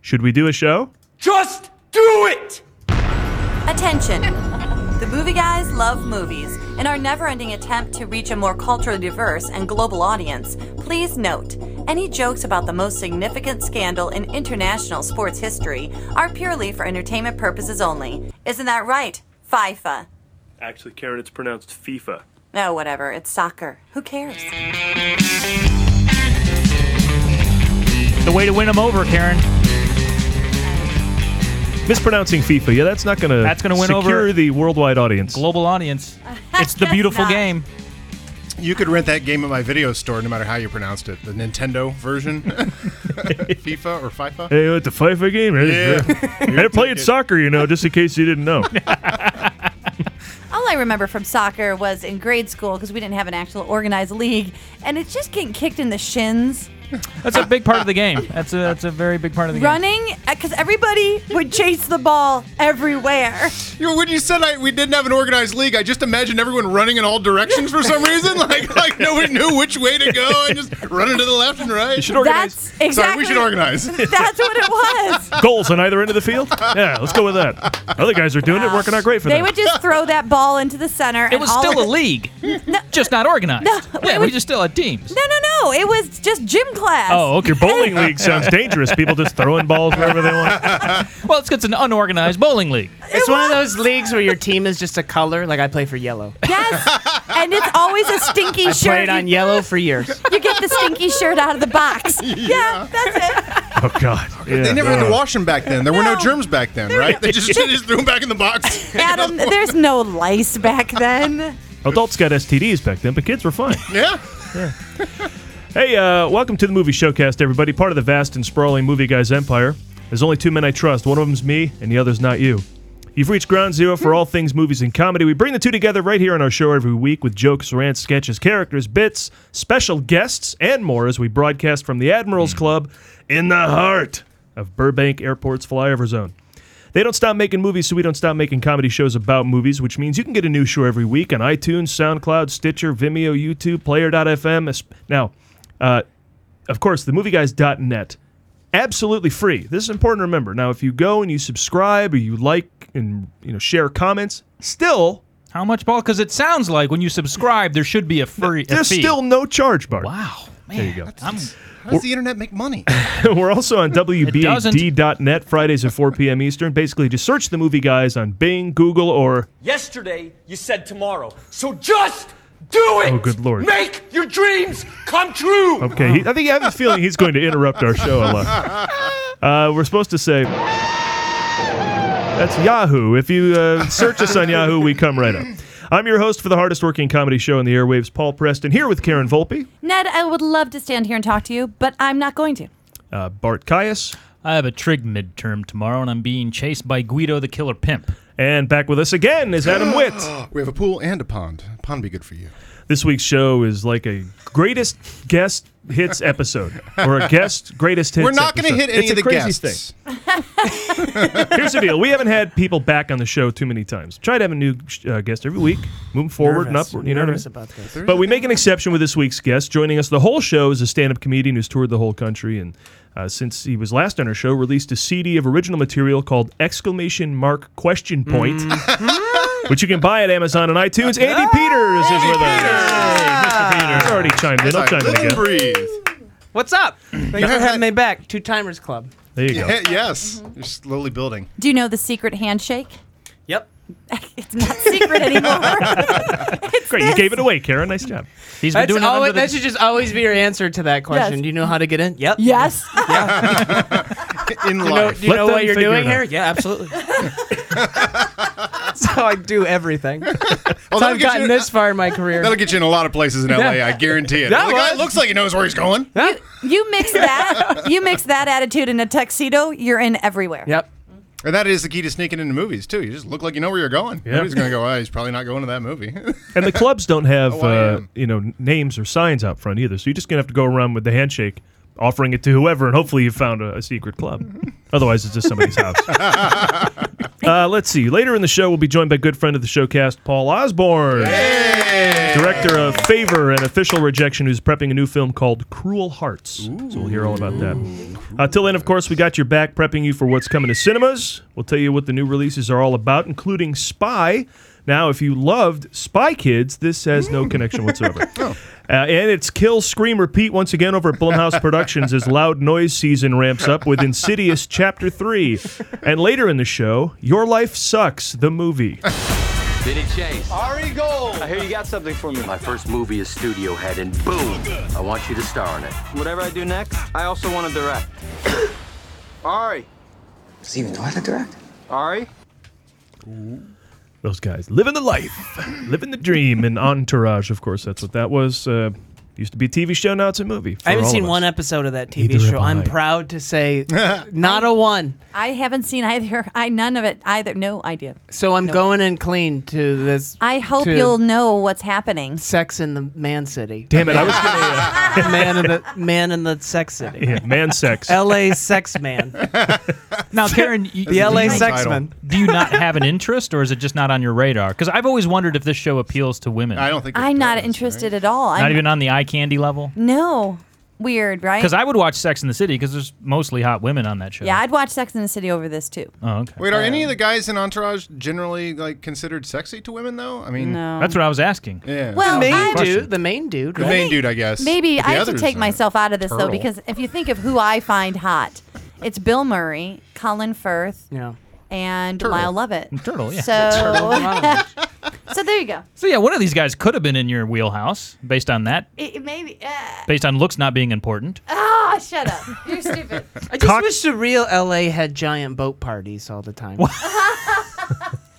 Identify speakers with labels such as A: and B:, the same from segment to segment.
A: Should we do a show?
B: Just do it!
C: Attention! The movie guys love movies. In our never ending attempt to reach a more culturally diverse and global audience, please note any jokes about the most significant scandal in international sports history are purely for entertainment purposes only. Isn't that right, FIFA?
D: Actually, Karen, it's pronounced FIFA.
C: No, whatever. It's soccer. Who cares?
E: The way to win them over, Karen.
A: Mispronouncing FIFA. Yeah, that's not going to
E: That's gonna win
A: secure
E: over-
A: the worldwide audience.
E: Global audience. It's the
F: Guess
E: beautiful
F: not.
E: game.
G: You could rent that game at my video store, no matter how you pronounced it. The Nintendo version, FIFA or FIFA.
A: Hey, what the FIFA game?
G: Yeah.
A: They're playing soccer, you know, just in case you didn't know.
F: All I remember from soccer was in grade school because we didn't have an actual organized league, and it's just getting kicked in the shins.
E: That's a big part of the game. That's a that's a very big part of the game.
F: Running,
C: uh,
F: because everybody would chase the ball everywhere.
G: You know, when you said I, we didn't have an organized league, I just imagined everyone running in all directions for some reason. Like, like nobody knew which way to go and just running to the left and right.
F: That's exactly.
G: Sorry, we should organize.
F: That's what it was.
A: Goals on either end of the field? Yeah, let's go with that. Other guys are doing it, working out great for
F: They
A: them.
F: would just throw that ball into the center.
E: It was
F: and all
E: still a
F: of-
E: league, just not organized. yeah, we just still had teams.
F: No, no, no. It was just gym class.
E: Oh, okay.
A: Your bowling league sounds dangerous. People just throwing balls wherever they want.
E: Well, it's 'cause it's an unorganized bowling league.
H: It's one of those leagues where your team is just a color. Like I play for yellow.
F: Yes. and it's always a stinky
H: I
F: shirt.
H: played on
F: you,
H: yellow for years.
F: you get the stinky shirt out of the box. Yeah, that's it.
A: Oh, God. Yeah.
G: They never had
A: Yeah.
G: to wash them back then. There were no
F: No.
G: germs back then, right? They just, they just threw them back in the box.
F: Adam, there's no lice back then.
A: Adults got STDs back then, but kids were fine.
G: yeah.
A: Hey, uh, welcome to the Movie Showcast, everybody. Part of the vast and sprawling Movie Guys empire. There's only two men I trust. One of them's me, and the other's not you. You've reached ground zero for all things movies and comedy. We bring the two together right here on our show every week with jokes, rants, sketches, characters, bits, special guests, and more as we broadcast from the Admirals Club in the heart of Burbank Airport's flyover zone. They don't stop making movies, so we don't stop making comedy shows about movies, which means you can get a new show every week on iTunes, SoundCloud, Stitcher, Vimeo, YouTube, Player.fm. as- Now, uh, of course, themovieguys.net. Absolutely free. This is important to remember. Now, if you go and you subscribe or you like and you know share comments, still
E: How much ball? Because it sounds like when you subscribe, there should be a free. a
A: there's
E: fee.
A: still no charge, Bart.
E: Wow, man.
A: There you go.
E: I'm,
G: How does the internet make money?
A: We're also on WBAD.net Fridays at 4 p.m. Eastern. Basically, just search the movie guys on Bing, Google, or
B: Yesterday, you said tomorrow. So just do it!
A: Oh, good Lord.
B: Make your dreams come true!
A: Okay, he, I think I have a feeling he's going to interrupt our show a lot. Uh, we're supposed to say that's Yahoo. If you uh, search us on Yahoo, we come right up. I'm your host for the hardest working comedy show in the airwaves, Paul Preston, here with Karen Volpe,
F: Ned, I would love to stand here and talk to you, but I'm not going to.
A: uh, Bart Caius,
E: I have a trig midterm tomorrow, and I'm being chased by Guido the Killer Pimp.
A: and back with us again is Adam Witt.
G: We have a pool and a pond. Pond be good for you.
A: This week's show is like a greatest guest hits episode, or a guest greatest hits.
G: We're not going to
A: episode.
G: hit any
A: it's
G: of
A: a
G: the
A: crazy
G: guests.
A: Thing. Here's the deal: we haven't had people back on the show too many times. Try to have a new uh, guest every week, moving forward
H: Nervous.
A: and upward. You know what I mean?
H: Nervous about this.
A: But we make an exception with this week's guest. Joining us the whole show is a stand-up comedian who's toured the whole country, and uh, since he was last on our show, released a CD of original material called "Exclamation Mark Question Point," which you can buy at Amazon and iTunes. Mm-hmm. Ah, Andy Peters is with us. Hey, Mr. Peters already chimed in. I'll
G: Like,
A: chime
G: live
A: in
G: and
A: again.
G: breathe.
H: What's up? Thanks for having me back. Two Timers Club.
A: There you go.
G: Yeah, yes. Mm-hmm. You're slowly building.
F: Do you know the secret handshake?
H: Yep.
F: It's not secret anymore.
A: Great, you gave it away, Karen. Nice job.
E: He's been
H: That's
E: doing that
H: always,
E: under the-
H: that should just always be your answer to that question.
F: Yes.
H: Do you know how to get in? Yep.
F: yes.
G: In
H: Do you know,
G: life.
H: do you
A: Let
H: know
A: them
H: what you're
A: figure
H: doing
A: it out.
H: here? Yeah, absolutely. That's how I do everything. That's
G: Oh,
H: how
G: that'll
H: I've
G: get you- uh,
H: gotten this far in my
G: That'll
H: career.
G: get you in a lot of places in LA, I guarantee it.
H: That
G: the guy
H: was-
G: looks like he knows where he's going.
H: Huh?
F: You mix that. You mix that attitude in a tuxedo. You're in everywhere.
H: Yep.
G: And that is the key to sneaking into movies too. You just look like you know where you're going. Nobody's gonna go. Oh, he's probably not going to that movie.
A: And the clubs don't have
G: Oh, I
A: uh,
G: am.
A: you know n- names or signs out front either, so you're just gonna have to go around with the handshake, offering it to whoever, and hopefully you found a, a secret club. Otherwise, it's just somebody's house. uh, let's see. Later in the show, we'll be joined by good friend of the showcast, Paul Osborne, director of Favor and Official Rejection, who's prepping a new film called Cruel Hearts. So we'll hear all about that. Uh, till then, of course, we got your back prepping you for what's coming to cinemas. We'll tell you what the new releases are all about, including Spy. Now, if you loved Spy Kids, this has no connection whatsoever. Uh, and it's kill, scream, repeat once again over at Blumhouse Productions as loud noise season ramps up with Insidious Chapter 3. And later in the show, Your Life Sucks, the movie.
I: Did it chase? Ari Gold! I hear you got something for me. My first movie is Studio Head, and boom! I want you to star in it. Whatever I do next, I also want to direct. Ari!
J: Does he even know how to direct?
I: Ari?
A: Those guys living the life, living the dream, and Entourage, of course, that's what that was. Uh, used to be a TV show, now it's a movie. for
K: I haven't
A: all
K: seen
A: of us.
K: one episode of that TV
A: Neither
K: show.
A: have
K: I'm
A: I.
K: proud to say, not a one.
F: I haven't seen either. I none of it either. No idea.
K: So I'm
F: No.
K: going in clean to this.
F: I hope
K: to
F: you'll know what's happening.
K: Sex in the Man City.
A: Damn it, I was gonna,
K: man in the man in the Sex City.
A: yeah, man sex.
K: L.A. Sex Man.
E: Now, Karen, you,
K: The L.A.
G: decent
K: Sex
G: title.
K: Man.
E: do you not have an interest, or is it just not on your radar? Because I've always wondered if this show appeals to women.
G: I don't think it
F: I'm not
G: does,
F: interested at all.
E: not
F: I'm,
E: even on the eye candy level.
F: No, weird, right?
E: Because I would watch Sex in the City because there's mostly hot women on that show.
F: yeah, I'd watch Sex in the City over this too.
E: Oh, okay.
G: right? Wait, are any of the guys in Entourage generally like considered sexy to women though? I mean,
F: No.
E: That's what I was asking.
G: yeah.
F: Well,
K: Main
F: I-
K: dude. The main dude.
G: the
K: Right?
G: main dude, I guess.
F: Maybe
G: But the
F: I have to
G: others
F: take
G: are-
F: myself out of this though,
E: Turtle.
F: because if you think of who I find hot, it's Bill Murray, Colin Firth,
K: Yeah.
F: and
G: Turtle.
F: Lyle Lovett.
E: Turtle, yeah.
F: So, so there you go.
E: So yeah, one of these guys could have been in your wheelhouse based on that,
F: It, it maybe. Ah,
E: based on looks not being important.
F: ah, shut up. You're stupid.
K: I just wish the real L.A. had giant boat parties all the time.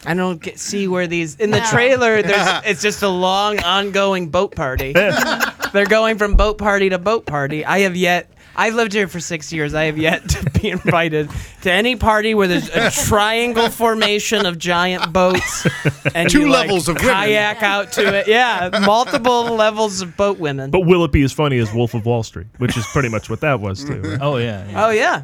K: I don't get, see where these in the trailer. There's it's just a long, ongoing boat party. They're going from boat party to boat party. I have yet. I've lived here for six years. I have yet to be invited to any party where there's a triangle formation of giant boats and
G: Two
K: you, like,
G: levels of women.
K: kayak out to it. Yeah, multiple levels of boat women.
A: But will it be as funny as Wolf of Wall Street, which is pretty much what that was too. right?
E: Oh yeah. yeah.
K: Oh yeah.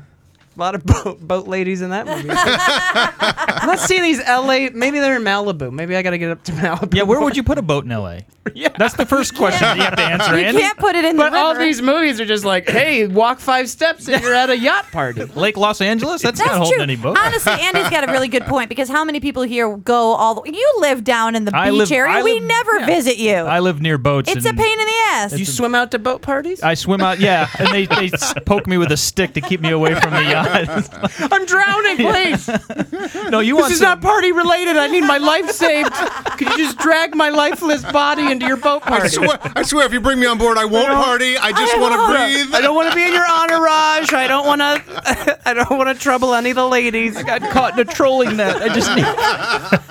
K: A lot of boat, boat ladies in that movie. Let's see these LA. Maybe they're in Malibu. Maybe I got to get up to Malibu.
E: Yeah, where would you put a boat in LA? Yeah. That's the first question you have to answer,
F: You
E: Andy.
F: can't put it in the
K: But all
F: river.
K: these movies are just like, hey, walk five steps and you're at a yacht party.
E: Lake Los Angeles? That's, not
F: That's
E: holding
F: true.
E: any boat.
F: Honestly, Andy's got a really good point because how many people here go all the You live down in the
E: I
F: beach
E: live-
F: area.
E: I
F: we
E: live-
F: never
E: yeah.
F: visit you.
E: I live near boats.
F: it's a
E: and
F: pain in the ass.
K: You swim out to boat parties?
E: I swim out, yeah, and they, they s- poke me with a stick to keep me away from the yacht.
K: I'm drowning, please.
E: no, you
K: This
E: want
K: is
E: some,
K: not party related. I need my life saved. Could you just drag my lifeless body into your boat
G: I
K: party?
G: swear, I swear, if you bring me on board, I won't party. I just want to breathe.
K: I don't want to be in your entourage. I don't want to. I don't want to trouble any of the ladies. I got caught in a trolling net. I just need.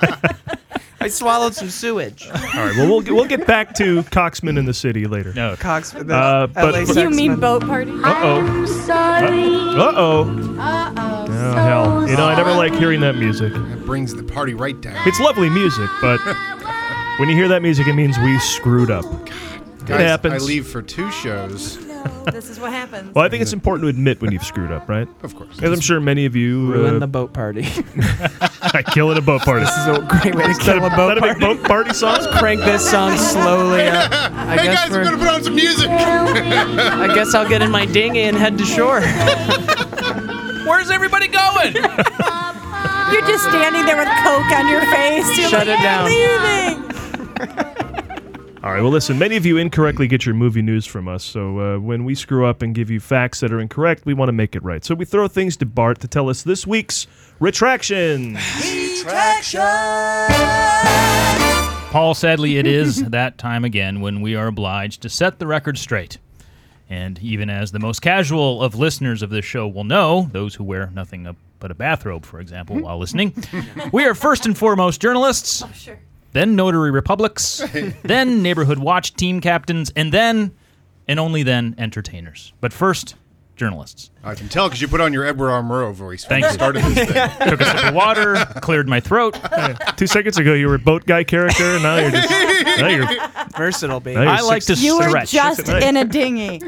K: I swallowed some sewage.
A: Well, we'll we'll get back to Coxman in the City later.
E: no,
K: Cox.
A: Uh, but-
K: LA
A: but-
F: you mean
K: Sexman.
F: boat party?
A: Uh oh. Uh oh.
F: Uh oh.
A: Oh hell. You know, I never like hearing that music.
G: That brings the party right down.
A: It's lovely music, but when you hear that music, it means we screwed up.
G: Guys,
A: happens.
G: I leave for two shows.
F: This is what happens.
A: Well, I think it's important to admit when you've screwed up, right?
G: Of course.
A: As I'm sure many of you
K: Ruin the
A: uh,
K: boat party.
A: kill at a boat party. Is
K: so great way to
A: that
K: kill
A: a,
K: a
A: is
K: boat
A: that a big
K: party.
A: boat party song?
K: Crank this song slowly up. I
G: hey
K: guess
G: guys, I'm
K: we're-
G: gonna put on some music.
K: I guess I'll get in my dinghy and head to shore. Where's everybody going?
F: You're just standing there with Coke on your face. You're
K: Shut
F: like,
K: it down.
F: "I'm leaving."
A: All right. Well, listen. Many of you incorrectly get your movie news from us, so uh, when we screw up and give you facts that are incorrect, we want to make it right. So we throw things to Bart to tell us this week's retraction.
E: Paul, sadly, it is that time again when we are obliged to set the record straight. And even as the most casual of listeners of this show will know, those who wear nothing up but a bathrobe, for example, while listening, we are first and foremost journalists, then notary republics, then neighborhood watch team captains, and then, and only then, entertainers. But first, journalists.
G: I can tell because you put on your Edward R. Murrow voice when
E: Thank
G: you
E: you.
G: started this thing.
E: Took a sip of water, cleared my throat.
A: Two seconds ago, you were a boat guy character, and now you're just now you're
K: Versatile, baby.
A: Nice.
E: I like to
F: You were
E: stretch.
F: just in a dinghy.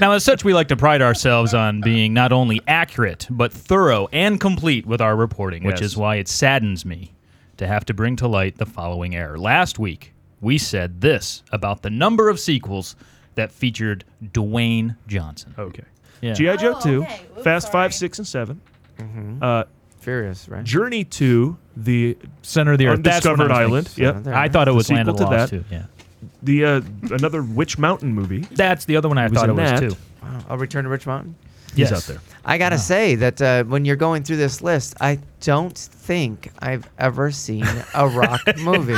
E: Now, as such, we like to pride ourselves on being not only accurate, but thorough and complete with our reporting, which
A: Yes.
E: is why it saddens me to have to bring to light the following error. Last week, we said this about the number of sequels that featured Dwayne Johnson.
A: okay.
E: Yeah.
A: G.I. Joe
E: Oh,
A: 2,
E: okay. Oops,
A: Fast
E: sorry.
A: 5, 6, and 7. Uh,
H: Furious, right?
A: Journey to the
E: Center of the Earth. That's what
A: Undiscovered
E: I was
A: Island.
E: thinking.
A: Yep.
E: Center of the Earth. I thought it
A: The
E: was Land
A: sequel
E: of
A: to
E: the
A: that.
E: Lost too, yeah.
A: The uh, another Witch Mountain movie.
E: That's the other one I
A: was
E: thought
A: in
E: it was
A: that.
E: too.
H: Wow.
A: Oh,
H: I'll return to Rich Mountain.
A: He's Yes. out there.
H: I gotta say that uh, when you're going through this list, I don't think I've ever seen a rock movie.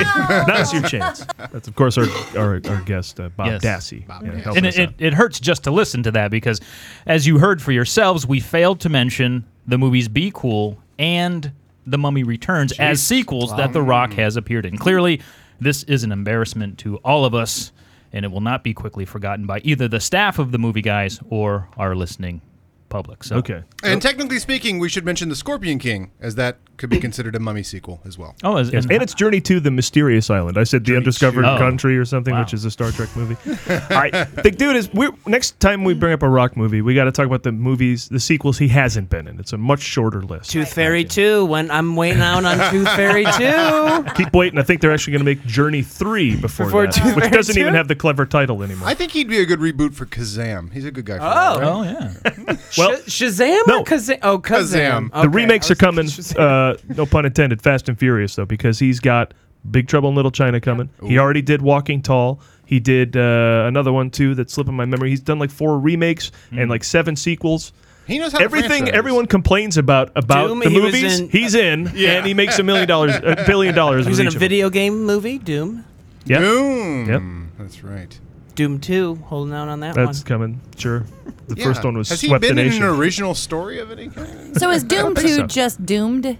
A: Now's your chance. That's of course our our, our guest uh, Bob
E: Yes.
A: Dassey. yeah, helping
E: and
A: us
E: it, it,
A: out.
E: it hurts just to listen to that because, as you heard for yourselves, we failed to mention the movies Be Cool and The Mummy Returns as
A: Jeez.
E: sequels that The Rock has appeared in. Clearly, this is an embarrassment to all of us, and it will not be quickly forgotten by either the staff of the movie guys or our listening public. So,
A: okay.
G: And technically speaking, we should mention the Scorpion King, as that could be considered a mummy sequel as well.
E: Oh, is,
A: Yes, and it's Journey to the Mysterious Island. I said the Undiscovered
E: to- Oh.
A: Country or something,
E: Wow.
A: which is a Star Trek movie. All right, the dude is. We're, next time we bring up a rock movie, we got to talk about the movies, the sequels he hasn't been in. It's a much shorter list.
K: Tooth Fairy 2. When I'm waiting out on Tooth Fairy 2.
A: Keep waiting. I think they're actually going to make Journey Three before,
K: Before
A: that,
K: Tooth
A: which
K: Fairy
A: doesn't
K: two?
A: even have the clever title anymore.
G: I think he'd be a good reboot for Kazam. He's a good guy for
K: Oh.
G: that. right?
E: oh, yeah.
A: Well,
K: Sh- Shazam
A: no.
K: or Kazam? Oh, Kazam.
G: Kazam.
A: the
K: Okay,
A: remakes
K: I
A: are
K: was-
A: coming. Uh, no pun intended. Fast and Furious though, because he's got Big Trouble in Little China coming. He already did Walking Tall. He did uh, another one too that's slipping my memory. He's done like four remakes
E: Mm.
A: and like seven sequels.
G: He knows how to
A: Everything
G: franchise.
A: everyone complains about about
K: Doom,
A: the
K: he was
A: movies,
K: in-
A: he's in,
G: Yeah.
A: and he makes a million dollars, a billion dollars.
K: He was
A: with
K: in a
A: each of them.
K: video game movie, Doom.
A: Yep.
G: Boom. That's right.
K: Doom 2, holding out on that
A: That's
K: one.
A: coming. Sure. The
G: Yeah.
A: first one was
G: Has he
A: Swept the
G: been in
A: Nation.
G: an original story of any kind?
F: So is Doom
A: think
F: 2
A: so.
F: just doomed?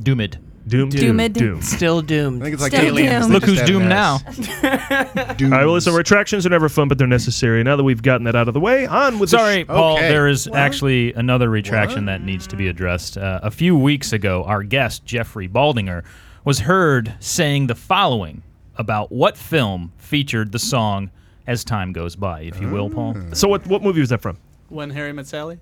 E: Doomed.
A: Doom. Doom.
F: Doomed.
A: Doom.
K: Still doomed.
G: I think it's like
F: Still
G: aliens.
F: doomed.
G: they
E: Look
G: just
E: who's
G: added
E: doomed
G: an
E: now.
G: S. Dooms.
A: All right. Well, listen. Retractions are never fun, but they're necessary. Now that we've gotten that out of the way, on with
E: Sorry,
A: The
E: Paul.
G: Okay.
E: There is actually another retraction that needs to be addressed. Uh, a few weeks ago, our guest Jeffrey Baldinger was heard saying the following about what film featured the song "As Time Goes By," if you will, Paul.
A: sh- so what? What movie was that from?
L: When Harry Met Sally?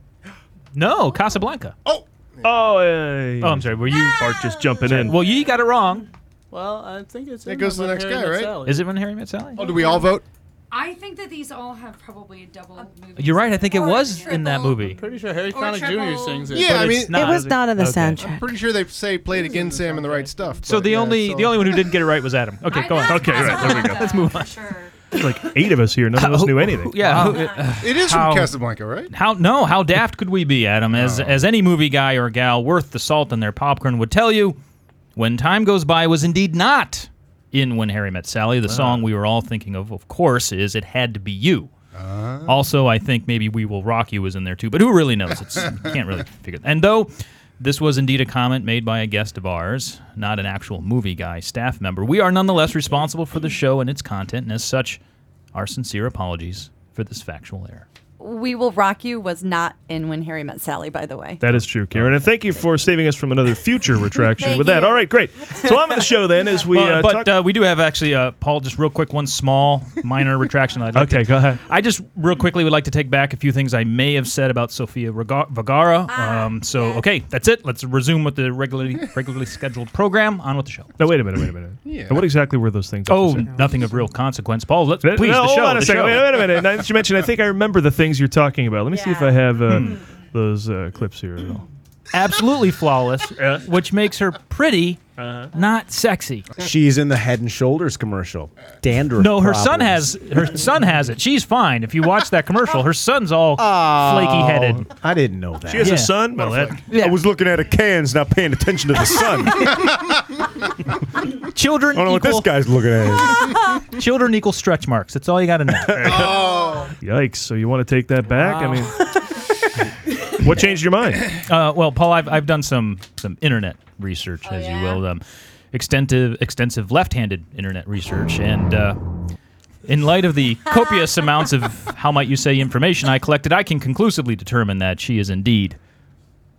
E: No, Casablanca.
G: Oh,
A: Oh, yeah.
E: Oh, I'm sorry. Were you?
A: Bart just jumping in.
E: Well, you got it wrong.
L: Well, I think it's.
G: That
L: in
G: goes to the
L: When
G: next
L: Harry
G: guy,
L: Met
G: right?
L: Sally.
E: Is it when Harry met Sally?
G: oh, do we all vote?
M: I think that these all have probably a double movie.
E: You're right. I think it
M: Or
E: was in that
M: triple.
E: movie.
L: Pretty sure Harry
M: Or
L: Connick Jr.
M: triple.
L: sings it.
G: Yeah, I
E: But
G: mean-
E: it's not.
G: It
E: is Okay.
G: Pretty sure they say play it again, Sam, and the right stuff.
E: So
G: but
E: the
G: yeah,
E: only
G: it's
E: the
G: all-
E: only one who didn't get it right was Adam. Okay,
M: I
E: go on.
M: know
A: Okay, right, there we go.
M: Casablanca,
E: Let's move on.
M: for Sure.
A: There's like eight of us here. None of us knew anything.
E: Yeah. who- uh,
G: It is
E: How-
G: from Casablanca, right?
E: How no? How daft could we be, Adam? As as any movie guy or gal worth the salt in their popcorn would tell you, when time goes by was indeed not in When Harry Met Sally. The song we were all thinking of, of course, is "It Had to Be You." Also, I think maybe "We Will Rock You" was in there too, but who really knows? It's you can't really figure. And though this was indeed a comment made by a guest of ours, not an actual movie guy staff member, we are nonetheless responsible for the show and its content, and as such, our sincere apologies for this factual error.
F: We Will Rock You was not in When Harry Met Sally, by the way.
A: That is true, Karen. And thank you for saving us from another future retraction
F: Thank
A: with that.
F: you.
A: All right, great. So on with the show then as we
E: Well,
A: uh,
E: but
A: talk.
E: uh, we do have actually, uh, Paul. Just real quick, one small minor retraction. I'd like
A: okay,
E: to-
A: go ahead.
E: I just real quickly would like to take back a few things I may have said about Sofia Raga- Vergara. um, so okay, that's it. Let's resume with the regularly regularly scheduled program. On with the show.
A: No, wait a minute, wait a minute.
G: Yeah.
A: And what exactly were those things? that you
E: Oh,
A: said?
E: nothing of real consequence, Paul. Let's
A: No,
E: please
A: no,
E: the
A: hold
E: show.
A: on a
E: the
A: second.
E: show.
A: Wait, wait a minute. Now that you mentioned, I think I remember the things you're talking about. Let me see if I have uh, those uh, clips here at all.
E: Absolutely flawless, which makes her pretty,
A: Uh-huh.
E: not sexy.
N: She's in the Head and Shoulders commercial. Dandruff.
E: No, her son
N: problems.
E: has her son has it. She's fine. If you watch that commercial, her son's all flaky headed.
N: Oh, I didn't know that.
A: She has
E: Yeah.
A: a son. Well, that-
N: I was looking at a cans, not paying attention to the sun. I
E: Children
N: don't know what this
E: equal
N: guy's looking at.
E: children equal stretch marks. That's all you got to know.
A: yikes! So you want to take that back? I mean, what changed your mind?
E: uh, well, Paul, I've, I've done some some internet research, as you will, um, extensive extensive left-handed internet research, and uh, in light of the copious amounts of how might you say information I collected, I can conclusively determine that she is indeed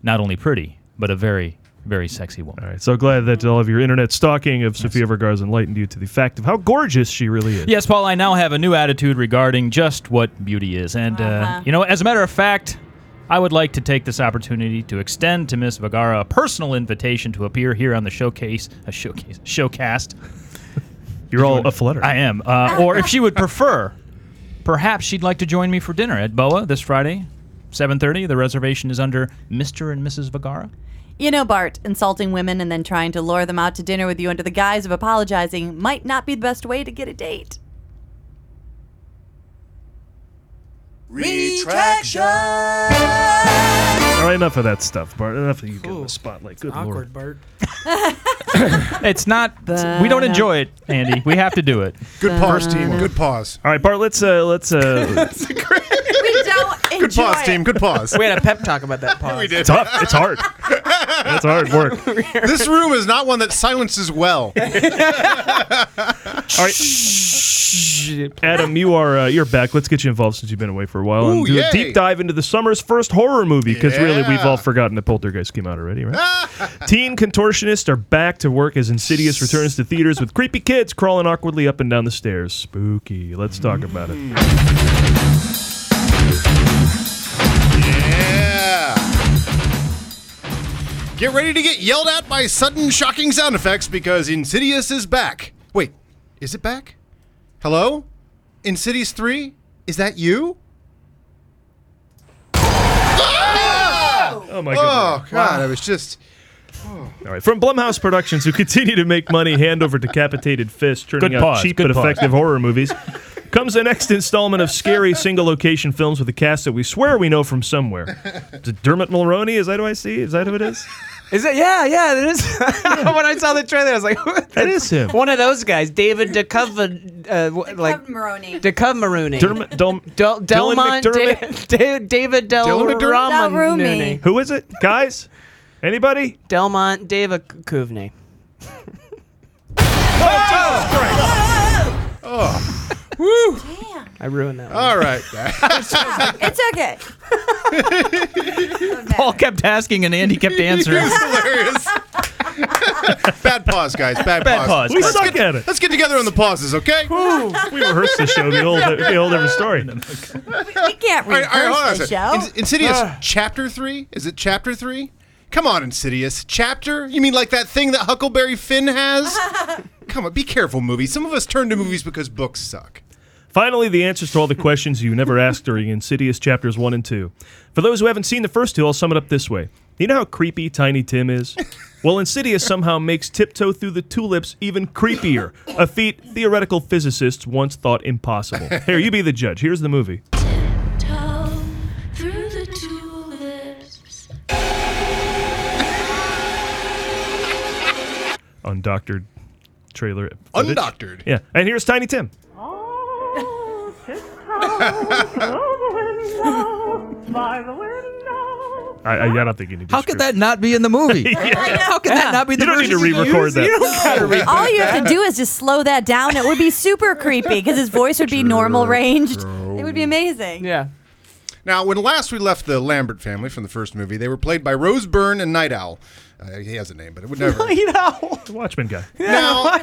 E: not only pretty but a very very sexy woman.
A: All right, so glad that all of your internet stalking of Sophia Vergara's enlightened you to the fact of how gorgeous she really is.
E: Yes, Paul, I now have a new attitude regarding just what beauty is. And, uh, you know, as a matter of fact, I would like to take this opportunity to extend to Miss Vergara a personal invitation to appear here on the showcase, a showcase, showcast.
A: You're all a flutter.
E: I am. Uh, or if she would prefer, perhaps she'd like to join me for dinner at Boa this Friday 7:30. The reservation is under Mr. and Mrs. Vigara.
F: You know, Bart, insulting women and then trying to lure them out to dinner with you under the guise of apologizing might not be the best way to get a date.
A: All right, enough of that stuff, Bart. Enough of you getting the spotlight. Good lord.
K: Awkward, Bart.
E: It's not. we don't enjoy it, Andy. We have to do it.
O: Good pause, team. Good pause.
A: All right, Bart. Let's uh, let's uh,
F: we don't enjoy it.
K: We had a pep talk about that pause.
G: we did.
A: It's tough. It's hard. That's hard work.
G: this room is not one that silences well.
A: All right. Adam, you are uh, you're back. Let's get you involved since you've been away for a while and
G: Ooh,
A: do
G: yay.
A: a deep dive into the summer's first horror movie because really we've
G: Yeah.
A: all forgotten that Poltergeist came out already, right? Teen contortionists are back to work as Insidious returns to theaters with creepy kids crawling awkwardly up and down the stairs. Spooky. Let's talk about it.
G: Yeah. Get ready to get yelled at by sudden shocking sound effects because Insidious is back. Wait, is it back? Hello? Insidious 3? Is that you?
A: Oh my
G: Oh
A: goodness.
G: god, I was just
A: All right, from Blumhouse Productions, who continue to make money hand over decapitated fists, turning
E: Good
A: out
E: pause,
A: cheap
E: good
A: but
E: pause.
A: effective horror movies, comes the next installment of scary single location films with a cast that we swear we know from somewhere. Is it Dermot Mulroney? Is that who I see? Is that who it is?
K: Is it? Yeah, yeah. It is. when I saw the trailer, I was like, "That
A: is him."
K: One of those guys, David Duchovny, uh, wh- like
F: Maroney.
K: Duchovny.
A: Dermot Del-
K: Del- Delmont,
A: McDermott?
K: Da- Da- David Del
A: Dylan McDermott?
K: Romani.
A: Who is it, guys? Anybody?
K: Delmont David Duchovny.
G: Oh.
K: Woo! I ruined that. One.
G: All right.
F: it's okay.
E: Paul kept asking and Andy kept answering.
G: It's hilarious. bad pause, guys. Bad,
E: Bad pause. We suck
G: get,
E: at it.
G: Let's get together on the pauses, okay?
A: we rehearsed the show, the old, the old every story.
F: We can't
G: All right,
F: rehearse
G: all right, hold on a
F: the show. Uh.
G: second. In- Insidious
F: Ugh.
G: Chapter 3? Is it Chapter 3? Come on, Insidious. Chapter? You mean like that thing that Huckleberry Finn has? Come on, be careful, movies. Some of us turn to movies because books suck.
A: Finally, the answers to all the questions you never asked during Insidious Chapters 1 and 2. For those who haven't seen the first two, I'll sum it up this way. You know how creepy Tiny Tim is? Well, Insidious somehow makes Tiptoe Through the Tulips even creepier, a feat theoretical physicists once thought impossible. Here, you be the judge. Here's the movie.
P: Toe through the tulips.
A: Undoctored trailer. footage.
G: Undoctored?
A: Yeah. And here's Tiny Tim. I, I, I don't think you need to
E: How could that not be in the movie? How could that not be the
A: You don't need
E: version
A: to re-record
E: used?
A: that.
E: You don't gotta re-
F: All you have to do is just slow that down. It would be super creepy because his voice would be normal ranged. It would be amazing.
K: Yeah.
G: Now, when last we left the Lambert family from the first movie, they were played by Rose Byrne and Night Owl. Uh, he has a name, but it would never.
A: The Watchmen guy.
G: now,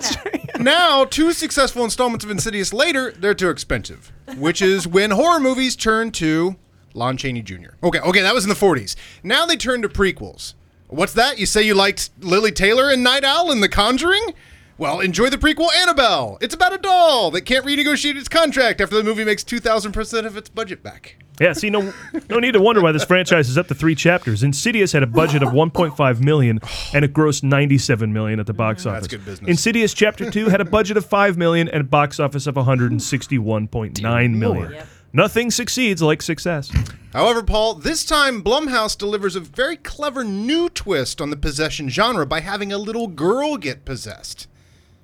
G: now, two successful installments of Insidious later, they're too expensive, which is when horror movies turn to Lon Chaney Jr. Okay, okay, that was in the 40s. Now they turn to prequels. What's that? You say you liked Lily Taylor and Night Owl in The Conjuring? Well, enjoy the prequel Annabelle. It's about a doll that can't renegotiate its contract after the movie makes 2,000% of its budget back.
A: Yeah, see, no, no need to wonder why this franchise is up to three chapters. Insidious had a budget of 1.5 million, and it grossed 97 million at the box office.
G: good business.
A: Insidious Chapter Two had a budget of 5 million and a box office of 161.9 million. Nothing succeeds like success.
G: However, Paul, this time Blumhouse delivers a very clever new twist on the possession genre by having a little girl get possessed.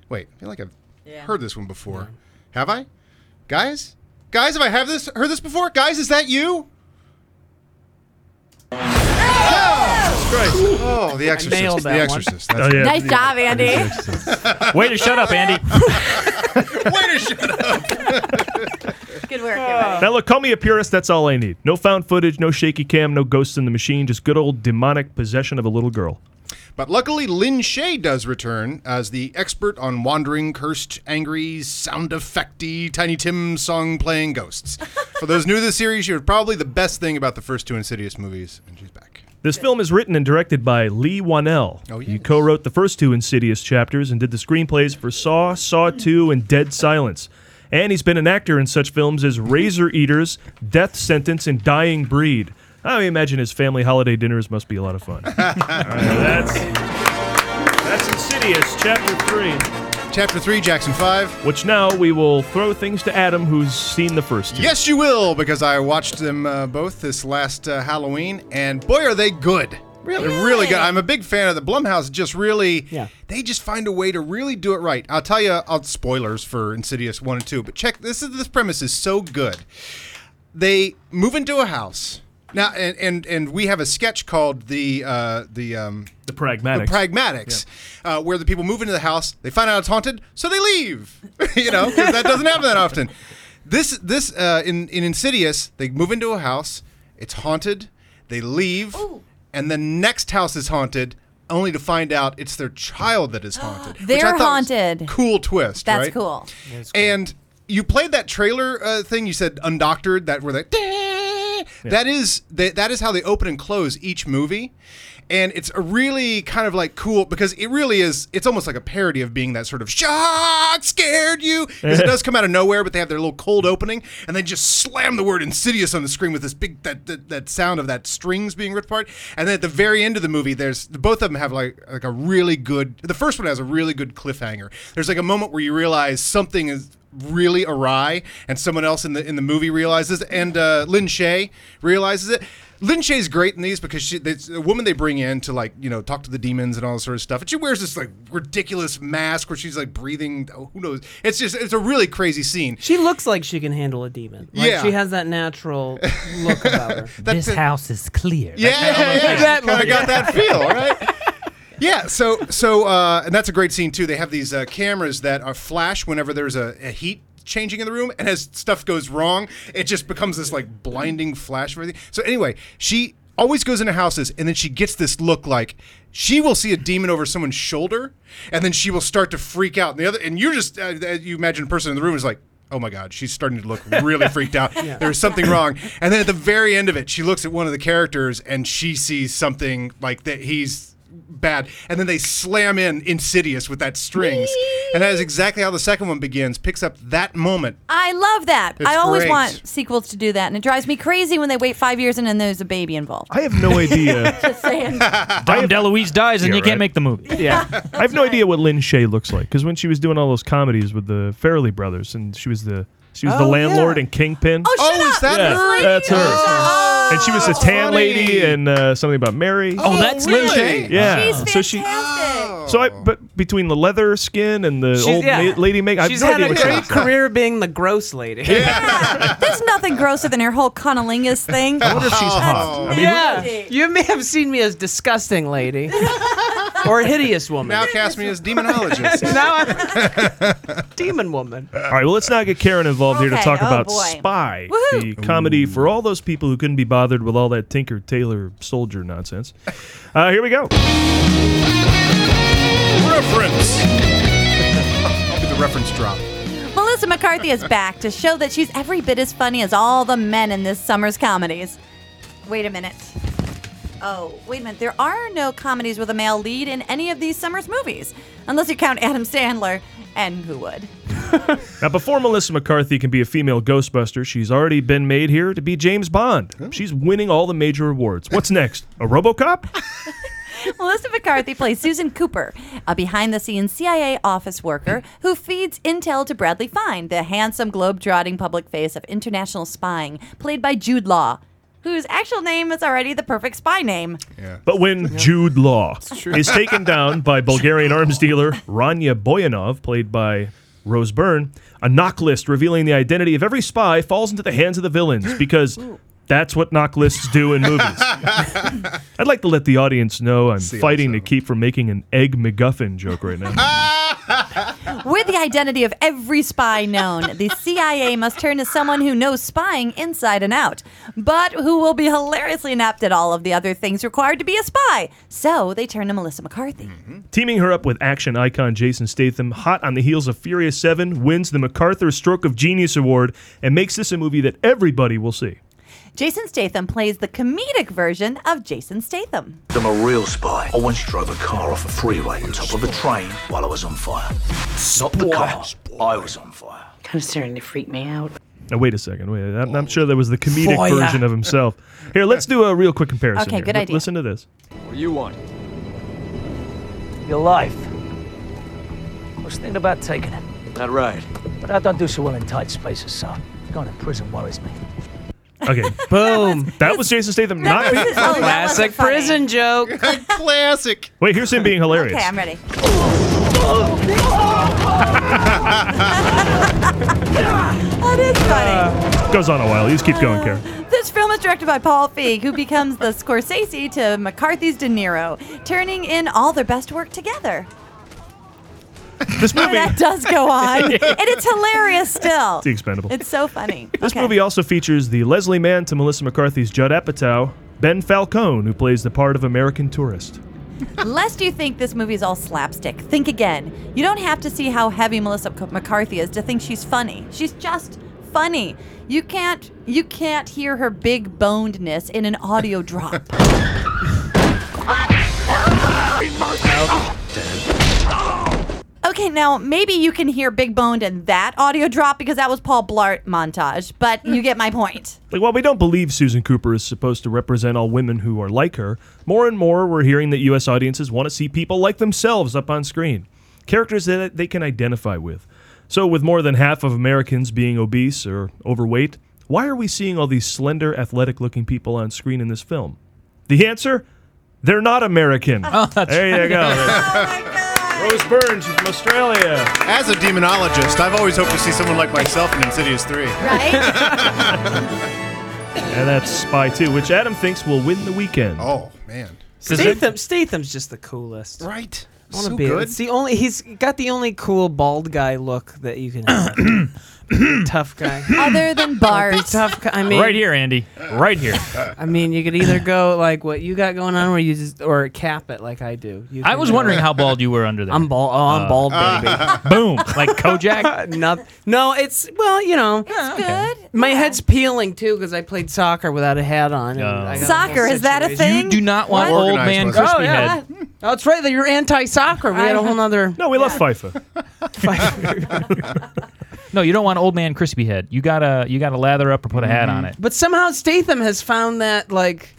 G: Wait, I feel like I've heard this one before. Have I? Guys? Guys, have I have this heard this before? Guys, is that you? Oh, The Exorcist.
K: nailed
G: The
K: that one.
G: Exorcist.
A: Oh, yeah.
F: Nice job, Andy.
E: Way to shut up, Andy.
F: Good work. everybody.
A: Now, look, call me a purist. That's all I need. No found footage, no shaky cam, no ghosts in the machine, just good old demonic possession of a little girl.
G: But luckily, Lynn Shay does return as the expert on wandering, cursed, angry, sound effecty, Tiny Tim song playing ghosts. For those new to the series, she was probably the best thing about the first two Insidious movies, and she's back.
A: This film is written and directed by Lee Wanell. Oh, He co-wrote the first two Insidious chapters and did the screenplays for Saw, Saw 2, and Dead Silence. And he's been an actor in such films as Razor Eaters, Death Sentence, and Dying Breed. I imagine his family holiday dinners must be a lot of fun. All right, that's that's Insidious Chapter Three.
G: Chapter Three, Jackson Five.
A: Which now we will throw things to Adam, who's seen the first two.
G: Yes, you will, because I watched them uh, both this last uh, Halloween, and boy, are they good. Really? They're really good. I'm a big fan of the Blumhouse. Just really, they just find a way to really do it right. I'll tell you, I'll spoilers for Insidious One and Two, but check this is this premise is so good. They move into a house now, and and, and we have a sketch called the uh, the um,
A: the pragmatics.
G: The pragmatics, uh, where the people move into the house, they find out it's haunted, so they leave. you know, because that doesn't happen that often. This this uh, in in Insidious, they move into a house, it's haunted, they leave, and the next house is haunted, only to find out it's their child that is haunted. which I
F: They're
G: thought was
F: haunted.
G: Cool twist.
F: That's
G: right?
F: cool.
G: And you played that trailer uh, thing. You said undoctored. That where that. That is that, that is how they open and close each movie, and it's a really kind of like cool because it really is. It's almost like a parody of being that sort of shock scared you because it does come out of nowhere, but they have their little cold opening and they just slam the word insidious on the screen with this big that that, that sound of that strings being ripped apart, and then at the very end of the movie, there's both of them have like like a really good. The first one has a really good cliffhanger. There's like a moment where you realize something is really awry, and someone else in the in the movie realizes, and uh, Lynn Shay realizes it. Lynn Shay's great in these because she, it's a woman they bring in to like you know talk to the demons and all this sort of stuff, and she wears this like ridiculous mask where she's like breathing. oh, Who knows? It's just it's a really crazy scene.
K: She looks like she can handle a demon. Like,
G: Yeah.
K: She has that natural look about her.
G: That's This it.
K: house is clear.
G: Yeah, yeah, yeah.
K: that
G: kind
K: look.
G: of got that feel, right? Yeah, so so uh, and that's a great scene too. They have these uh, cameras that are flash whenever there's a, a heat changing in the room, and as stuff goes wrong, it just becomes this like blinding flash of everything. So anyway, she always goes into houses, and then she gets this look like she will see a demon over someone's shoulder, and then she will start to freak out. And the other, and you're just uh, you imagine a person in the room is like. Oh my God, she's starting to look really freaked out. There's something wrong. And then at the very end of it, she looks at one of the characters and she sees something like that he's bad. And then they slam in Insidious with that strings. and that is exactly how the second one begins, picks up that moment.
F: I love that.
G: It's
F: I always
G: great.
F: want sequels to do that, and it drives me crazy when they wait five years and then there's a baby involved.
A: I have no idea.
F: Just saying.
E: Dom DeLuise dies and you can't make the movie.
A: Yeah, I have no idea what Lynn Shay looks like because when she was doing all those comedies with the Farrelly brothers, and she was the she was the
G: Oh,
A: landlord and kingpin.
G: Oh, shut Oh, is up. that
A: yeah,
G: her?
A: That's her.
G: Oh,
A: and she was the
G: that's
A: tan
G: funny.
A: lady and uh, something about Mary.
G: Oh, that's Lynn really? Shay?
A: Yeah.
G: She's
A: so she. So I, but between the leather skin and the
K: She's,
A: old
K: yeah.
A: ma- lady makeup,
K: She's
A: I have
K: had
A: no idea
K: a
A: what she
K: great
A: looks like.
K: career being the gross lady.
F: There's nothing grosser than her whole cunnilingus thing. I
A: wonder if she's
G: Oh.
A: hot.
K: yeah. You may have seen me as disgusting lady or hideous woman.
G: Now cast me as demonologist.
K: now I'm demon woman.
A: All right, well, let's not get Karen involved here to
K: Okay,
A: talk
K: oh
A: about
K: boy.
A: Spy, the comedy for all those people who couldn't be bothered with all that Tinker Tailor Soldier nonsense. Uh, here we go.
G: Reference. I'll do the reference drop.
F: Melissa McCarthy is back to show that she's every bit as funny as all the men in this summer's comedies. Wait a minute. Oh, wait a minute. There are no comedies with a male lead in any of these summer's movies, unless you count Adam Sandler, and who would?
A: Now, before Melissa McCarthy can be a female Ghostbuster, she's already been made here to be James Bond. She's winning all the major awards. What's next? A Robocop?
F: Melissa McCarthy plays Susan Cooper, a behind the scenes CIA office worker who feeds intel to Bradley Fine, the handsome globe-trotting public face of international spying, played by Jude Law, whose actual name is already the perfect spy name.
A: But when Jude Law
F: true.
A: is taken down by Bulgarian arms dealer Rania Boyanov, played by Rose Byrne, a knock list revealing the identity of every spy falls into the hands of the villains because that's what knock lists do in movies. I'd like to let the audience know I'm fighting to keep from making an egg MacGuffin joke right now.
F: With the identity of every spy known, the CIA must turn to someone who knows spying inside and out, but who will be hilariously inept at all of the other things required to be a spy. So they turn to Melissa McCarthy.
A: Teaming her up with action icon Jason Statham, hot on the heels of Furious 7, wins the MacArthur Stroke of Genius Award and makes this a movie that everybody will see.
F: Jason Statham plays the comedic version of Jason Statham.
Q: I'm a real spy. I once drove a car off a freeway on top of a train while I was on fire. Not the car. I was on fire.
R: Kind of starting to freak me out.
A: Now, Uh, wait a second. Wait, I'm, I'm sure there was the comedic
I: Foyer.
A: version of himself. Here, let's do a real quick comparison.
I: Okay,
A: here.
I: good
A: L-
I: idea.
A: Listen to this.
I: What do you want? Your life.
R: I was thinking about taking it,
I: Not right.
R: but I don't do so well in tight spaces, so going to prison worries me.
A: Okay. Boom. That was Jason Statham. Not
K: was his- oh, that Classic wasn't funny. prison
A: joke.
G: Classic.
A: Wait, here's him being hilarious.
F: Okay, I'm ready. that is funny.
A: Goes on a while. You just keep
F: Uh,
A: going, Karen.
F: This film is directed by Paul Feig, who becomes the Scorsese to McCarthy's De Niro, turning in all their best work together.
A: This movie.
F: That does go on, and it's hilarious still.
A: It's The Expendables.
F: It's so funny.
A: This
F: Okay.
A: movie also features the Leslie Mann to Melissa McCarthy's Judd Apatow, Ben Falcone, who plays the part of American tourist.
F: Lest you think this movie is all slapstick, think again. You don't have to see how heavy Melissa C- McCarthy is to think she's funny. She's just funny. You can't you can't hear her big bonedness in an audio drop. Okay, now maybe you can hear big boned in that audio drop because that was Paul Blart montage, but you get my point.
A: Like, while we don't believe Susan Cooper is supposed to represent all women who are like her, more and more we're hearing that U.S. audiences want to see people like themselves up on screen, characters that they can identify with. So, with more than half of Americans being obese or overweight, why are we seeing all these slender, athletic looking people on screen in this film? The answer? They're not American. there you go. Rose Byrne, she's from Australia.
G: As a demonologist, I've always hoped to see someone like myself in Insidious 3.
A: And that's Spy 2, which Adam thinks will win the weekend.
G: Oh, man.
K: Statham, Statham's just the coolest.
G: Right.
K: I wanna
G: So
K: be-
G: good.
K: It's the only he's got the only cool bald guy look that you can have. tough guy.
F: Other than
K: Bart. tough guy. I mean
E: right here, Andy. Right here.
K: I mean, you could either go like what you got going on, where you just or cap it like I do. You
E: I
K: can
E: was
K: go-
E: wondering how bald you were under there.
K: I'm bald. Oh, I'm
E: Uh,
K: bald, baby.
E: Boom. Like Kojak.
K: no, no, it's well, you know, good. My head's peeling too because I played soccer without a hat on. and
E: Oh.
K: I got a
F: Soccer,
K: whole
F: is that a
K: situation.
F: thing? You do not
E: want What? old man
K: Organized
E: crispy
K: oh, yeah.
E: head.
K: Oh, that's right. that You're anti-soccer. We had a whole other.
A: No, we love FIFA.
E: No, you don't want old man crispy head. You gotta you gotta lather up or put a hat on it.
K: But somehow Statham has found that like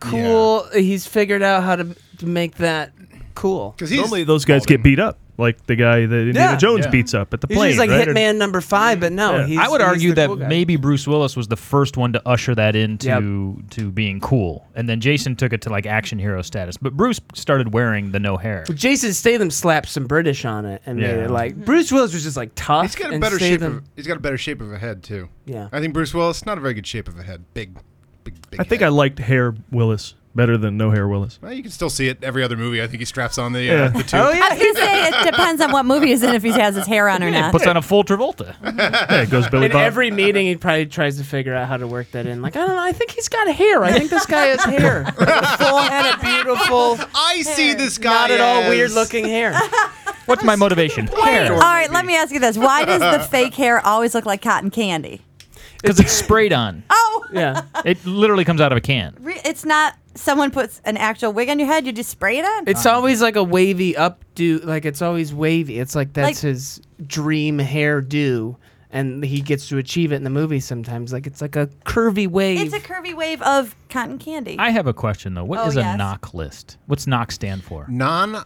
K: cool. He's figured out how to, to make that cool. Because
A: Normally those guys get beat up, like the guy that Indiana
K: Yeah.
A: Jones
K: Yeah.
A: beats up at the
K: he's
A: plane.
K: just like
A: right? Or-
K: Hitman number five, but no, he's,
E: I would
K: he's
E: argue
K: the
E: that
K: cool guy.
E: maybe Bruce Willis was the first one to usher that into to being cool, and then Jason took it to like action hero status. But Bruce started wearing the no hair.
K: But Jason Statham slapped some British on it and made
E: Yeah.
K: it like Bruce Willis was just like tough.
G: He's got a
K: and
G: better shape
K: Statham-
G: of, he's got a better shape of a head too.
K: Yeah.
G: I think Bruce Willis not a very good shape of a head. Big
A: I think I liked hair Willis better than no hair Willis.
G: Well, you can still see it every other movie. I think he straps on the uh,
A: Yeah.
G: the tube.
A: Oh,
F: I was gonna say it depends on what movie he's in if he has his hair on or
E: Yeah,
F: not.
E: puts on a full Travolta.
A: yeah, it goes Billy
K: in
A: Bob.
K: every meeting, he probably tries to figure out how to work that in. Like, I don't know. I think he's got hair. I think this guy has hair. A full head of beautiful.
G: I see this guy
K: Not at all
G: as-
K: weird looking hair.
E: What's my motivation?
F: All right, let me ask you this: Why does the fake hair always look like cotton candy?
E: Because it's sprayed on.
F: Oh,
K: yeah.
E: It literally comes out of a can.
F: Re- it's not someone puts an actual wig on your head; you just spray it on.
K: It's always like a wavy updo. Like it's always wavy. It's like that's
F: Like-
K: his dream hairdo, and he gets to achieve it in the movie sometimes. Like it's like a curvy wave.
F: It's a curvy wave of cotton candy.
E: I have a question though. What is
F: Oh, yes.
E: a knock list? What's knock stand for?
G: non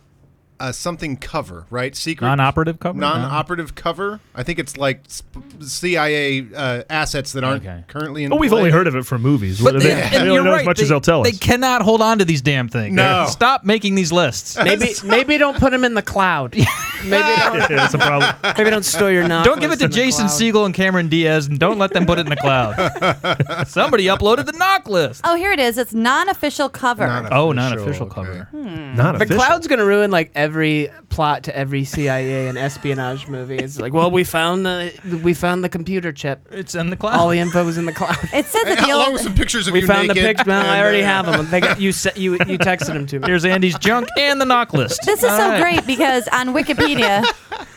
G: uh, something cover, right? Secret
E: Non-operative cover?
G: Non-operative cover. I think it's like sp- CIA uh, assets that aren't currently in.
E: Oh,
A: Well, we've
G: play.
A: only heard of it from movies.
E: But
A: they,
E: they- and
A: they only
E: you're
A: know as
E: right,
A: much as
E: they-
A: they'll tell
E: They
A: us.
E: cannot hold on to these damn things.
A: No.
E: Stop making these lists.
K: Maybe maybe don't put him in the cloud. Maybe don't,
A: Yeah, that's a problem.
K: maybe don't store your knock.
E: Don't give it
K: list
E: to
K: in the
E: Jason
K: cloud.
E: Siegel and Cameron Diaz and don't let them put it in the cloud. Somebody uploaded the knock list.
F: oh, here it is. It's non-official cover.
E: Oh, non official cover.
A: Not
K: The
A: official.
K: cloud's gonna ruin like every plot to every CIA and espionage movie. It's like, well, we found the we found the computer chip.
E: It's in the cloud.
K: All the info was in the cloud.
F: It says that the
G: Along
F: old
G: with some pictures of
K: we
G: you
K: found the
G: naked
K: picture. I
G: and,
K: already
G: uh,
K: have them. They got, you se- you you texted them to me.
E: Here's Andy's junk and the knock list.
F: This is
K: All
F: so
E: Uh,
K: right.
F: great because on Wikipedia,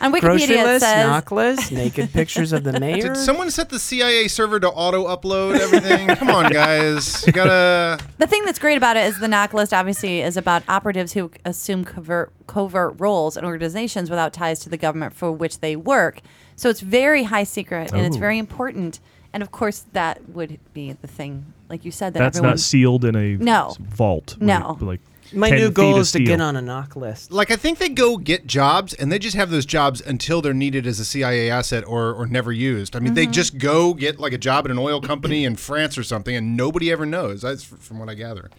F: on
K: Grocery
F: Wikipedia it
K: list,
F: says
K: knock list, naked pictures of the mayor.
G: Did someone set the CIA server to auto-upload everything? Come on, guys. You gotta.
F: The thing that's great about it is the knock list obviously is about operatives who assume covert, covert roles in organizations
A: Oh.
F: without ties to the government for which they work. So it's very high secret and it's
E: Ooh.
F: very important. And of course, that would be the thing, like you said, that
A: That's
F: everyone.
A: not sealed in a
F: No.
A: vault. right?
F: No.
A: Like
K: My
A: 10
K: new
A: feet
K: goal
A: of
K: is to get
A: steel.
K: on a knock list.
G: Like I think they go get jobs and they just have those jobs until they're needed as a CIA asset or or never used. I mean, they
F: Mhm.
G: just go get like a job at an oil company in France or something, and nobody ever knows. That's f- from what I gather.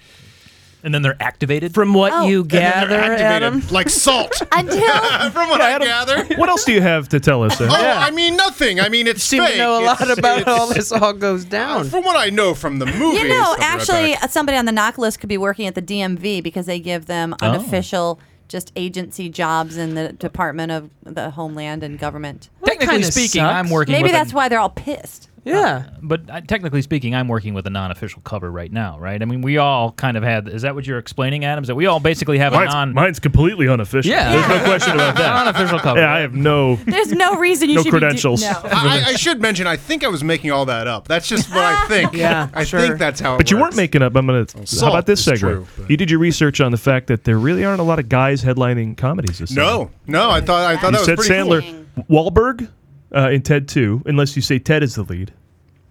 E: And then they're activated.
K: From what
G: Oh.
K: you
G: And then
K: gather,
G: they're activated,
K: Adam,
G: like salt.
F: Until
G: from what I gather.
A: What else do you have to tell us?
G: Oh,
A: Ed?
G: I mean nothing. I mean, it's
K: seem to
G: fake.
K: know a lot
G: It's-
K: about how
G: it's- uh,
K: this all goes down.
G: From what I know from the movie,
F: You know, actually, uh, somebody on the knock list could be working at the DMV because they give them
G: Oh.
F: unofficial, just agency jobs in the Department of the Homeland and Government.
E: Technically kinda speaking, sucks. I'm working
F: Maybe
E: with
F: that's
E: an-
F: why they're all pissed.
K: Yeah.
E: But uh, technically speaking, I'm working with a non-official cover right now, right? I mean, we all kind of have. Is that what you're explaining, Adam? Is that we all basically have
A: mine's,
E: a non?
A: mine's completely unofficial.
E: Yeah.
A: There's no question about that.
E: Non-official cover.
A: Yeah, I have no.
F: There's no reason you
A: No
F: should be do-
A: credentials.
F: no.
G: I, I should mention, I think I was making all that up. That's just what I think.
A: Yeah,
G: I
A: sure.
G: think that's how. It
A: But you
G: works.
A: weren't making up. I'm gonna. How
G: salt
A: about this
G: is
A: segment?
G: true,
A: you did your research on the fact that there really aren't a lot of guys headlining comedies this
G: No, no. I thought I
A: season.
G: thought
A: You
G: that
A: said
G: was pretty cool.
A: Sandler, Wahlberg uh, in Ted Two, unless you say Ted is the lead.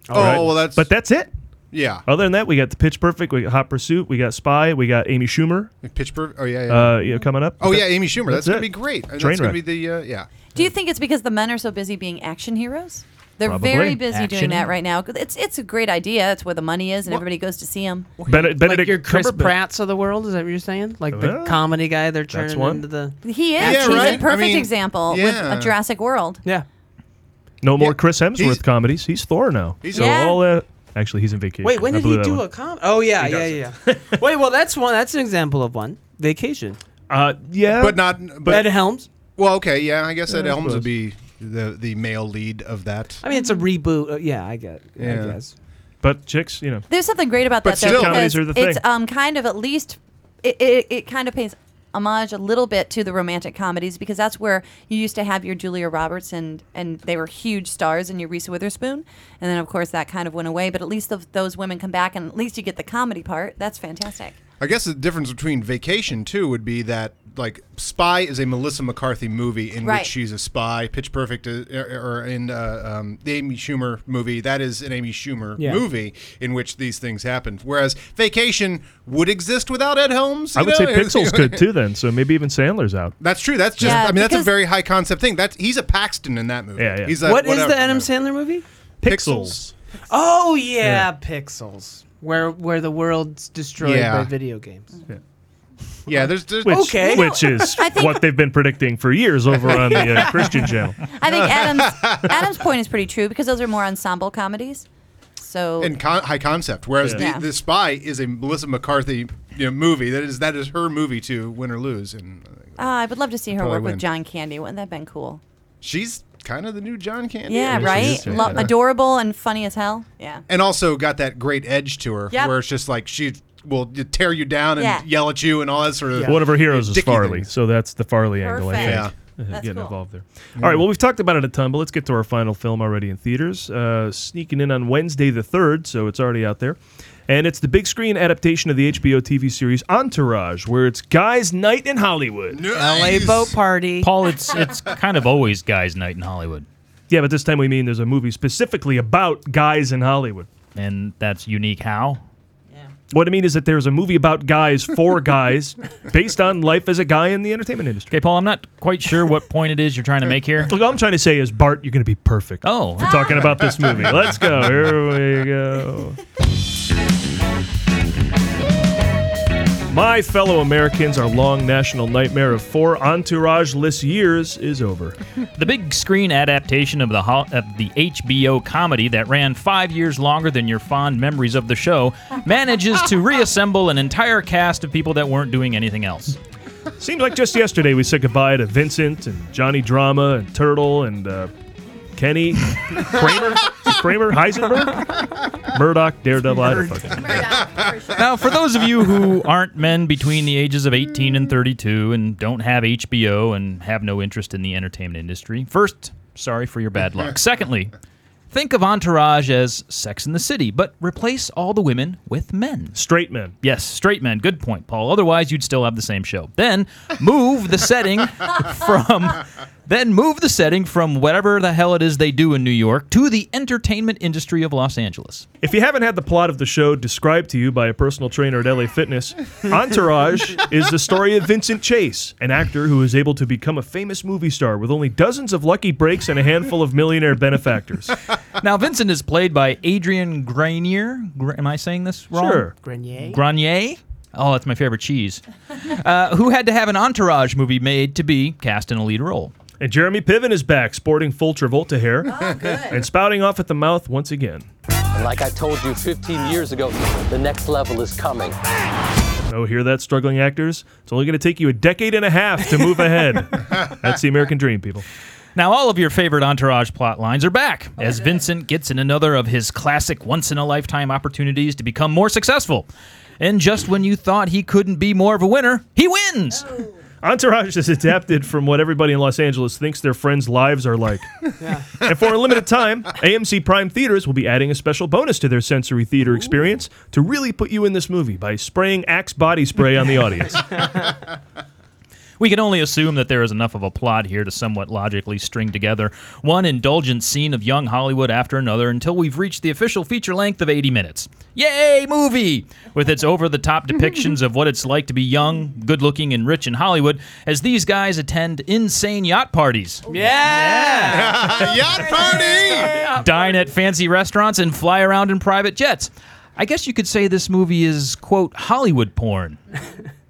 G: Oh,
A: All right?
G: well, that's-
A: But that's it.
G: Yeah.
A: Other than that, we got the Pitch Perfect, we got Hot Pursuit, we got Spy, we got Amy Schumer.
G: Pitch Perfect. Oh yeah, yeah.
A: Uh, you know, coming up.
G: oh
A: That-
G: yeah, Amy Schumer. That's, gonna
A: it.
G: be great. That's
A: Train
G: gonna
A: wreck.
G: be the uh, yeah.
F: Do you think it's because the men are so busy being action heroes? They're
A: Probably.
F: very busy
A: Action.
F: doing that right now. It's it's a great idea. That's where the money is, and everybody goes to see them.
A: Bene- Benedict
K: like your Chris
A: Cumberbatch.
K: Pratt's of the world. Is that what you're saying? Like the
A: Yeah.
K: comedy guy they're
A: That's
K: turning
A: one.
K: into the.
F: He is.
K: Yeah,
F: He's
K: right? I
F: a perfect
K: mean,
F: example
K: yeah.
F: with a Jurassic World.
K: Yeah.
A: No more Chris Hemsworth
K: He's-
A: comedies. He's Thor now.
K: He's-
A: so
K: Yeah.
A: all that. Actually, he's in vacation.
K: Wait, when
A: I
K: did
A: blew
K: he
A: that
K: do
A: one.
K: a com? Oh yeah,
A: He
K: yeah, yeah. Wait, well that's one. That's an example of one. Vacation.
A: Uh,
K: Oh.
A: yeah,
G: But not. But
K: Ed Helms.
G: Well, okay, yeah. I guess
K: Yeah,
G: Ed
K: I
G: Helms would
K: suppose.
G: be the the male lead of that.
K: I mean, it's a reboot. Uh, yeah, I get. Yeah. I
G: Yeah.
K: guess.
A: But chicks, you know.
F: There's something great about
A: But
F: that,
A: still-
F: though. because
A: Comedies are the thing.
F: It's um kind of at least it, it, it kind of pays homage a little bit to the romantic comedies because that's where you used to have your Julia Roberts and and they were huge stars and your Reese Witherspoon, and then of course that kind of went away. But at least th those women come back, and at least you get the comedy part. That's fantastic.
G: I guess the difference between Vacation too would be that like Spy is a Melissa McCarthy movie in
F: Right.
G: which she's a spy. Pitch Perfect is, er, or, or in uh, um, the Amy Schumer movie that is an Amy Schumer
A: Yeah.
G: movie in which these things happen. Whereas Vacation would exist without Ed Helms.
A: I
G: you
A: would say
G: know?
A: Pixels could too. Then, so maybe even Sandler's out.
G: That's true. That's just.
K: Yeah,
G: I mean, that's a
K: because-
G: very high concept thing. That's he's a Paxton in that movie.
A: Yeah, yeah.
G: He's a,
K: What is
G: whatever.
K: the Adam Sandler movie?
A: Pixels.
K: Oh yeah,
G: Yeah.
K: Pixels. Where where the world's destroyed
G: Yeah.
K: by video games.
A: Yeah.
G: Yeah, there's, there's
A: Which,
K: okay.
A: which is what they've been predicting for years over on the uh, Christian channel.
F: I think Adam's Adam's point is pretty true because those are more ensemble comedies. So
G: and con- high concept. Whereas
F: Yeah.
G: the,
F: Yeah.
G: the Spy is a Melissa McCarthy you know, movie. That is that is her movie to win or lose, and uh,
F: Ah, I would love to see her
G: Probably
F: work
G: win.
F: with John Candy. Wouldn't that have been cool?
G: she's kind of the new John Candy.
F: Yeah, right. Lo- adorable and funny as hell. Yeah.
G: And also got that great edge to her,
F: Yep.
G: where it's just like she will tear you down and
F: Yeah.
G: yell at you and all that sort of.
A: One of her heroes is
G: dicky
A: Farley,
G: things.
A: so that's the Farley angle. I think.
G: Perfect. Yeah.
A: Uh,
G: That's
A: Getting
G: cool.
A: involved there. All right. Well, we've talked about it a ton, but let's get to our final film already in theaters. Uh, sneaking in on Wednesday the third, so it's already out there, and it's the big screen adaptation of the HBO TV series Entourage, where it's guys' night in Hollywood.
K: L.A. boat party.
E: Paul, it's it's kind of always guys' night in Hollywood,
A: Yeah, but this time we mean there's a movie specifically about guys in Hollywood.
E: and that's unique. How?
A: What I mean is that there's a movie about guys for guys based on life as a guy in the entertainment industry.
E: Okay, Paul, I'm not quite sure what point it is you're trying to make here.
A: Look, all I'm trying to say is, Bart, you're going to be perfect.
E: Oh.
A: For talking about this movie. Let's go. Here we go. My fellow Americans, our long national nightmare of four entourage-less years is over.
E: The big screen adaptation of the ho- of the HBO comedy that ran five years longer than your fond memories of the show manages to reassemble an entire cast of people that weren't doing anything else.
A: Seems like just yesterday we said goodbye to Vincent and Johnny Drama and Turtle and uh, Kenny Kramer, Kramer Heisenberg, Murdoch, Daredevil. I don't fucking know.
E: Now, for those of you who aren't men between the ages of 18 and 32 and don't have HBO and have no interest in the entertainment industry, first, sorry for your bad luck. Secondly, think of Entourage as Sex in the City, but replace all the women with men.
A: Straight men.
E: Yes, straight men. Good point, Paul. Otherwise, you'd still have the same show. Then move the setting from Then move the setting from whatever the hell it is they do in New York to the entertainment industry of Los Angeles.
A: If you haven't had the plot of the show described to you by a personal trainer at LA Fitness, Entourage is the story of Vincent Chase, an actor who is able to become a famous movie star with only dozens of lucky breaks and a handful of millionaire benefactors.
E: now, Vincent is played by Adrian Grenier. Gr- am I saying this wrong?
A: Sure.
K: Grenier.
E: Grenier. Oh, that's my favorite cheese. Uh, who had to have an entourage movie made to be cast in a lead role?
A: And Jeremy Piven is back, sporting full Travolta hair and spouting off at the mouth once again.
I: And like I told you 15 years ago, the next level is coming.
A: Oh, hear that, struggling actors? It's only going to take you a decade and a half to move ahead. That's the American dream, people.
E: Now, all of your favorite Entourage plot lines are back as Vincent gets in another of his classic once in a lifetime opportunities to become more successful. And just when you thought he couldn't be more of a winner, he wins!
A: Entourage is adapted from what everybody in Los Angeles thinks their friends' lives are like. And for a limited time, AMC Prime Theaters will be adding a special bonus to their sensory theater experience to really put you in this movie by spraying Axe body spray on the audience.
E: We can only assume that there is enough of a plot here to somewhat logically string together one indulgent scene of young Hollywood after another until we've reached the official feature length of 80 minutes. Yay, movie! With its over the top depictions of what it's like to be young, good looking, and rich in Hollywood as these guys attend insane yacht parties.
K: Yeah.
G: Yacht party.
K: Uh,
E: dine at fancy restaurants, and fly around in private jets. I guess you could say this movie is, quote, Hollywood porn.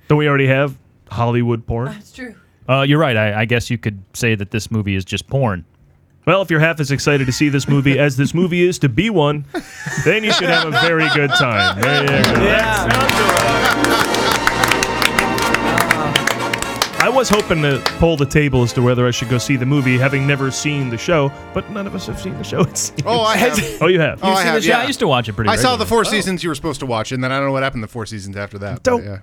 A: Don't we already have Hollywood porn?
C: That's true.
E: Uh, you're right. I, I guess you could say that this movie is just porn.
A: Well, if you're half as excited to see this movie as this movie is to be one, then you should have a very good time. There you go. Uh, I was hoping to pull the table as to whether I should go see the movie, having never seen the show, but none of us have seen the show. It seems.
G: Oh, I have.
A: oh, you have.
G: Oh, I have. yeah.
E: I used to watch it pretty
G: I saw the
E: regularly.
G: four seasons you were supposed to watch, and then I don't know what happened the four seasons after that. Don't.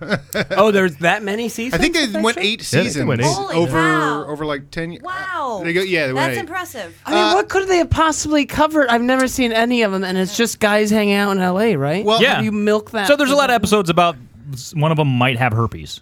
K: Oh, there's that many
G: I
K: seasons.
G: think they
K: That's
G: went
K: right.
G: eight
A: Yeah, I think they
G: seasons
A: went eight. Holy
G: over
F: cow.
G: over like ten years.
F: Wow.
G: They go- yeah, they went
F: That's
G: eight.
F: impressive.
K: I mean,
A: Uh,
K: what could they have possibly covered? I've never seen any of them, and it's just guys hanging out in L.A., right? Well,
E: Yeah.
K: you milk that.
E: So there's a lot of episodes about s- one of them might have herpes.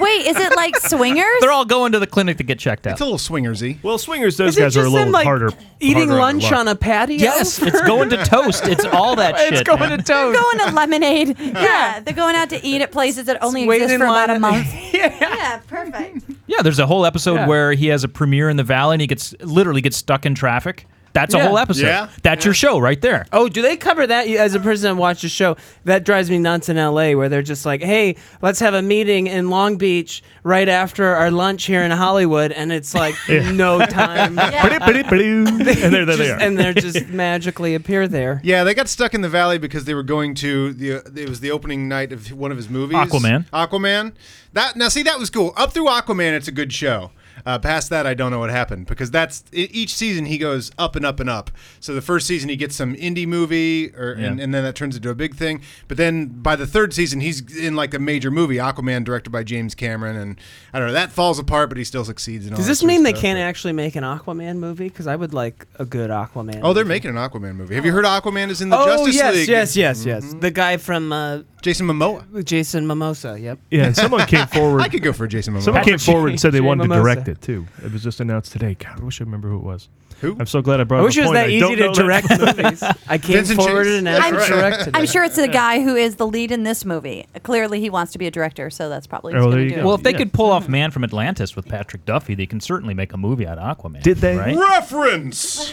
F: Wait, is it like swingers?
E: They're all going to the clinic to get checked out.
G: It's a little swingersy.
A: Well, swingers, those
K: Is it
A: guys are a
K: just
A: little
K: them, like,
A: harder.
K: eating
A: harder
K: lunch
A: luck.
K: on a patio.
E: Yes, it's going to toast. It's all that shit.
K: It's going
E: man.
K: to toast.
F: They're going to lemonade. Yeah, they're going out to eat at places that only
K: wait
F: exist
K: in
F: for about
K: line
F: a
K: at-
F: month.
K: Yeah.
F: perfect.
E: Yeah, there's a whole episode
K: Yeah.
E: where he has a premiere in the valley and he gets literally gets stuck in traffic. That's a
K: Yeah.
E: whole episode.
G: Yeah.
E: That's your show right there.
K: Oh, do they cover that? You- As a person that watched the show, that drives me nuts in LA, where they're just like, "Hey, let's have a meeting in Long Beach right after our lunch here in Hollywood," and it's like no time,
A: and there, there they
K: Just-
A: are.
K: and they're just magically appear there.
G: Yeah, they got stuck in the valley because they were going to the. It was the opening night of one of his movies,
E: Aquaman.
G: Aquaman. That now see that was cool. Up through Aquaman, it's a good show. Uh, past that, I don't know what happened because that's e- each season he goes up and up and up. So the first season he gets some indie movie, or and,
E: Yeah.
G: and then that turns into a big thing. But then by the third season, he's in like a major movie, Aquaman, directed by James Cameron, and I don't know that falls apart, but he still succeeds. And all
K: Does
G: that
K: this
G: sort of
K: mean they
G: stuff.
K: can't actually make an Aquaman movie? Because I would like a good Aquaman.
G: Oh, they're
K: movie.
G: making an Aquaman movie. Have you heard Aquaman is in the Justice
K: Oh. yes,
G: League? Mm-hmm.
K: yes, yes, yes, The guy from uh,
G: Jason Momoa.
K: Jason Mimosa. Yep.
A: yeah, and someone came forward.
G: I could go for a Jason Momoa.
A: Someone came
K: Patrick
A: forward and said they
K: J.
A: wanted to
K: Mimosa.
A: direct it too. It was just announced today. God, I wish I remember who it was.
G: Who?
A: I'm so glad I brought.
K: I
A: up
K: wish
A: a
K: it was
A: point.
K: that
A: I
K: easy
A: don't
K: to
A: know that-
K: direct movies. I came
G: Vincent
K: forward
G: Chase.
K: and asked
F: That's
K: to
F: right.
K: direct it.
F: I'm sure it's the guy who is the lead in this movie. Clearly, he wants to be a director, so that's probably who's
A: Oh, there
F: going
A: you
F: to do
A: go.
E: Well, if they
A: Yeah.
E: could pull off Man from Atlantis with Patrick Duffy, they can certainly make a movie out of Aquaman.
A: Did they?
E: Right?
G: reference.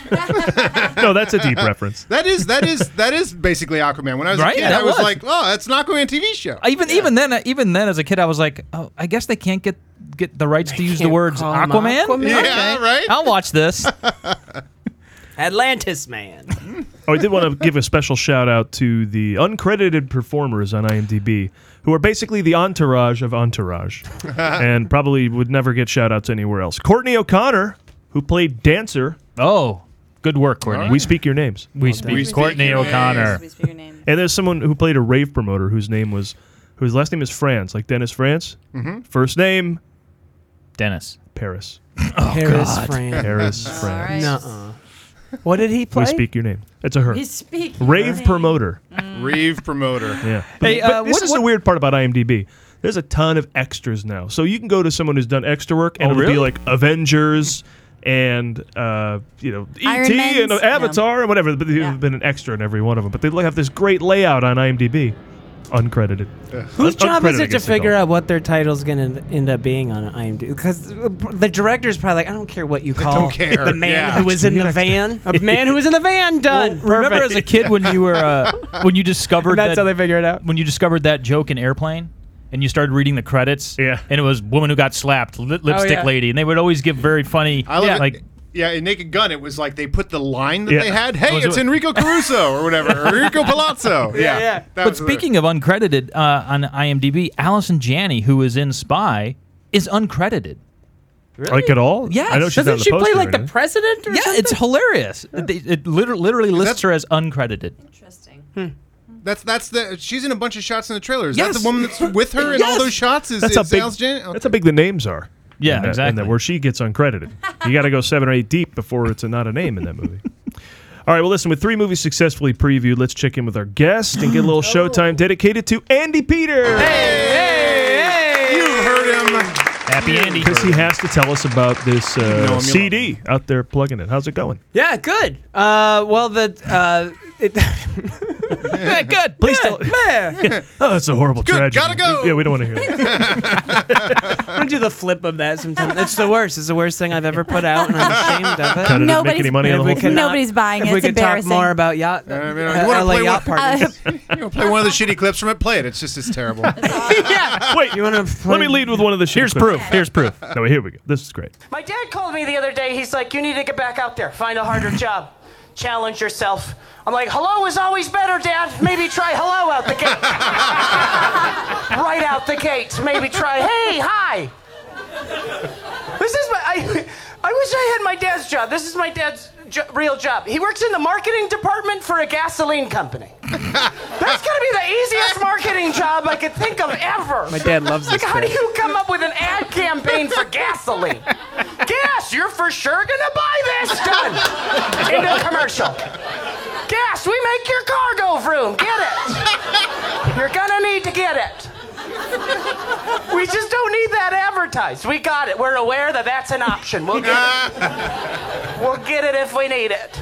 A: No, that's a deep reference.
G: That is that is that is basically Aquaman. When I was
E: Right?
G: a kid,
E: Yeah,
G: I
E: that
G: was,
E: was.
G: like, oh, that's an Aquaman TV show.
E: Even even then, even then, as a kid, I was like, oh, I guess they can't get get the rights to use the
K: can't
E: words
K: call him
E: Aquaman.
K: Aquaman.
G: yeah, right.
E: I'll watch this.
K: it. Atlantis man.
A: Oh, I did want to give a special shout out to the uncredited performers on IMDb, who are basically the entourage of Entourage, and probably would never get shout outs anywhere else. Courtney O'Connor, who played Dancer.
E: Oh, good work, Courtney.
A: We speak your names.
E: We speak
G: We speak
E: Courtney
G: your
E: O'Connor.
F: Whisper your name.
A: And there's someone who played a rave promoter whose name was, whose last name is France, like Dennis France. First name
E: Dennis.
A: Paris.
K: Paris, France.
A: Paris
F: All
A: France.
F: right.
K: Nuh-uh. What did he play?
A: We speak your name. It's a her.
F: He's speaking.
A: Rave promoter.
G: Reeve promoter.
A: Yeah.
E: Hey,
A: But
E: uh,
A: this
E: what-
A: is
E: what-
A: the weird part about IMDb. There's a ton of extras now, so you can go to someone who's done extra work, and
E: Oh,
A: it'll be
E: really?
A: like Avengers and uh, you know
E: Iron
A: ET
E: Man's-
A: and
E: no.
A: Avatar and whatever. But there's been an extra in every one of them. But they have this great layout on IMDb, uncredited.
K: Whose
A: Un-
K: job
A: uncredited,
K: is
A: I
K: it to
A: guess they
K: figure
A: call
K: out what their title's going to end up being on IMDb? Because the director's probably like, I don't care what you call
E: don't care.
K: the man
E: Yeah.
K: who was in the van. A man who was in the van, done.
E: Remember
K: Perfect.
E: as a kid when you were uh, when you discovered
K: That's
E: that,
K: how they figure it out.
E: When you discovered that joke in airplane and you started reading the credits, yeah, Oh, and it was woman who got slapped, lip- lipstick
G: yeah.
E: lady, and they would always give very funny,
G: I love it.
E: like
G: Yeah, in Naked Gun, it was like they put the line that
E: Yeah.
G: they had. Hey,
E: Was
G: it's
E: it-
G: Enrico Caruso or whatever, or Enrico Palazzo. Yeah, That
E: But
G: was hilarious.
E: speaking of uncredited uh, on IMDb, Allison Janney, who is in Spy, is uncredited.
A: Really? Like at all?
E: Yes.
A: I know she's not in the poster or anything.
K: president? Or
E: yeah, it's hilarious. They- It, liter- literally lists her as uncredited.
G: that's that's the she's in a bunch of shots in the trailer. Is that
A: Yes.
G: the woman that's with her in all
A: Yes.
G: those shots? Is,
A: that's
G: is
A: how big.
G: Alice Jan-
A: That's how big the names are.
E: Yeah,
A: in that,
E: exactly.
A: In that where she gets uncredited, you got to go seven or eight deep before it's a, not a name in that movie. All right, well, listen. With three movies successfully previewed, let's check in with our guest and get a little showtime
K: Oh.
A: dedicated to Andy Peter.
G: You heard him.
E: Happy Andy.
A: Because he has to tell us about this
K: him,
A: uh,
K: you'll
A: CD out there plugging it. How's it going?
K: Yeah, good. Uh, well, the uh, it. yeah, good. Please good. Yeah.
A: Oh, that's a horrible
K: Good,
A: tragedy.
K: gotta go.
A: Yeah, we don't want to hear that.
K: I'm gonna do the flip of that sometimes. It's the worst. It's the worst thing I've ever put out, and I'm ashamed of it.
A: Cut it and make Nobody's- any money on
K: If
A: the
K: we
A: whole thing?
K: could not-
F: Nobody's buying
K: if
F: it.
K: We
F: It's
K: could talk
F: embarrassing. Uh,
K: more about yacht,
G: I mean,
K: uh,
G: you wanna
K: LA
G: play
K: yacht
G: one-
K: parties.
G: You know, play one of the shitty clips from it. Play it. It's just it's terrible.
A: Wait, you
K: want to?
A: Let me lead with one of the. Here's proof. Here's proof. No, here we go. This is great.
S: My dad called me the other day. He's like, You need to get back out there, find a harder job, challenge yourself. I'm like, Hello is always better, Dad. Maybe try hello out the gate. right out the gate. Maybe try, Hey, hi. This is my. I, I wish I had my dad's job. This is my dad's jo- real job. He works in the marketing department for a gasoline company. That's gonna be the easiest marketing job I could think of ever.
K: My dad loves
S: Like,
K: this
S: how do
K: thing.
S: you come up with an ad campaign for gasoline? Gas, you're for sure gonna buy this. Done. Into commercial. Gas, we make your car go vroom. Get it. You're gonna need to get it. We just don't need that advertised. We got it. We're aware that that's an option. We'll get it. We'll get it if we need it.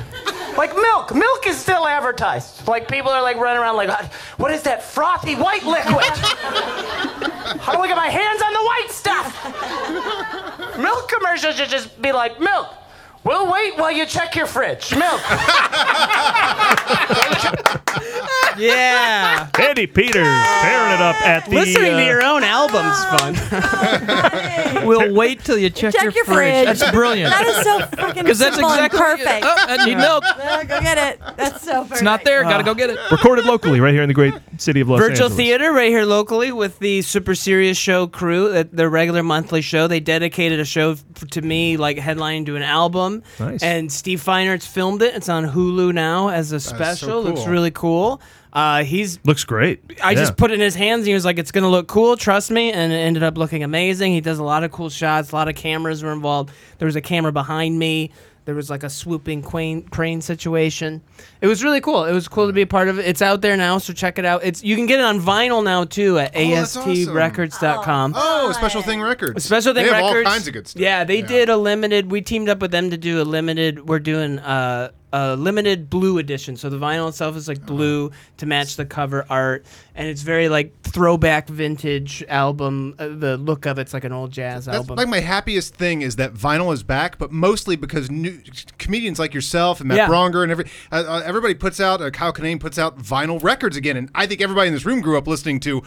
S: Like milk. Milk is still advertised. Like people are like running around like, "God, what is that frothy white liquid? How do I get my hands on the white stuff? Milk commercials should just be like, milk. We'll wait while you check your fridge. Milk.
K: yeah.
A: Andy Peters tearing it up at the.
K: Listening
A: uh,
K: to your own album's fun.
E: we'll wait till you check,
K: Check
E: your,
K: your
E: fridge.
K: fridge.
E: That's brilliant.
K: That is
F: so fucking
E: Because that's
F: simple and
E: exactly
F: perfect.
E: Oh, I need milk.
F: go get it. That's so perfect.
E: It's not there. Gotta go get it.
A: recorded locally right here in the great city of Los
K: Virtual
A: Angeles.
K: theater right here locally with the Super Serious Show crew, uh, their regular monthly show. They dedicated a show f- to me, like headlining to an album.
A: Nice.
K: And Steve Feinert's filmed it. It's on Hulu now as a
A: so
K: special. Looks
A: cool.
K: really cool. Uh, he's
A: Looks great.
K: I
A: Yeah.
K: just put it in his hands and he was like, it's going to look cool, trust me. And it ended up looking amazing. He does a lot of cool shots, a lot of cameras were involved. There was a camera behind me, there was like a swooping crane, crane situation. It was really cool. It was cool to be a part of it. It's out there now, so check it out. It's You can get it on vinyl now, too, at
G: Oh, that's awesome.
K: astrecords.com.
G: Oh, Special Thing Records.
K: Special Thing
G: they have
K: Records.
G: all kinds of good stuff.
K: Yeah, they did a limited. We teamed up with them to do a limited. We're doing uh, a limited blue edition. So the vinyl itself is like blue to match the cover art, and it's very like throwback vintage album. Uh, the look of it's like an old jazz
G: That's
K: album.
G: like my happiest thing is that vinyl is back, but mostly because new comedians like yourself and Matt
K: Yeah.
G: Bronger and every uh, uh, everybody puts out uh, Kyle Kinane puts out vinyl records again, and I think everybody in this room grew up listening to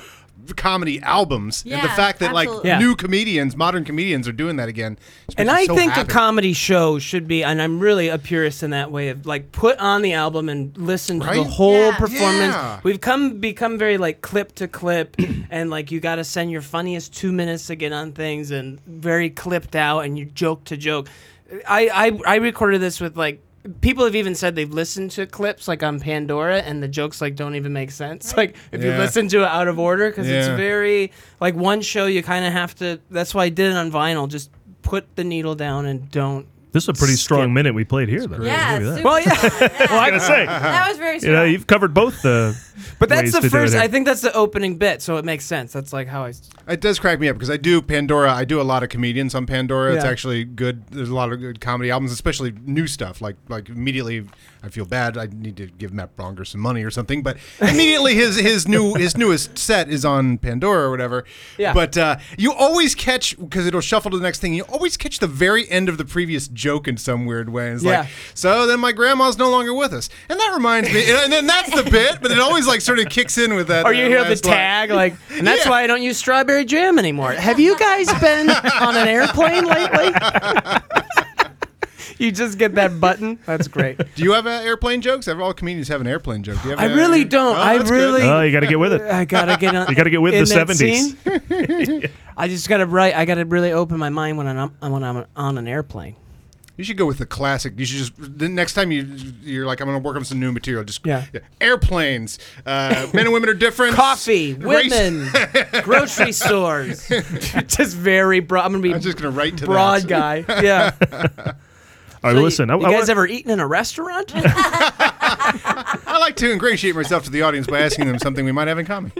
G: comedy albums, and the
K: Yeah,
G: fact that
K: absolutely. Yeah.
G: like new comedians, modern comedians are doing that again, just
K: and
G: makes me
K: I
G: so
K: think
G: happy.
K: a comedy show should be, and I'm really a purist in that way of like put on the album and listen to
G: Right?
K: the whole
G: Yeah.
K: performance.
G: Yeah.
K: We've come become very like clip to clip, and like you got to send your funniest two minutes to get on things, and very clipped out, and you joke to joke. I I, I recorded this with like. People have even said they've listened to clips like on Pandora, and the jokes like don't even make sense. Like if you
G: Yeah.
K: listen to it out of order, because it's
G: Yeah.
K: very like one show you kind of have to that's why i did it on vinyl just put the needle down and don't
A: This is a pretty strong minute we played here, though.
F: Yeah,
A: Look at that.
F: super Well, yeah. strong.
A: I was gonna say
F: That was very
A: You know,
F: strong.
A: you've covered both the.
K: But that's
A: ways
K: the
A: to do it
K: first.
A: here.
K: I think that's the opening bit, so it makes sense. That's like how I. s-
G: It does crack me up because I do Pandora. I do a lot of comedians on Pandora. It's
K: Yeah.
G: actually good. There's a lot of good comedy albums, especially new stuff. Like like immediately, I feel bad. I need to give Matt Bronger some money or something. But immediately, his his new his newest set is on Pandora or whatever.
K: Yeah.
G: But uh, you always catch because it'll shuffle to the next thing. You always catch the very end of the previous joke in some weird way. And it's
K: Yeah.
G: like so then my grandma's no longer with us, and that reminds me. And then that's the bit. But it always like sort of kicks in with that.
K: or you
G: uh,
K: hear the
G: last line.
K: tag, like, and that's
G: Yeah.
K: why I don't use strawberry jam anymore. Have you guys been on an airplane lately? you just get that button. That's great.
G: Do you have uh, airplane jokes? All comedians have an airplane joke. Do you have
K: I
G: a-
K: really don't.
G: Oh,
K: I
G: that's good.
K: really.
A: Oh, you got to get with it.
K: I gotta get on.
A: You got to get with
K: in
A: the
K: that
A: seventies.
K: scene. I just gotta write. I gotta really open my mind when I'm when I'm on an airplane.
G: You should go with the classic. You should just the next time you you're like I'm gonna work on some new material. Just
K: Yeah.
G: airplanes. Uh, men and women are different.
K: Coffee,
G: Race-
K: women, grocery stores. just very broad. I'm gonna be.
G: I'm just gonna write to
K: broad
G: that.
K: guy. Yeah.
A: All right,
K: So
A: listen. I,
K: You
A: I
K: guys
A: wa-
K: ever eaten in a restaurant?
G: I like to ingratiate myself to the audience by asking them something we might have in common.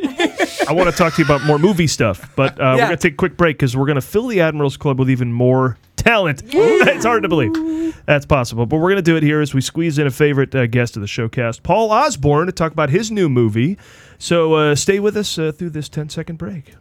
A: I want to talk to you about more movie stuff, but uh, we're
G: Yeah.
A: going to take a quick break because we're going to fill the Admirals Club with even more talent. it's hard to believe that's possible, but we're going to do it here as we squeeze in a favorite uh, guest of the showcast, Paul Osborne, to talk about his new movie. So uh, stay with us uh, through this 10 second break.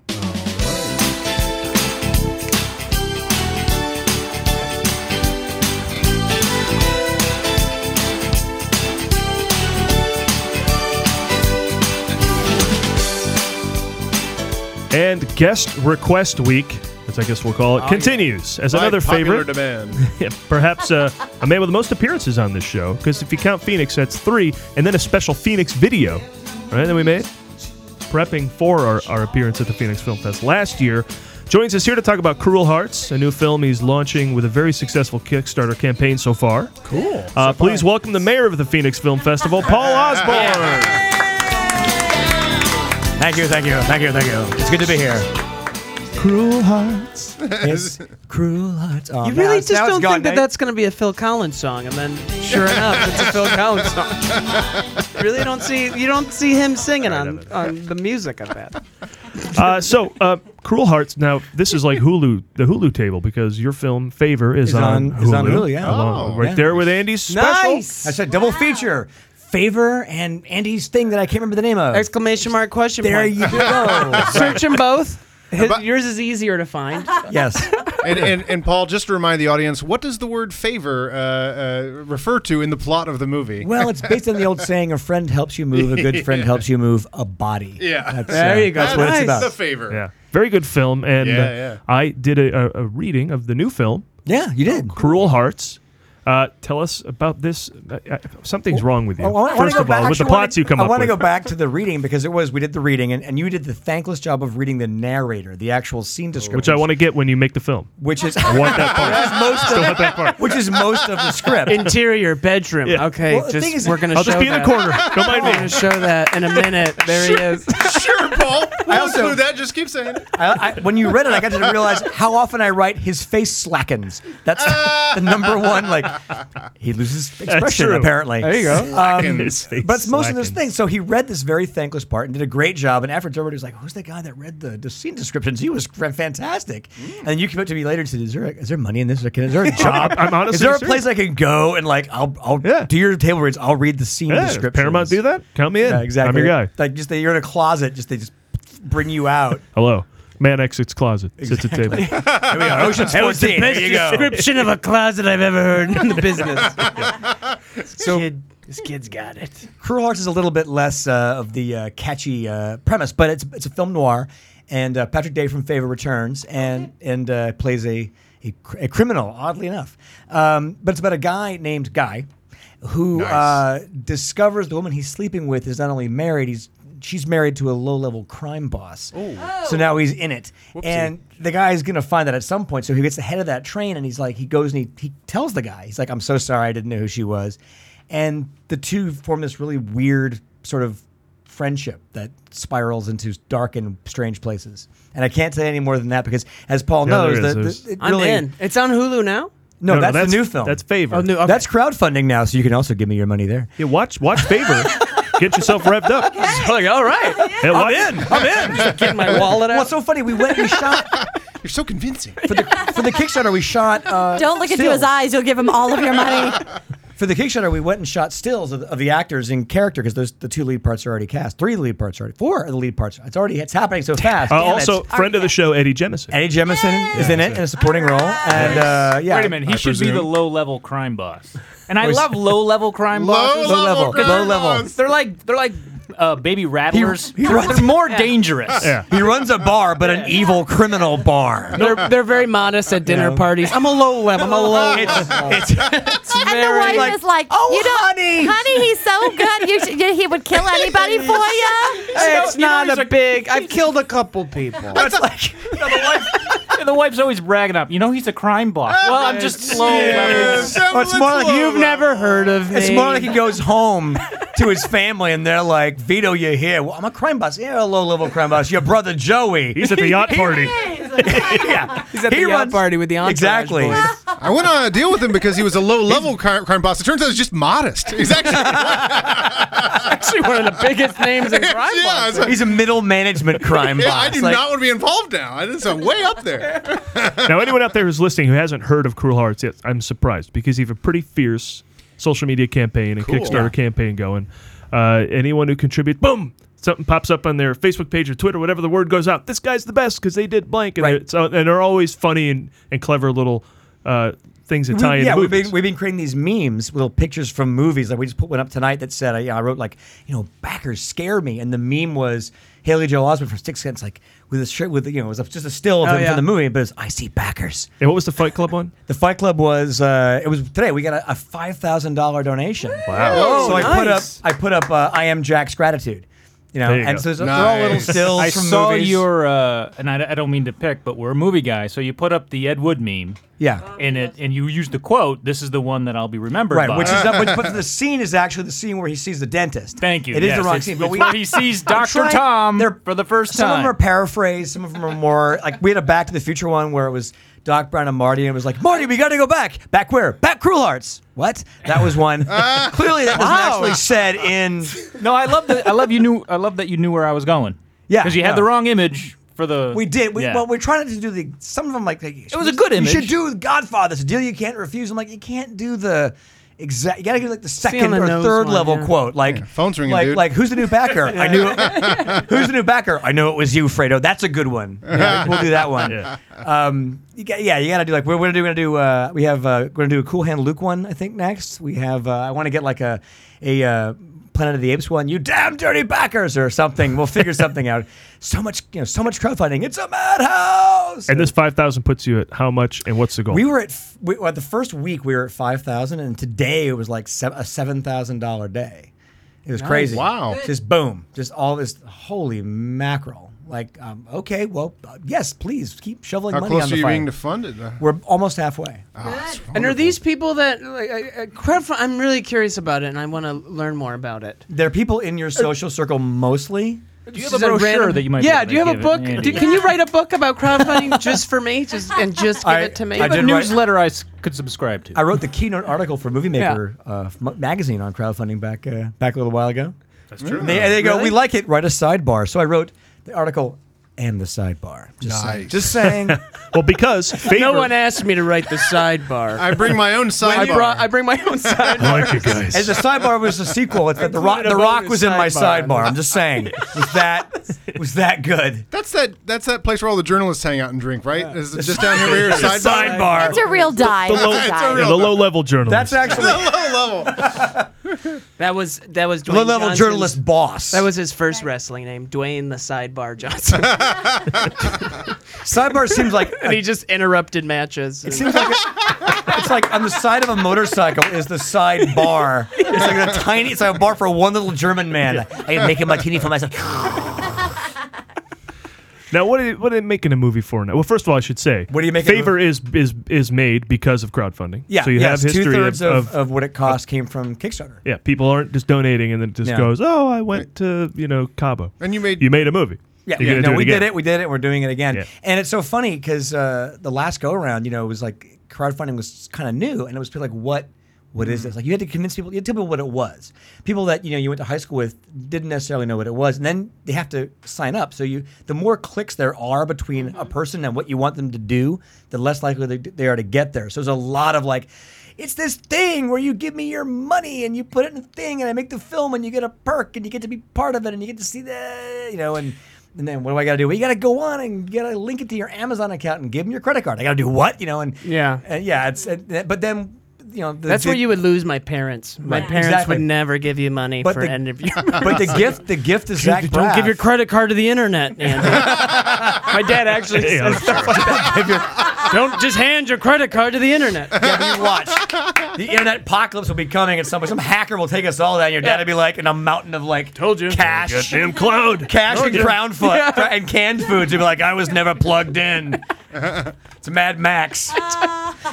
A: And guest request week, as I guess we'll call it,
G: Oh,
A: continues
G: yeah.
A: as
G: By
A: another
G: popular
A: favorite.
G: demand.
A: Yeah, perhaps uh, a man with the most appearances on this show, because if you count Phoenix, that's three, and then a special Phoenix video, right? That we made, prepping for our, our appearance at the Phoenix Film Fest last year. Joins us here to talk about Cruel Hearts, a new film he's launching with a very successful Kickstarter campaign so far. Cool. Uh, please welcome the mayor of the Phoenix Film Festival, Paul Osborne.
S: Thank you, thank you, thank you, thank you. It's good to be here.
K: Cruel hearts.
S: Yes, cruel hearts. Oh,
K: you
S: that
K: really
S: was-
K: just
S: that was
K: don't
S: gone,
K: think that
S: right?
K: that's going to be a Phil Collins song, and then sure enough, it's a Phil Collins song. really don't see you don't see him singing on, on the music of that.
A: uh, so, uh, Cruel Hearts. Now, this is like Hulu, the Hulu table, because your film Favor is,
S: Is on-
A: Hulu.
S: is on Hulu, yeah.
A: Along-
S: Oh,
A: right
S: yeah.
A: there with Andy's special.
S: Nice. That's a double feature. Favor and Andy's thing that I can't remember the name of.
K: Exclamation mark! Question
S: There
K: mark.
S: you go.
K: Search them both. His, yours is easier to find.
S: Yes.
G: and, and and Paul, just to remind the audience, what does the word favor uh, uh, refer to in the plot of the movie?
S: Well, it's based on the old saying: "A friend helps you move, a good friend
G: Yeah.
S: helps you move a body."
G: Yeah.
S: That's,
G: There you go.
S: That's what
G: Nice.
S: it's about.
G: The favor.
A: Yeah, very good film. And
S: Yeah,
A: uh,
S: yeah.
A: I did a, a, a reading of the new film. Oh,
S: Yeah, you did.
A: Cruel Hearts. Uh, tell us about this. Uh, uh, something's wrong with you.
S: Oh, I wanna
A: First
S: go
A: of all,
S: back-
A: with the
S: actually, I wanna-
A: plots you come
S: I
A: up
S: wanna
A: with.
S: go back to the reading because it was we did the reading and, and you did the thankless job of reading the narrator, the actual scene description,
A: Which I want to get when you make the film.
S: which is
A: I want that part.
S: most
A: Still
S: of,
A: want that part.
S: which is most of the script.
K: Interior bedroom.
S: Yeah.
K: Okay,
S: Well, the
K: just
S: thing is-
K: we're gonna.
S: I'll
K: show
S: just be in the
K: that.
S: corner. Don't mind me.
K: We're gonna show that in a minute. There he is.
G: sure, Paul. We'll
S: I also-
G: include that. Just keep saying it.
S: Uh, I, I, when you read it, I got to realize how often I write his face slackens. That's the number one. Like he loses expression
A: true.
S: apparently.
A: There you go.
S: Um,
A: His face
S: but it's most of those
A: slackens.
S: things. So he read this very thankless part and did a great job. And afterwards, everybody was like, "Who's the guy that read the, the scene descriptions? He was fan- fantastic." And then you came up to me later and said, "Is there is there money in this? Like, Is there a job?
A: I'm honestly
S: is there a
A: serious.
S: place I can go and like I'll I'll do your table reads? I'll read the scene
A: Yeah, does
S: descriptions.
A: Paramount do that? Count me in.
S: Yeah, exactly.
A: I'm your guy.
S: Like just they, you're in a closet. Just they just bring you out.
A: Hello. Man exits closet. Sits at table.
S: Here we are. Ocean's
K: That was
S: 14.
K: the best
S: Oh, Here you go.
K: description of a closet I've ever heard in the business. so kid, this kid's got it.
S: Cruel Hearts is a little bit less uh, of the uh, catchy uh, premise, but it's it's a film noir, and uh, Patrick Day from Favor returns and and uh, plays a, a cr- a criminal, oddly enough. Um, but it's about a guy named Guy, who uh, discovers the woman he's sleeping with is not only married, he's she's married to a low level crime boss. So now he's in it,
K: Whoopsie.
S: and the guy is going to find that at some point. So he gets ahead of that train, and he's like, he goes and he, he tells the guy, he's like, "I'm so sorry, I didn't know who she was," and the two form this really weird sort of friendship that spirals into dark and strange places. And I can't say any more than that because, as Paul
K: Yeah,
S: knows,
K: there is,
S: the,
K: there's-
S: the, it
K: I'm
S: really-
K: in. It's on Hulu now.
E: No,
T: No,
E: no,
T: that's,
E: that's-
T: the new film.
E: that's Favor. Oh,
T: new, That's crowdfunding now, so you can also give me your money there.
A: Yeah, watch watch Favor. Get yourself revved up.
T: like, all right,
A: Hey,
T: I'm
A: watch- Uh,
T: in. I'm in.
A: Get my wallet
T: What's so funny? We went. We shot.
G: You're so convincing.
T: For the, for the Kickstarter, we shot. Uh,
F: Don't look into
T: stills.
F: his eyes. You'll give him all of your money.
T: For the Kickstarter, we went and shot stills of, of the actors in character because the two lead parts are already cast. Three of the lead parts are already. Four of the lead parts. It's already. It's happening so fast.
A: Uh,
T: Damn it.
A: also, friend of the show, Eddie Jemison.
T: Eddie Jemison is in it in a supporting role, and uh, yeah.
E: Wait a minute. He should be the low-level crime boss. And I
T: Or is-
E: love low-level crime
T: Low
E: bosses.
T: level Low level, crime low level. boss.
E: They're like they're like uh, baby rattlers. they're, they're more dangerous.
T: He runs a bar, but an evil criminal bar.
K: They're, they're very modest at dinner
T: Yeah.
K: parties. I'm a low level. I'm a low level.
F: And the wife is like,
T: "Oh,
F: you don't,
T: honey."
F: honey, he's so good. You, sh- you, he would kill anybody for you."
K: it's not a big. I've killed a couple people.
E: That's like the wife's always bragging up. You know he's a crime boss.
K: Oh,
E: Well, I'm just low level.
T: Or Oh, it's more like
K: You've never heard of me.
T: It's more like he goes home to his family and they're like, Vito, you're here. Well, I'm a crime boss. Yeah, a low level crime boss. Your brother Joey.
A: He's at the yacht party.
T: yeah.
K: He's at the
T: He
K: yacht
T: runs-
K: party with the entourage
T: Exactly.
K: boys.
G: I went on a deal with him because he was a low level crime, crime boss. It turns out he's just modest. He's actually
K: actually one of the biggest names in crime
G: Yeah,
K: bosses.
G: it's like-
T: He's a middle management crime
G: Yeah,
T: boss.
G: I do
T: Like,
G: not want to be involved now. It's uh, way up there.
A: now, anyone out there who's listening who hasn't heard of Cruel Hearts yet, I'm surprised because you have a pretty fierce social media campaign and
G: Cool.
A: Kickstarter
G: Yeah.
A: campaign going. Uh, anyone who contributes, boom, something pops up on their Facebook page or Twitter, whatever the word goes out. This guy's the best because they did blank, and, they're, so, and they're always funny and, and clever little uh, things that
T: we-
A: tie in.
T: Mm-hmm. yeah, we've
A: movies.
T: been, we've been creating these memes, little pictures from movies. Like we just put one up tonight that said, uh, yeah, I wrote like, you know, backers scare me, and the meme was Haley Joel Osment from Six Sense, like with a shirt with you know, it was just a still of
K: Oh,
T: him
K: yeah.
T: from the movie, but it's I see backers.
A: And what was the Fight Club one?
T: The Fight Club was uh, it was today. We got a, a five thousand dollar donation.
K: Whoa,
T: so I
R: Oh,
T: put up
K: nice.
T: I put up uh, I am Jack's gratitude. You know,
A: There you
T: and
A: go.
T: so they're all little stills
E: I
T: from
E: saw
T: movies.
E: your, uh, and I, I don't mean to pick, but we're a movie guy, so you put up the Ed Wood meme.
T: Yeah.
E: And it, and you used the quote. This is the one that I'll be remembered
T: Right,
E: by.
T: which is up, which puts the scene is actually the scene where he sees the dentist.
E: Thank you.
T: It is
E: Yes,
T: the wrong
E: it's-
T: scene,
E: it's where he sees Dr. Tom
T: for
E: the first
T: some Some of
E: time.
T: them are paraphrased. Some of them are more like we had a Back to the Future one where it was Doc Brown and Marty, and it was like Marty, we got to go back. Back where? Back Cruel Hearts. What? That was one. Clearly, that wasn't
E: Wow.
T: actually said in.
E: No, I love that. I love you knew. I love that you knew where I was going.
T: Yeah,
E: because you had
T: no.
E: the wrong image for the.
T: We did. We,
E: yeah.
T: Well, we're trying to do the. Some of them like, like it
E: was a good
T: You
E: image.
T: should do Godfather. It's a deal you can't refuse. I'm like, you can't do the exact. You gotta do like the second
K: the
T: or
K: nose
T: third
K: one,
T: level
K: yeah.
T: quote. Like
G: phone's ringing,
T: Like,
G: dude.
T: like who's the new backer? I knew. who's the new backer? I know it was you, Fredo. That's a good one. Yeah, we'll do that one.
A: Yeah.
T: Um, you got, yeah, you gotta do like we're, we're gonna do. Uh, we have uh, we're gonna do a Cool Hand Luke one. I think next we have. Uh, I want to get like a a. Uh, Planet of the Apes one, you damn dirty backers, or something. We'll figure something out. So much, you know, so much crowdfunding. It's a madhouse.
A: and this five thousand puts you at how much and what's the goal?
T: We were at f- we, well, the first week we were at five thousand, and today it was like se- a seven thousand dollar day. It was crazy.
G: Wow.
T: Just boom. Just all this. Holy mackerel! Like, um, okay, well, uh, yes, please keep shoveling
G: How
T: money
G: close
T: on
G: are
T: the
G: you
T: fire.
G: being to fund it? though? Ah,
T: we're almost halfway.
K: And are these people that like, uh, uh, crowdfund? I'm really curious about it, and I want to learn more about it.
T: There are people in your social circle mostly.
E: do you
K: Uh, This
E: have a
K: is a
E: brochure
K: random-
E: that you might?
K: yeah.
E: Be
K: Do you
E: able
K: have a
E: to
K: book?
E: give it?
K: Do, Can you write a book about crowdfunding just for me, just and just give
T: I-
K: it to me?
E: I have a
T: did write-
E: newsletter I s- could subscribe to.
T: I wrote the keynote article for Movie
K: Yeah.
T: Maker uh, m- magazine on crowdfunding back uh, back a little while ago.
G: That's true.
T: And they, and they go,
K: Really?
T: we like it. Write a sidebar. So I wrote the article and the sidebar. Just saying.
G: Nice.
T: Just saying.
A: well, because favor,
K: No one asked me to write the sidebar.
G: I bring my own
K: I
G: sidebar.
K: brought. I bring my own sidebar.
A: like you guys.
T: As the sidebar was a sequel, it's that the Rock,
K: Included a
T: the Rock
K: bonus
T: was in my
K: sidebar.
T: sidebar. I'm just saying, was that was that good?
G: that's that. That's that place where all the journalists hang out and drink, right? Is it just down here? Where your
T: The
G: sidebar.
T: sidebar.
F: It's a real die.
A: the low,
F: It's a die.
A: yeah, the low level journalist.
T: That's actually
G: Low level.
K: That was that was Dwayne
T: low level
K: Johnson's-
T: journalist boss.
K: That was his first wrestling name, Dwayne the Sidebar Johnson.
T: sidebar seems like
K: and he just interrupted matches.
T: it seems like a- it's like on the side of a motorcycle is the sidebar. It's like a tiny. It's like a bar for one little German man. I can make a martini for myself.
A: Now, what are, what are they making a movie for now? Well, first of all, I should say,
T: What are you making a
A: Favor is is is made because of crowdfunding.
T: Yeah,
A: so you
T: yes,
A: have history
T: two-thirds
A: of, of,
T: of what it cost came from Kickstarter.
A: yeah, people aren't just donating and then it just
T: Yeah.
A: goes, oh, I went to you know Cabo.
G: And you made.
A: You made a movie.
T: Yeah,
A: You're
T: yeah
A: gonna
T: no,
A: do
T: we
A: again.
T: did it. We did it. We're doing it again.
A: Yeah.
T: And it's so funny because uh, the last go around, you know, was like crowdfunding was kind of new, and it was like, what, what
A: Mm.
T: is this? Like you had to convince people, you had to tell people what it was. People that you know you went to high school with didn't necessarily know what it was, and then they have to sign up. So you, the more clicks there are between
A: Mm-hmm.
T: a person and what you want them to do, the less likely they, they are to get there. So there's a lot of like. It's this thing where you give me your money and you put it in a thing and I make the film and you get a perk and you get to be part of it and you get to see the you know and and then what do I got to do? Well, you got to go on and you got to link it to your Amazon account and give them your credit card. I got to do what? You know, and
K: Yeah.
T: and yeah, it's and, and- but then you know the,
K: That's
T: the-
K: where you would lose my parents. My
T: Right.
K: parents
T: Exactly.
K: would never give you money
T: But
K: for
T: the-
K: end of year.
T: but the gift- the gift is Zach
K: Don't give
T: Braff.
K: your credit card to the internet, Andy. my dad actually
T: Hey, uh,
K: says stuff like that. Don't just hand your credit card to the internet.
T: Yeah, but you watch. The internet apocalypse will be coming at some point. Some hacker will take us all down. Your dad will be like in a mountain of like Told you. cash.
A: Goddamn cloud.
T: Cash
A: Told
T: and
A: you.
T: crown foot
A: Yeah.
T: and canned foods. You'll be like, I was never plugged in. It's Mad Max.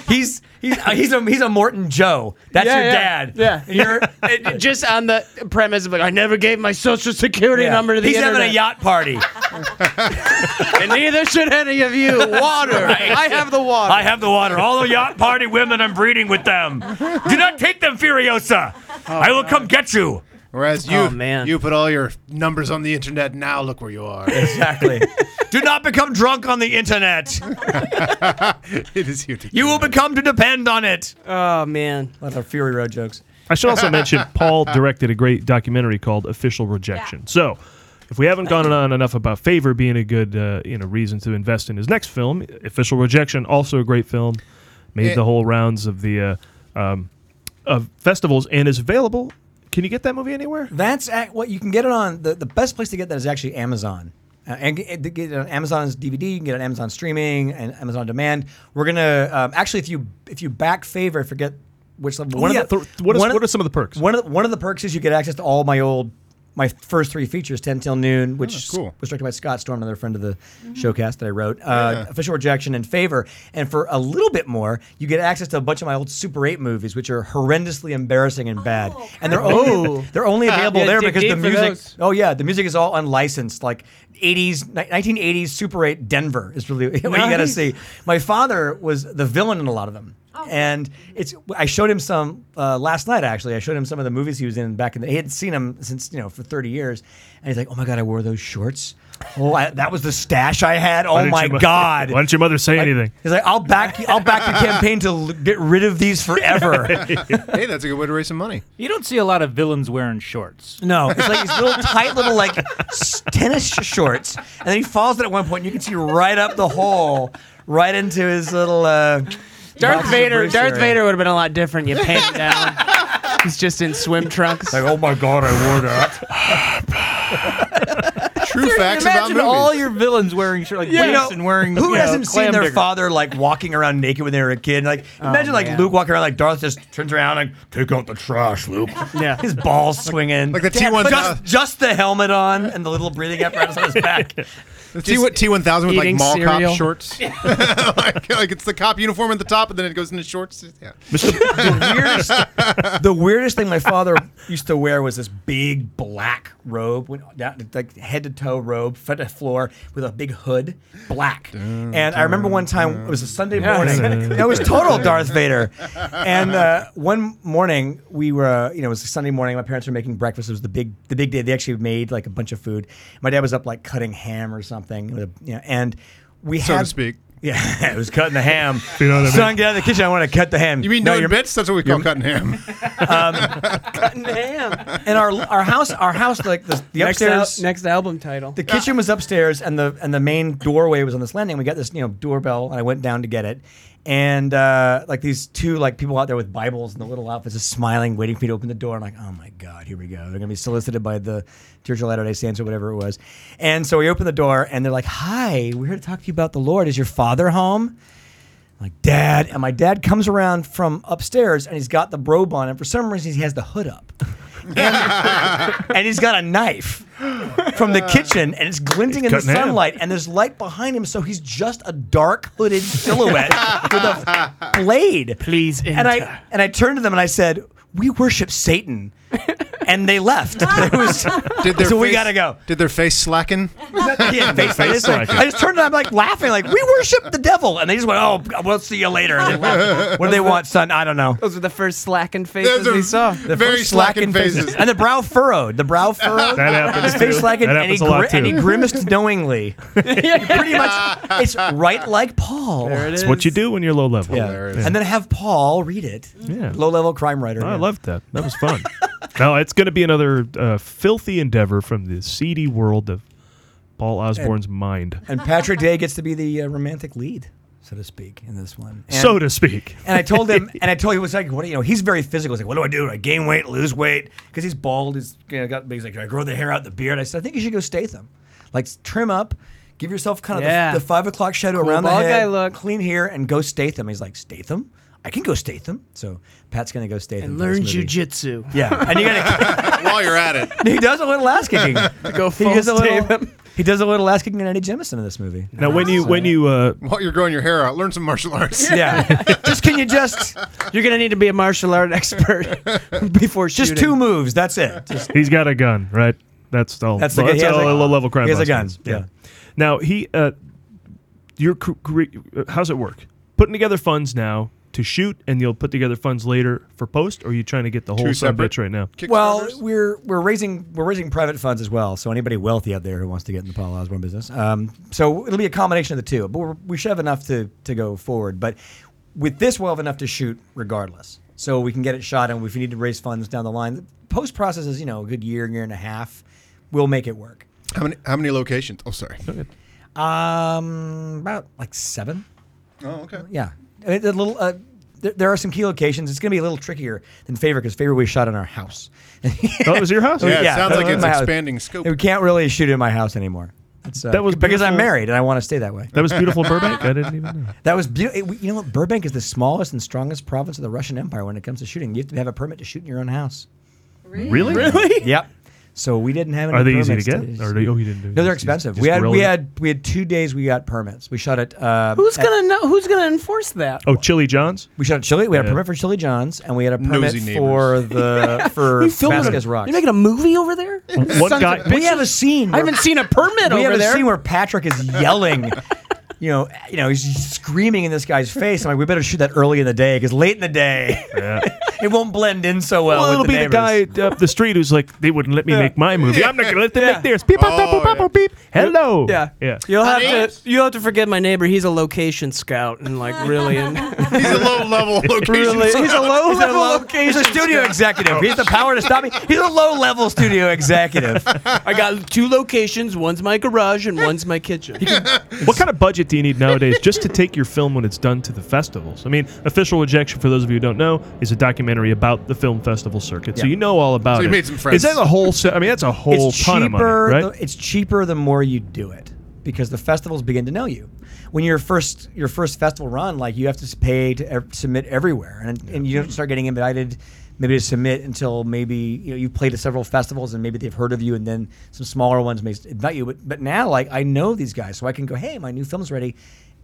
T: he's he's uh, he's a he's a Morton Joe. That's
K: Yeah,
T: your
K: yeah,
T: dad.
K: Yeah.
T: You're
K: It- just on the premise of like, I never gave my social security
T: Yeah.
K: number to the
T: He's
K: internet.
T: having a yacht party.
K: and neither should any of you. Water.
T: Right.
K: I have the water.
T: I have the water. All the yacht party women I'm breeding with them. Do not take them, Furiosa.
K: Oh,
T: I will come get you.
G: Whereas you,
T: Oh,
G: man. you put all your numbers on the internet. Now look where you are.
T: Exactly. Do not become drunk on the internet.
G: it is you. To
T: You will become to depend on it.
K: Oh man.
T: That's our Fury Road jokes.
A: I should also mention Paul directed a great documentary called Official Rejection. So, if we haven't gone on enough about favor being a good uh, you know reason to invest in his next film, Official Rejection, also a great film, made
G: Eh.
A: the whole rounds of the uh, um, of festivals and is available. Can you get that movie anywhere?
T: That's ac what you can get it on. The, the best place to get that is actually Amazon. Uh, and get to get it on Amazon's DVD, you can get it on Amazon streaming and Amazon demand. We're gonna um, actually, if you if you back favor, I forget which level.
A: What are the Oh, th- what is-
T: one of-
A: what are some of the perks?
T: One of the, one of the perks is you get access to all my old my first three features, Ten Till
A: Oh,
T: Noon, which
G: cool.
T: was directed by Scott Storm, another friend of the
G: Mhm.
T: showcast that I wrote. Uh,
G: Yeah.
T: Official rejection and favor, and for a little bit more, you get access to a bunch of my old Super 8 movies, which are horrendously embarrassing and bad, and they're only
K: Oh.
T: they're only available
K: Yeah,
T: there
K: dig
T: because the
K: deep for
T: music.
K: those.
T: Oh yeah, the music is all unlicensed. Like 80s, ni- 1980s Super 8 Denver is really what you got to
K: Nice.
T: see. My father was the villain in a lot of them. And it's I showed him some uh, last night actually. I showed him some of the movies he was in back in the. He had seen him since you know for 30 years, and he's like, "Oh my god, I wore those shorts. Oh, I, that was the stash I had.
A: Why
T: Oh
A: didn't
T: my
A: your mo-
T: god."
A: Why didn't your mother say anything?
T: He's like, "I'll back I'll back the campaign to l- get rid of these forever."
G: hey, that's a good way to raise some money.
E: You don't see a lot of villains wearing shorts.
T: No, it's like these little tight little like s- tennis sh- shorts, and then he falls in at one point, and you can see right up the hole, right into his little. Uh,
K: Darth
T: boxes of
K: Vader.
T: Bruce
K: Darth
T: area.
K: Vader would have been a lot different. You paint him down. He's just in swim trunks.
T: Like, oh my god, I wore that.
G: True facts about
E: Imagine
G: movies.
E: all your villains wearing shorts, like
T: You know,
E: waist and wearing. you
T: who
E: know,
T: hasn't seen
E: clam
T: their
E: digger.
T: father like walking around naked when they were a kid? Like imagine like
E: man.
T: Luke walking around like Darth just turns around and take out the trash, Luke.
K: Yeah.
T: his balls swinging.
G: Like the
T: Dad,
G: T1000.
T: just, just the helmet on and the little breathing apparatus on his back.
G: T T one thousand with like
T: eating
G: mall
T: cereal.
G: cop shorts. like, like it's the cop uniform at the top, and then it goes into shorts. Yeah.
T: the weirdest thing my father used to wear was this big black robe, went down, like head to toe robe, foot to floor, with a big hood, black. and I remember one time it was a Sunday
K: Yeah,
T: morning.
K: exactly.
T: That was total Darth Vader. And uh, one morning we were, uh, you know, it was a Sunday morning. My parents were making breakfast. It was the big, the big day. They actually made like a bunch of food. My dad was up like cutting ham or something, with a- you know, and we
G: So to
T: had
G: speak.
T: Yeah, it was cutting the ham.
A: You know what I mean?
T: Son, get out of the kitchen. I want to cut the ham.
G: You mean
T: no,
G: doing
T: you're-
G: bits? That's what we call cutting ham.
T: and our our house our house like the, the
K: next,
T: upstairs
K: al- next album title.
T: the kitchen was upstairs and the and the main doorway was on this landing. We got this you know doorbell and I went down to get it. And uh, like these two like people out there with Bibles and the little outfits just smiling, waiting for me to open the door. I'm like, oh my god, here we go. They're gonna be solicited by the Church of Latter Day Saints or whatever it was. And so we opened the door and they're like, hi, we're here to talk to you about the Lord. Is your father home? I'm like, Dad, and my dad comes around from upstairs and he's got the robe on, and for some reason he has the hood up. and, and he's got a knife from the kitchen, and it's glinting in the
A: Cutting ham.
T: sunlight, and there's light behind him, so he's just a dark hooded silhouette with a blade.
K: Please
T: And I
K: enter.
T: and I turned to them and I said, "We worship Satan." and they left. It was- so we gotta go.
G: Did their face slacken?
T: Yeah, face- I, just, I just turned and I'm like laughing, like we worship the devil, and they just went, "Oh, we'll see you later." And they left. what do they want, son? I don't know.
K: Those were the first slackened faces
T: are
K: we saw.
T: The first and the brow furrowed. The brow furrowed.
K: That happens,
T: His face
K: too.
T: slackened,
K: That
T: and he,
K: happens a lot,
T: gri- and he
K: too.
T: grimaced knowingly. Pretty much, it's right like Paul.
A: That's what you do when you're low level.
T: Yeah. And then have Paul read it.
A: Yeah.
T: Low level crime writer.
A: Oh, I loved that. That was fun. no, it's going to be another uh, filthy endeavor from the seedy world of Paul Osborne's mind.
T: And Patrick Day gets to be the uh, romantic lead, so to speak, in this one. And-
A: so to speak.
T: And I told him, and I told him, he was like, what, do you know, he's very physical. He's like, what do I do? Do I gain weight, lose weight? Because he's bald. He's you know, got, he's like, do I grow the hair out, the beard? I said, I think you should go Statham. Like, trim up, give yourself kind of the-
K: Yeah.
T: the, five o'clock shadow
K: Cool
T: around the
K: bald
T: head,
K: guy
T: look. clean hair, and go Statham. He's like, Statham? I can go Statham. So Pat's going to go Statham.
K: And
T: for this
K: learn
T: movie.
K: jujitsu.
T: Yeah. And you got
G: to. While you're at it.
T: He does a little ass kicking.
K: Go
T: He
K: full
T: does a little-
K: Statham.
T: He does a little ass kicking in Eddie Jemison in this movie.
A: Now, when you when you uh,
G: While you're growing your hair out, learn some martial arts.
T: Yeah. just can you just?
K: You're gonna need to be a martial art expert before
T: Just
K: shooting.
T: two moves. That's it. Just
A: he's got a gun, right? That's all.
T: That's the
A: well,
T: guy- he
A: that's
T: has
A: all
T: a-
A: a low level crime.
T: he has a
A: boss
T: gun,
A: does.
T: yeah.
A: Now he, uh, your cr- cre- uh, how's it work? Putting together funds now to shoot, and you'll put together funds later for post. Or are you trying to get the whole son of a bitch right now?
T: Well, we're we're raising we're raising private funds as well. So anybody wealthy out there who wants to get in the Paul Osborne business, um, so it'll be a combination of the two. But we're, we should have enough to to go forward. But with this, we'll have enough to shoot regardless. So we can get it shot, and if we need to raise funds down the line, the post process is you know a good year, year and a half. We'll make it work.
G: How many how many locations? Oh, sorry.
T: Um, about like seven.
G: Oh, okay.
T: Yeah, I mean, the little. Uh, there, there are some key locations. It's going to be a little trickier than Favor because Favor we shot in our house.
A: That Oh, was your house?
G: Yeah, it sounds
T: that
G: like
T: was
G: it's
T: my house.
G: expanding scope.
T: We can't really shoot in my house anymore. It's, uh,
A: That was
T: because I'm
A: beautiful-
T: married and I want to stay that way.
A: That was beautiful Burbank. I didn't even know.
T: That was beautiful. You know what? Burbank is the smallest and strongest province of the Russian Empire when it comes to shooting. You have to have a permit to shoot in your own house.
A: Really? Really?
T: Yep. So we didn't have any.
A: Are they easy to
T: permits
A: get? Or they- oh, you didn't do-
T: No,
A: just-
T: they're expensive.
A: just
T: We had we
A: relevant?
T: had we had two days. We got permits. We shot at. Uh,
K: Who's
T: at-
K: gonna know? Who's gonna enforce that?
A: Oh, Chili John's.
T: We shot at Chili. We had
A: Yeah.
T: a permit for Chili John's, and we had a permit
A: Nosy neighbors.
T: for the for
K: You filming
T: Vasquez
K: a,
T: Rocks.
K: You're making a movie over there.
T: One
K: Sons
T: guy-
K: of bitches.
T: We have a scene
K: I
T: where-
K: haven't seen a permit
T: we
K: over
T: have a
K: there.
T: scene where Patrick is yelling. You know, you know, he's screaming in this guy's face. I'm like, we better shoot that early in the day because late in the day, it won't blend in so well.
A: Well, it'll
T: Uh, with
A: be
T: the
A: the guy up the street who's like, they wouldn't let me make my movie. I'm not going to let them
K: Yeah.
A: make theirs. Beep,
T: Oh,
A: pop, pop, pop, pop, pop, beep. Hello.
K: Yeah.
A: Yeah.
K: You'll have to you'll have to forget my neighbor. He's a location scout and like really and
G: he's a low level location.
K: Really, he's a low
T: He's a
K: level
T: low-
K: location.
T: he's a studio
K: scout.
T: executive. He has the power to stop me. He's a low level studio executive.
K: I got two locations. One's my garage and one's my kitchen.
A: What kind of budget do you need nowadays just to take your film when it's done to the festivals? I mean, Official Rejection, for those of you who don't know, is a documentary about the film festival circuit. So
T: Yeah.
A: you know all about
T: So
A: it.
T: you made some friends.
A: Is that a whole set? I mean, that's a whole
T: it's
A: ton
T: cheaper,
A: of money, right?
T: the, it's cheaper the more you do it because the festivals begin to know you. When your first your first festival run, like you have to s- pay to ev- submit everywhere, and and you don't start getting invited maybe to submit until maybe you know you've played at several festivals and maybe they've heard of you, and then some smaller ones may s- invite you. But but now like I know these guys, so I can go, hey, my new film's ready.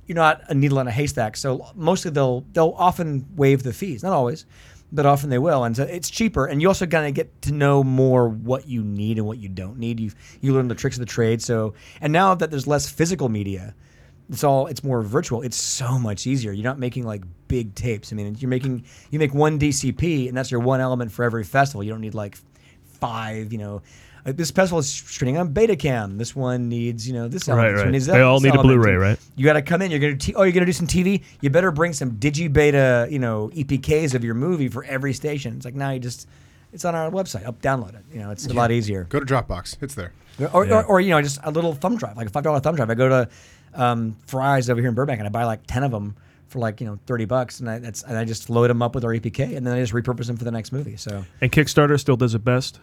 T: You're not a needle in a haystack, so mostly they'll they'll often waive the fees, not always but often they will, and so it's cheaper. And you also gotta get to know more what you need and what you don't need. You you learn the tricks of the trade. So and now that there's less physical media, it's all it's more virtual. It's so much easier. You're not making like big tapes. I mean, you're making you make one DCP, and that's your one element for every festival. You don't need like five. You know, Uh, this festival is shooting on Betacam. This one needs you know this element.
A: Right,
T: this one
A: right.
T: needs
A: They all
T: this
A: need a
T: element.
A: Blu-ray, right?
T: You got to come in. You're gonna t- oh, you're gonna do some TV. You better bring some digibeta, you know, EPKs of your movie for every station. It's like now you just, it's on our website. Up, download it. You know, it's a lot easier.
G: Go to Dropbox. It's there.
T: Or, or, or you know, just a little thumb drive, like a five dollar thumb drive. I go to um, Fry's over here in Burbank and I buy like ten of them for like you know thirty bucks, and I that's and I just load them up with our EPK, and then I just repurpose them for the next movie. So
A: And Kickstarter still does it best.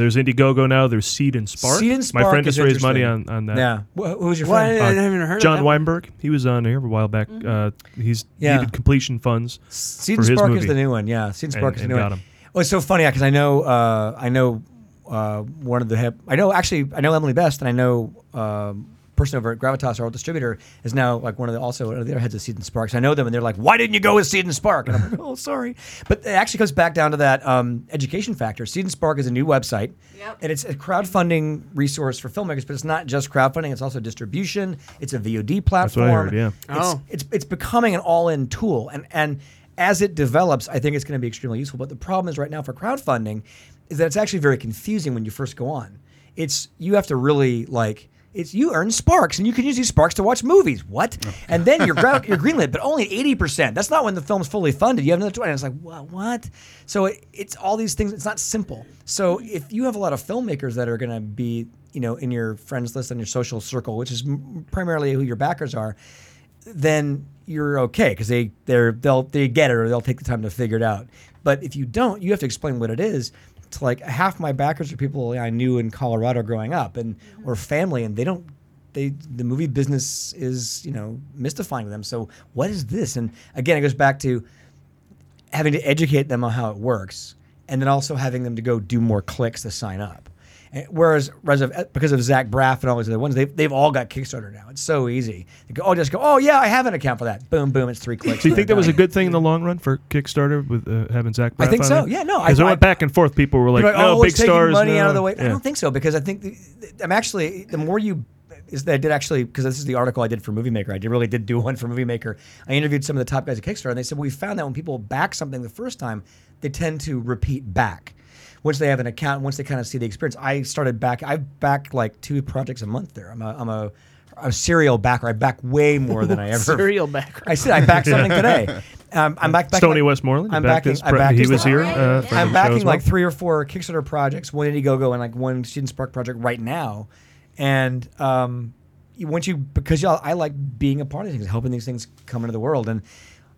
A: There's Indiegogo now. There's Seed and Spark.
T: Seed and
A: My
T: Spark
A: friend just
T: is
A: raised money on,
T: interesting.
A: on that. Uh,
T: Yeah. Wh- who's your
K: Why,
T: friend?
K: I haven't heard of
A: John
K: that.
A: Weinberg. He was on here a while back. Uh, he's
T: Mm-hmm. Yeah.
A: needed completion funds
T: Seed
A: for
T: and
A: his
T: Spark
A: movie.
T: is the new one. Yeah, Seed and Spark
A: And-
T: is
A: and
T: the new
A: got
T: one.
A: 'em.
T: Well, it's so funny because I know uh, I know uh, one of the hip. I know actually I know Emily Best and I know um, person over at Gravitas, our old distributor, is now like one of the also one of the other heads of Seed and Sparks. I know them, and they're like, "Why didn't you go with Seed and Spark?" And I'm like, "Oh, sorry," but it actually comes back down to that um, education factor. Seed and Spark is a new website, and it's a crowdfunding resource for filmmakers, but it's not just crowdfunding; it's also distribution. It's a VOD
A: what I
T: platform.
A: heard, yeah.
T: It's,
A: Oh.
T: it's it's becoming an all-in tool, and and as it develops, I think it's going to be extremely useful. But the problem is right now for crowdfunding is that it's actually very confusing when you first go on. It's you have to really like it's you earn sparks and you can use these sparks to watch movies. What? And then you're grou- you're greenlit, but only eighty percent. That's not when the film's fully funded. You have another twenty. And it's like wha- what? So it, it's all these things. It's not simple. So if you have a lot of filmmakers that are going to be you know in your friends list and your social circle, which is m- primarily who your backers are, then you're okay because they they're they'll they get it or they'll take the time to figure it out. But if you don't, you have to explain what it is. To like half my backers are people I knew in Colorado growing up and or family, and they don't. They, the movie business is you know mystifying to them. So what is this? And again, it goes back to having to educate them on how it works, and then also having them to go do more clicks to sign up. And whereas, whereas of, because of Zach Braff and all these other ones, they've, they've all got Kickstarter now. It's so easy. They go, oh, just go, oh, yeah, I have an account for that. Boom, boom, it's three clicks.
A: Do you think that was a
T: Done.
A: good thing in the long run for Kickstarter with uh, having Zach?
T: I
A: Braff
T: think
A: on
T: so.
A: it?
T: Yeah, no, I-
A: 'Cause it
T: I-
A: went back and forth. People were like,
T: You're
A: "No,
T: oh,
A: big
T: it's taking
A: stars."
T: money out of
A: no."
T: the way. I
A: Yeah.
T: don't think so because I think the, I'm actually the more you is that I did actually because this is the article I did for Movie Maker. I did, really did do one for Movie Maker. I interviewed some of the top guys at Kickstarter, and they said well, we found that when people back something the first time, they tend to repeat back. Once they have an account, once they kind of see the experience, I started back. I backed like two projects a month there. I'm a, I'm a, a serial backer. I back way more than I ever.
K: Serial backer.
T: I said I backed something
A: Yeah.
T: today. Um, I'm back. back
A: Stoney Westmoreland, you
T: I'm
A: backed
T: backing.
A: his
T: I
A: pre-
T: backed
A: he
T: his-
A: was here, uh, for the
T: I'm
A: show
T: backing
A: as well.
T: like three or four Kickstarter projects, one Indiegogo, and like one Student Spark project right now. And um, you- once you, because y'all, I like being a part of things, helping these things come into the world. And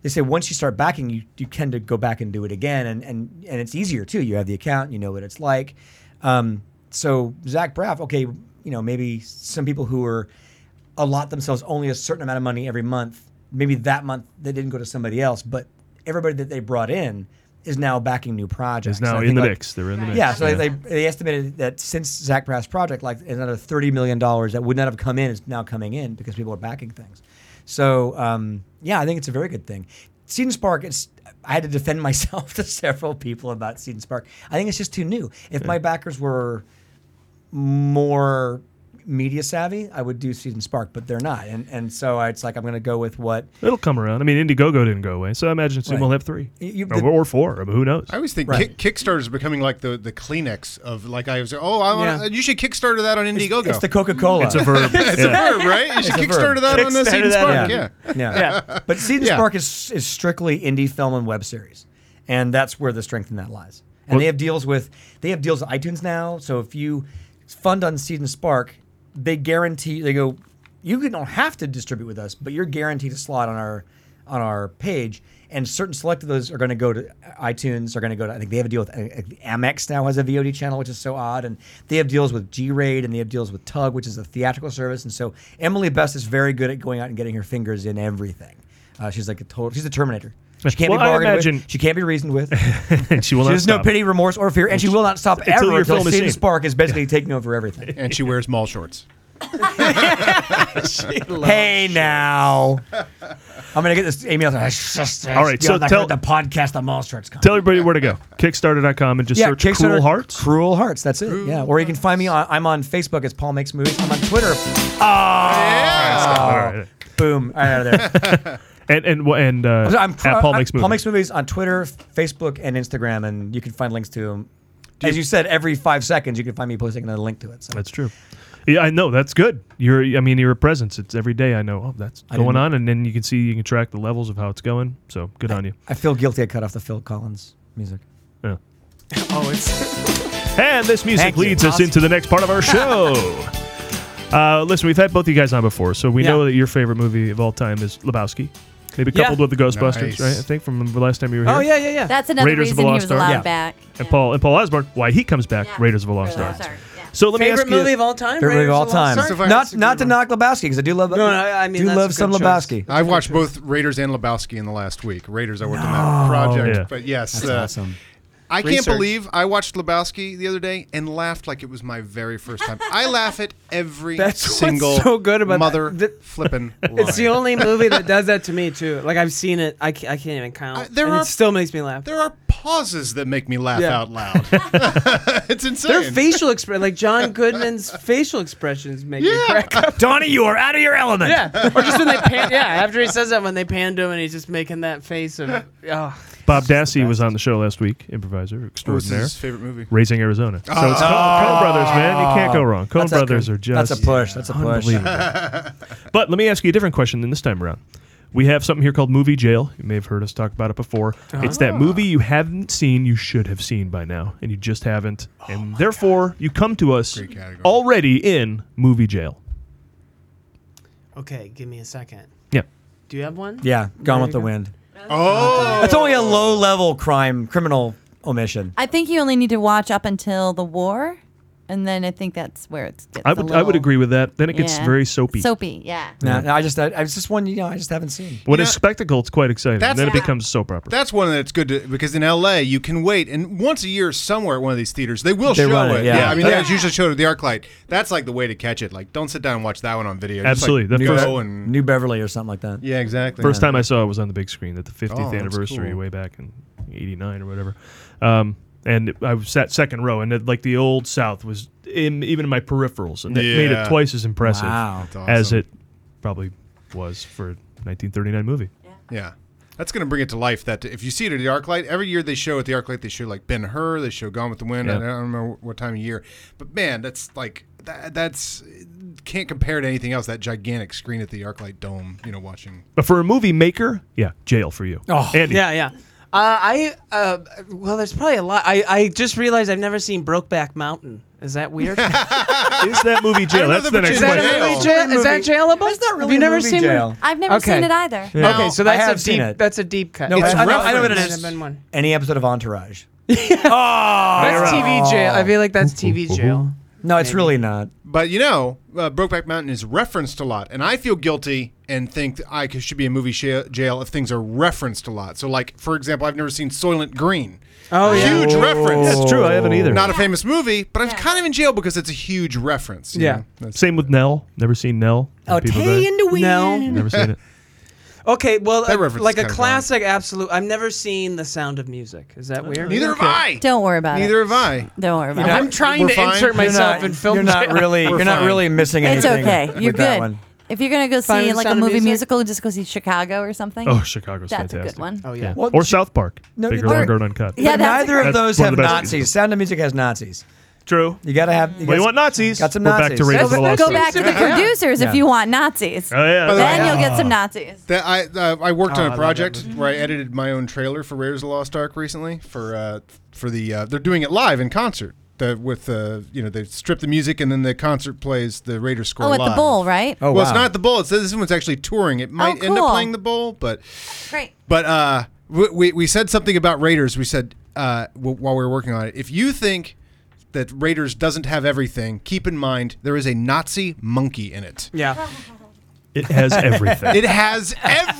T: they say once you start backing, you you tend to go back and do it again, and and and it's easier too. You have the account, you know what it's like. Um, so Zach Braff, okay, you know maybe some people who are allot themselves only a certain amount of money every month. Maybe that month they didn't go to somebody else, but everybody that they brought in is now backing new projects.
A: now
T: And I
A: in
T: think,
A: the
T: like-
A: mix. They're in the mix.
T: Yeah, so
A: Yeah.
T: They, they estimated that since Zach Braff's project, like another thirty million dollars that would not have come in is now coming in because people are backing things. So um, yeah, I think it's a very good thing. Seed and Spark, it's I had to defend myself to several people about Seed and Spark. I think it's just too new. If my backers were more media savvy, I would do Seed and Spark, but they're not. And and so it's like I'm going to go with what
A: It'll come around. I mean, Indiegogo didn't go away, so I imagine soon
T: Right.
A: we'll have three
T: You- you-
A: or,
T: the-
A: or four. I mean, who knows?
G: I always think
A: Right.
G: Kick, Kickstarter is becoming like the, the Kleenex of like I was oh I want
A: Yeah.
G: to you should Kickstarter that on Indiegogo.
T: it's the Coca-Cola.
G: It's a verb. it's a verb, right? You
T: It's
G: should
T: a verb.
G: Kickstarter that on the Seed and
T: Kickstarter
G: Spark. Yeah.
T: that, yeah. Yeah. But Seed and
G: Yeah.
T: Spark is is strictly indie film and web series, and that's where the strength in that lies. And they have deals with they have deals with iTunes now. So if you fund on Seed and Spark, they guarantee they go. You can- don't have to distribute with us, but you're guaranteed a slot on our on our page. And certain select of those are going to go to iTunes. Are going to go to. I think they have a deal with uh, Amex now has a VOD channel, which is so odd. And they have deals with G Raid and they have deals with Tug, which is a theatrical service. And so Emily Best is very good at going out and getting her fingers in everything. Uh, she's like a total. She's a Terminator. She can't
A: Well,
T: be
A: I
T: bargained
A: imagine-
T: with. She can't be reasoned with.
A: and she will
T: she
A: not
T: has no
A: stop.
T: pity, remorse, or fear, and she will not stop
A: Until
T: ever
A: your film is
T: Satan
A: seen.
T: Spark is basically taking over everything.
G: And she wears mall shorts.
T: hey now, I'm gonna get this email. All
A: All
T: right,
A: right, so tell-
T: the podcast the mall starts.
A: Tell everybody where to go. Kickstarter.com and just search Cruel Heart.
T: Cruel Hearts. That's it. yeah, or you can find me. On, I'm on Facebook. It's Paul Makes Movies. I'm on Twitter. Oh, boom! All right, out of there.
A: and and and uh,
T: I'm,
A: at Paul
T: I'm-
A: makes movies.
T: Paul Makes Movies on Twitter, Facebook, and Instagram, and you can find links to them. As you said, every five seconds you can find me posting another link to it. So
A: That's true. Yeah, I know. That's good. You're, I mean, your presence. It's every day. I know. Oh, that's
T: I
A: going
T: didn't-
A: on, and then you can see, you can track the levels of how it's going. So good on you.
T: I feel guilty I cut off the Phil Collins music.
A: Yeah.
T: oh, it's
A: And this music
T: Thank you.
A: leads us
T: Awesome.
A: into the next part of our show. uh, listen, we've had both of you guys on before, so we
T: Yeah.
A: know that your favorite movie of all time is Lebowski. Maybe
T: Yeah.
A: coupled with the Ghostbusters,
T: Nice.
A: right? I think from the last time you were here.
T: Oh, yeah, yeah, yeah.
F: That's another
A: Raiders
F: reason he
A: of the
F: was
A: Lost Ark.
F: allowed Yeah. back.
A: And Paul and Paul Osborne, why he comes back, Raiders of the Lost Ark. So let me
K: Favorite
A: ask you,
K: movie of all time?
T: Favorite movie of all
K: Raiders
T: time.
K: Lost Ark?
T: Not not to knock Lebowski because I do love.
K: No, no, I mean,
T: do
K: that's
T: love
K: a
T: some
K: good choice.
T: Lebowski.
G: I've watched both Raiders and Lebowski in the last week. Raiders, I worked on that project,
A: Yeah.
G: but yes,
T: That's
G: uh,
T: awesome.
G: I can't
O: Research.
G: believe I watched Lebowski the other day and laughed like it was my very first time. I laugh at every
K: That's what's
G: single
K: so good about that.
G: mother flipping.
K: It's the only movie that does that to me too. Like I've seen it, I, ca- I can't even
T: Uh,
K: count.
G: there
K: and
G: are-
K: it still makes me laugh.
G: There are pauses that make me laugh
K: Yeah.
G: out loud. it's insane.
K: Their facial expression, like John Goodman's facial expressions, make me crack up.
E: Donnie, you are out of your element.
K: Yeah, or just when they pan. Yeah, after he says that, when they panned him and he's just making that face of, oh,
A: Bob Dassey was on the show last week, improviser extraordinaire.
G: his favorite movie?
A: Raising Arizona. So it's
G: Oh.
A: Coen Coen Brothers, man. You can't go wrong. Coen
T: That's a-
A: Brothers are just
T: that's a push. That's a push.
A: unbelievable. but let me ask you a different question than this time around. We have something here called Movie Jail. You may have heard us talk about it before. It's
F: Ah.
A: that movie you haven't seen, you should have seen by now, and you just haven't.
F: Oh
A: and therefore, you come to us already in Movie Jail.
K: okay, give me a second.
A: Yeah.
K: Do you have one?
T: Yeah, Gone with the Wind.
G: Oh,
T: that's only a low-level crime, criminal omission.
F: I think you only need to watch up until the war, and then I think that's where it's. Gets
A: I
F: a
A: would I
F: little-
A: would agree with that. Then it gets
F: Yeah.
A: very soapy.
F: Soapy, yeah.
T: No, no, I just, I, I was just one, you know, I just haven't seen.
A: When it's spectacle, it's quite exciting.
G: That's-
A: Then it
G: Yeah.
A: becomes soap opera.
G: That's one that's good to, because in LA you can wait and once a year somewhere at one of these theaters they will
T: They
G: show
T: run
G: it.
T: it, yeah.
G: I mean
T: Yeah.
G: that's usually showed at the ArcLight. That's like the way to catch it. Like don't sit down and watch that one on video. Just,
A: Absolutely.
G: Like,
A: The
G: go
A: first-
G: and
T: New Beverly or something like that.
G: yeah, exactly.
A: First time I saw it was on the big screen at the 50th
G: Oh, that's
A: anniversary
G: cool.
A: way back in '89 or whatever. Um, and I was sat second row, and it, like the old South was in, even in my peripherals, and that made
G: Yeah.
A: it twice as impressive
T: Wow. That's
A: as
G: awesome.
A: it probably was for a 1939 movie.
G: Yeah. That's going to bring it to life. That if you see it at the ArcLight, every year they show at the ArcLight, they show like Ben Hur, they show Gone with the Wind. I
A: Yeah.
G: don't remember what time of year, but man, that's like that, that's can't compare to anything else. That gigantic screen at the ArcLight Dome, you know, watching.
A: But for a movie maker, yeah, jail for you.
K: Oh,
A: Andy,
K: yeah, yeah. Uh, I uh, well, there's probably a lot. I, I just realized I've never seen Brokeback Mountain. Is that weird? is
A: is that movie jail? That's the next
K: that a
A: question.
K: movie jail? Is that jailable? That's not
T: really
K: you never
T: a movie
K: seen
T: jail.
K: It?
F: I've never seen it either.
T: Yeah.
K: Okay,
T: No,
K: so
T: I
K: that's a
T: have
K: deep.
T: seen it.
K: That's a deep cut.
T: No,
K: It's
T: it's I, know, I know what it
K: referenced.
T: is.
K: Might have been one.
T: Any episode of Entourage.
K: That's TV jail. I feel like that's TV jail.
T: No, it's really not.
G: But you know, uh, Brokeback Mountain is referenced a lot, and I feel guilty and think that I could- should be in movie sha- jail if things are referenced a lot. So, like for example, I've never seen Soylent Green.
K: Oh, yeah.
G: huge
K: Oh.
G: reference.
A: That's true, I haven't either.
G: Not a famous movie, but I'm kind of in jail because it's a huge reference. you know?
A: Same with Nell. Never seen Nell.
T: Oh,
A: People
T: Tay
A: that-
T: and the Wind.
A: Never seen it.
K: Okay, well,
G: That
K: uh,
G: reference
K: like
G: is
K: a
G: kinda
K: classic absolute. I've never seen The Sound of Music. Is
T: Uh,
K: that weird?
G: Neither have I.
F: Don't worry about
G: Neither
F: it.
G: have I.
F: Don't worry about
K: I'm
F: it.
K: trying to insert myself in film
T: You're not
K: jail.
T: really.
G: We're
T: You're not
G: fine.
T: really missing
F: It's
T: anything.
F: okay. You're
T: with That
F: good.
T: one.
F: If you're gonna go
K: Fine
F: see
K: with
F: like a
K: Sound of
F: movie
K: Music?
F: musical, just go see Chicago or something.
A: Oh, Chicago's
F: That's
A: fantastic.
F: a good one.
K: Oh yeah.
T: Well,
A: or South Park.
T: No,
A: bigger,
T: or-
A: longer, and uncut.
F: Yeah,
T: but
F: that's-
T: neither of
A: That's
T: those
A: one
T: have
A: of the best
T: Nazis. Sound of Music has Nazis.
A: True.
T: You gotta have. You,
A: Well, you
T: guys-
A: want Nazis?
T: Got some
A: We're back
T: Nazis.
A: to Raiders
T: Go
A: of the Lost
F: Go
A: Ark.
F: back to the producers
T: Yeah.
F: if you want Nazis.
A: Oh yeah.
G: By the
F: Then
G: way-
F: you'll get some Nazis.
G: That I uh, I worked
K: Oh,
G: on
K: I
G: a
K: love
G: project where I edited my own trailer for Raiders of the Lost Ark recently for uh, for the uh, they're doing it live in concert the, with uh, you know they strip the music and then the concert plays the Raiders score
F: Oh, at
G: live.
F: the bowl, right? Oh,
T: Oh,
G: well, it's
T: wow.
G: not the bowl. It's, this one's actually touring. It might end up
F: cool.
G: playing the bowl, but
F: Great.
G: but uh, we, we we said something about Raiders. We said uh, w- while we were working on it, if you think that Raiders doesn't have everything, keep in mind there is a Nazi monkey in it.
K: Yeah.
A: It has everything.
G: It has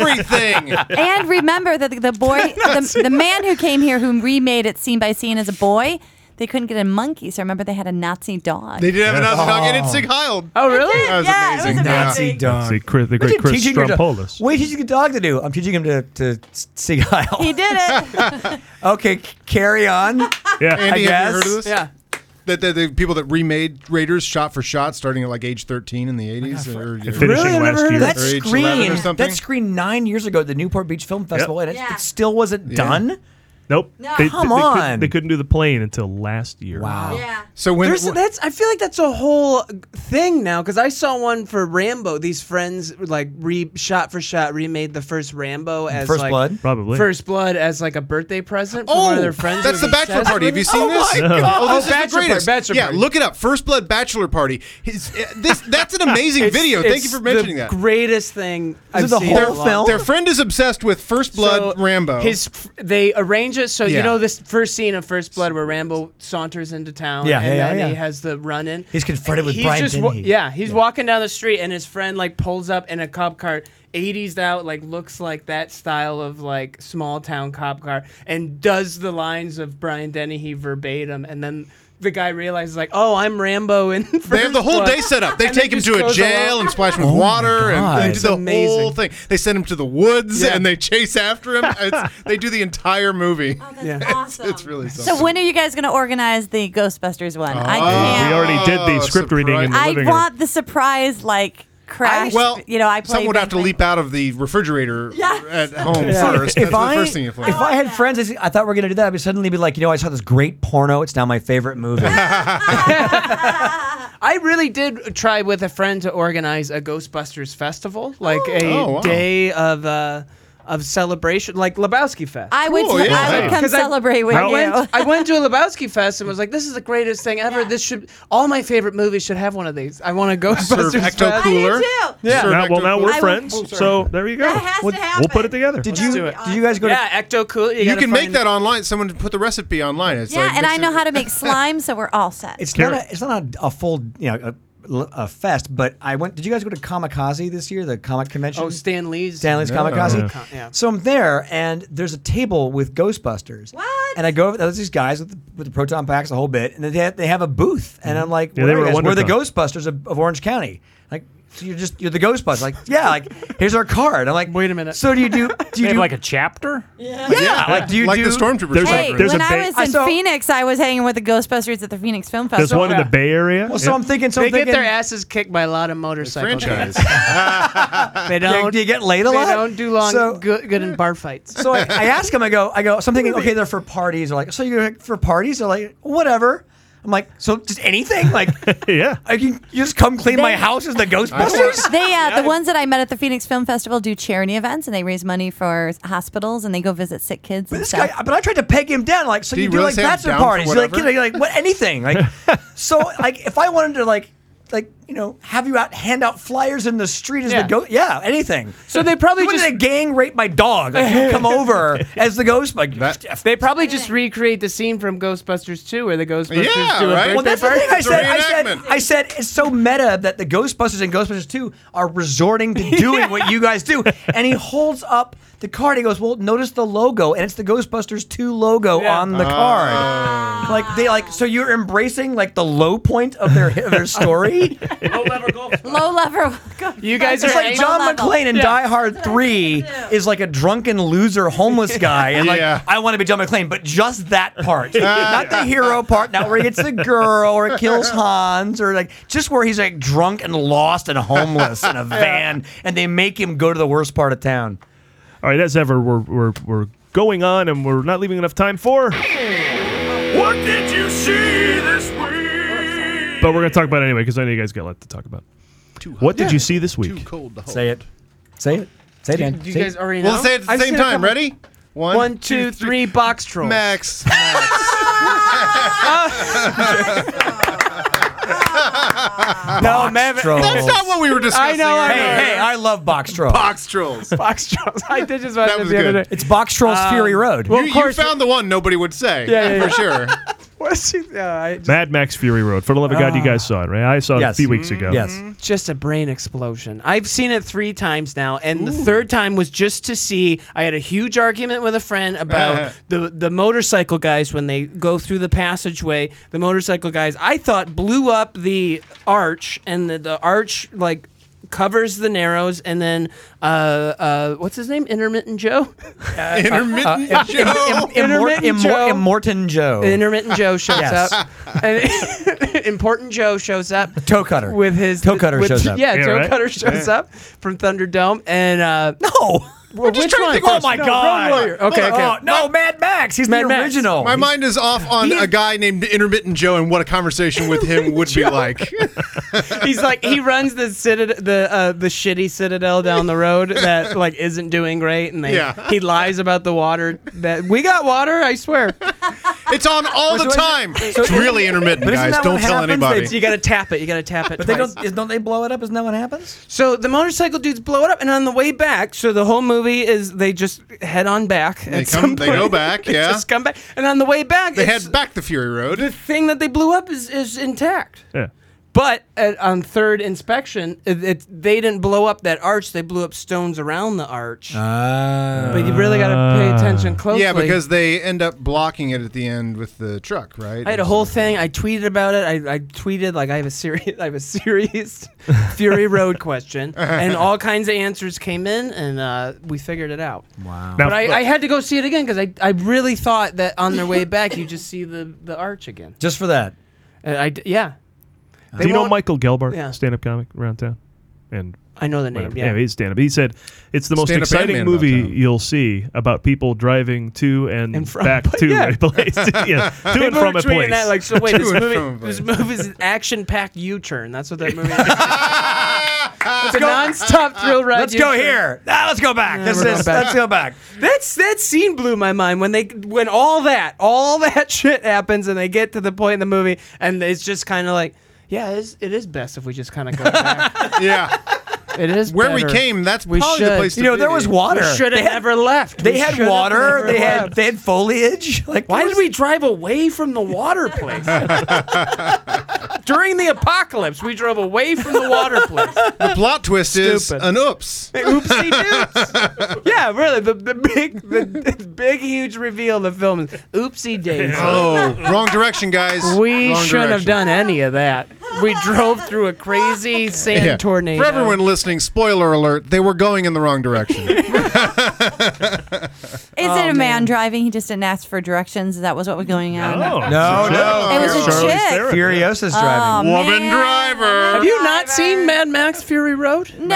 G: everything.
F: And remember that the- the boy, the, the man who came here who remade it scene by scene as a boy, they couldn't get a monkey, so remember they had a Nazi dog.
G: They did have another dog, and it's Sig Heil.
K: Oh really?
G: That was
F: Yeah, it was
G: amazing.
F: amazing.
T: Nazi dog.
A: the, cri- the great
T: Imagine
A: Chris
T: teaching your dog-
A: Strompolis.
T: What are you teaching a dog to do? I'm teaching him to to s- sing Heil.
F: He did it.
T: Okay, c- carry on.
A: Yeah.
G: Andy,
T: I
G: have you heard
T: guess.
G: of this?
K: Yeah.
G: That the, the people that remade Raiders shot for shot, starting at like age 13 in the 80s. or,
A: It finished- Finishing
T: I've never
A: last
T: heard
A: year.
T: of that
G: Or age 11 or
T: screen.
G: something.
T: That screen nine years ago at the Newport Beach Film Festival, and it,
F: Yeah.
T: it still wasn't done.
A: Nope.
F: No.
T: Come on.
A: Couldn't, they couldn't do the plane until last year.
T: Wow.
F: Yeah.
G: So when
K: There's, that's. I feel like that's a whole thing now because I saw one for Rambo. These friends like re shot for shot remade the first Rambo as
T: First
K: like,
T: Blood?
A: Probably.
K: First Blood as like a birthday present for one of their friends.
G: Oh, that's
K: who
G: the
K: was
G: bachelor
K: obsessed
G: party.
K: with
G: Have you
K: it.
G: seen
K: Oh,
G: this?
K: My God.
G: this is the
K: bachelor party.
G: greatest.
K: Bachelor
G: yeah,
K: party.
G: look it up. First Blood Bachelor Party. His, uh, this that's an amazing
K: It's-
G: video. Thank you
K: it's
G: for mentioning
K: the
G: that.
K: Greatest thing. I've
T: the
K: seen
T: whole
K: in a long
T: film?
G: Their friend is obsessed with First Blood
K: So,
G: Rambo.
K: His they arrange ninja. So you
T: Yeah.
K: know this first scene of First Blood where Rambo saunters into town.
T: Yeah,
K: and
T: yeah,
K: then
T: yeah.
K: he has the run in.
T: He's confronted with Brian
K: just wa-
T: Dennehy.
K: yeah, he's walking down the street and his friend like pulls up in a cop car, 80s out, like looks like that style of like small town cop car, and does the lines of Brian Dennehy verbatim, and then. The guy realizes, like, oh, I'm Rambo, and
G: They have the whole day set up. They take him to a jail and splash him with water, and they do the whole thing. They send him to the woods,
K: Yeah.
G: and they chase after him. It's, they do the entire movie. Oh,
C: that's
G: awesome. It's, really something.
F: So when are you guys going to organize the Ghostbusters one? I
A: Oh, we
F: can't.
A: already did the script reading in the
F: Oh, I
A: living room.
F: want the surprise like crash.
G: well,
F: you know, I play
G: someone would have to leap out of the refrigerator at home
T: Yeah.
G: first.
T: If
G: That's
T: I,
G: the first thing you play.
T: if I had friends, I s- I thought we were gonna do that. I'd be suddenly be like, you know, I saw this great porno. It's now my favorite movie.
K: I really did try with a friend to organize a Ghostbusters festival, like a
T: Oh, wow.
K: day of uh, of celebration, like Lebowski Fest.
F: I would- Cool, yeah. I would come
K: 'Cause
F: celebrate with
K: I
F: you.
K: Went, I went to a Lebowski Fest and was like, "This is the greatest thing ever. This should all my favorite movies should have one of these. I want a
G: Ecto
K: Ghostbusters Fest."
G: Cooler. I do
K: too. Yeah.
A: Now, well, now
K: I
A: we're
K: will-
A: friends,
K: Oh, sorry.
A: so there you go. we'll, we'll put it together.
T: Did you? Did you guys go?
K: Yeah, Ecto Cooler.
G: You, can make that online. Someone put the recipe online. It's
F: Yeah,
G: like
F: and I
G: mixing-
F: know how to make slime, so we're all set.
T: To, it's not. A, it's not a, a full, you know, a, a fest. But I went. Did you guys go to Kamikaze this year? The comic convention.
K: Oh, Stan Lee's.
T: Stan Lee's
K: Yeah.
T: Kamikaze.
K: Yeah. Yeah.
T: So I'm there, and there's a table with Ghostbusters. What? And I go over. There's these guys with the, with the proton packs, a whole bit, and they have, they have a booth,
K: Mm-hmm.
T: and I'm like,
A: Yeah,
T: "Where
A: they
T: are
A: were
T: you
A: at
T: guys? We're the
A: WonderCon.
T: Ghostbusters of, of Orange County." Like. So you're just you're the Ghostbusters, like yeah, like here's our card. I'm like, wait a minute. So do you do do you
E: They have
T: do
E: like a chapter?
T: Yeah,
E: Yeah,
T: like do you
G: like
T: do
G: the stormtroopers.
F: Hey, when I was in Phoenix, I was hanging with the Ghostbusters at the Phoenix Film Festival.
A: There's one in the Bay Area.
T: Well, so I'm thinking. So
K: they
T: I'm thinking,
K: get their asses kicked by a lot of motorcycle
T: franchise.
K: guys. they
T: Yeah,
K: don't.
T: do you get laid a
K: they
T: lot?
K: don't do long
T: So-
K: good, good in bar fights.
T: So I, I ask him, I go, I go, so I'm thinking, okay, they're for parties. They're like, so you're for parties? They're like, whatever. I'm like, so just anything? Like,
A: yeah.
T: I can you just come clean my house as the Ghostbusters?
F: they uh, the ones that I met at the Phoenix Film Festival do charity events and they raise money for hospitals and they go visit sick kids and
T: This
F: stuff.
T: guy- but I tried to peg him down, like, so
F: Do
T: you
F: you
T: do
F: really
T: like
F: say I'm
T: bachelor
F: down for
T: parties, you're like,
F: whatever?
T: you know, you're like, what anything, like, so like, if I wanted to like, like you know, have you out hand out flyers in the street as
K: Yeah.
T: the ghost, yeah, anything.
K: So they probably
T: When
K: just-
T: did a gang rape my dog. Like, you come over as the ghost, like
K: They probably just recreate the scene from Ghostbusters 2 where the Ghostbusters
T: Yeah,
K: do a
T: right?
K: birthday
T: Well, that's the
K: party.
T: thing I said. I said, I said it's so meta that the Ghostbusters and Ghostbusters 2 are resorting to doing what you guys do. And he holds up the card. He goes, "Well, notice the logo, and it's the Ghostbusters 2 logo on the card." Like they like so you're embracing like the low point of their of their story.
F: Low level.
K: You guys
T: it's
K: are
T: like John
K: angry.
T: McClane in
K: Yeah.
T: Die Hard 3 is like a drunken loser homeless guy and like
G: Yeah.
T: I want to be John McClane but just that part not the hero part not where he gets the girl or kills Hans or like just where he's like drunk and lost and homeless in a van and they make him go to the worst part of town
A: All right, as ever, we're, we're, we're going on and we're not leaving enough time for,
D: What did you see this week?
A: but we're going to talk about it anyway because I know you guys got a lot to talk about. What did
G: Yeah.
A: you see this week?
G: cold to hold.
T: say it say it say it Dan.
K: Do you
T: Say it.
K: guys already know?
G: We'll say it at the
K: I've
G: same
K: seen a
G: time.
K: couple-
G: Ready? One,
K: One, two, three box trolls.
G: Max.
T: no Maverick
G: trolls. That's not what we were
K: I
G: discussing
K: know. I
G: earlier.
K: know.
T: hey I love box trolls
G: Box trolls.
K: box trolls. I did just watch
G: That
K: it
G: was
K: the other
G: good.
K: day.
T: it's box trolls
K: Um,
T: Fury Road
K: well,
G: you,
K: of
G: you
K: course-
G: found the one nobody would say.
K: Yeah, yeah, Uh, yeah.
G: for sure.
K: What's he, yeah, uh, I just,
A: Mad Max Fury Road. For the love of God, you guys saw it, right? I saw it a
K: Ah. Yes. Mm-hmm.
A: few weeks ago.
T: Yes.
K: just a brain explosion. I've seen it three times now, and the third time was just to see. I had a huge argument with a friend about the the motorcycle guys when they go through the passageway. The motorcycle guys, I thought, blew up the arch, and the, the arch like covers the narrows, and then uh, uh, what's his name? Intermittent Joe.
G: Intermittent
T: Uh,
G: Joe.
T: Im- im-
K: Intermittent
T: immor-
K: Joe.
T: immor- Immortan Joe.
K: Intermittent Joe shows
T: Yes.
K: up. And Important Joe shows up.
T: Toe cutter.
K: with his
T: Toe cutter
K: with-
T: shows up.
K: Yeah,
T: Yeah,
K: Joe
T: right?
K: Cutter shows
T: Yeah.
K: up from Thunderdome, and uh,
T: No.
K: Well,
G: just
K: which
G: trying to
K: one?
G: think
T: Oh my
K: No,
T: god.
K: Road Warrior. Okay,
T: Oh,
K: okay.
T: no, Mad Max. He's
K: Mad
T: the
K: Max.
T: original.
G: My mind is off on
K: He-
G: a guy named Intermittent Joe and what a conversation with him would be like.
K: He's like he runs the citad- the uh, the shitty citadel down the road that like isn't doing great, and they,
G: Yeah.
K: he lies about the water that we got water. I swear.
G: It's on all
T: Which
G: the
T: one-
G: time.
T: so-
G: it's really intermittent,
T: But isn't
G: guys.
T: that
G: Don't
T: what
G: tell
T: happens?
G: anybody.
T: It's-
K: You got to tap it. You got to tap it.
T: But they
K: twice.
T: don't. is- Don't they blow it up? Isn't that what happens?
K: So the motorcycle dudes blow it up, and on the way back, so the whole movie is they just head on back.
G: They
K: at
G: come-
K: some
G: they go
K: point.
G: back,
K: They
G: yeah.
K: just come back, and on the way back,
G: They
K: it's-
G: head back the Fury Road.
K: the thing that they blew up is is intact.
A: Yeah.
K: But at, on third inspection, it, it, they didn't blow up that arch. They blew up stones around the arch.
T: Uh,
K: but you really got to pay attention closely.
G: Yeah, because they end up blocking it at the end with the truck, right?
K: I had a whole thing. I tweeted about it. I, I tweeted like I have a serious, I have a serious Fury Road question,
G: Uh-huh.
K: and all kinds of answers came in, and uh, we figured it out.
T: Wow.
K: but I, I had to go see it again because I, I really thought that on their way back you just see the, the arch again.
T: Just for that.
K: And I d- yeah. They
A: Do you know
K: won't-
A: Michael Gelbart,
K: Yeah.
A: stand-up comic around town? And
K: I know the name, yeah.
A: he's stand-up. He said it's the most
K: Stand-up and
A: exciting
K: man about
A: movie you'll see about people driving to and, back to a place. yeah, to
K: People
A: and from
K: were
A: a
K: tweeting
A: place.
K: That, like, so wait, this
A: To and from a
K: movie,
A: place.
K: this movie's an action-packed U-turn. That's what that movie. is. It's a non-stop thrill ride.
T: Let's go
K: U-turn.
T: here. Ah, let's go back.
K: Yeah,
T: This
K: we're going
T: is-
K: back.
T: Let's go back.
K: That's that scene blew my mind when they when all that all that shit happens and they get to the point in the movie and it's just kind of like yeah it is, it is best if we just kind of go back
G: yeah
K: it is
G: Where we
K: better.
G: came, that's
K: we
G: probably the
K: should.
G: place to
T: You know, there
G: be.
T: was water.
K: we should
T: They
K: have
T: had-
K: never left
T: They
K: We
T: had
K: should have
T: water.
K: never
T: They had
K: left.
T: they had foliage. Like
K: why did we drive away from the water place during the apocalypse we drove away from the water place
G: The plot twist is
K: Stupid.
G: an oops.
K: oopsie doops yeah really the, the big the big huge reveal of the film is oopsie daisy
G: Oh, wrong direction, guys.
K: We
G: Oh, Wrong
K: shouldn't have
G: direction.
K: done any of that. We drove through a crazy sand
G: Yeah.
K: tornado.
G: For everyone listening, spoiler alert, they were going in the wrong direction.
F: Is
T: Oh,
F: it a man, driving? He just didn't ask for directions. That was what was going on.
T: No, no, no.
F: It was a
T: Charlie's
F: chick.
T: there. Furiosa's driving.
F: Oh,
T: Woman
F: man.
G: driver.
K: Have you not seen Mad Max Fury Road?
F: No,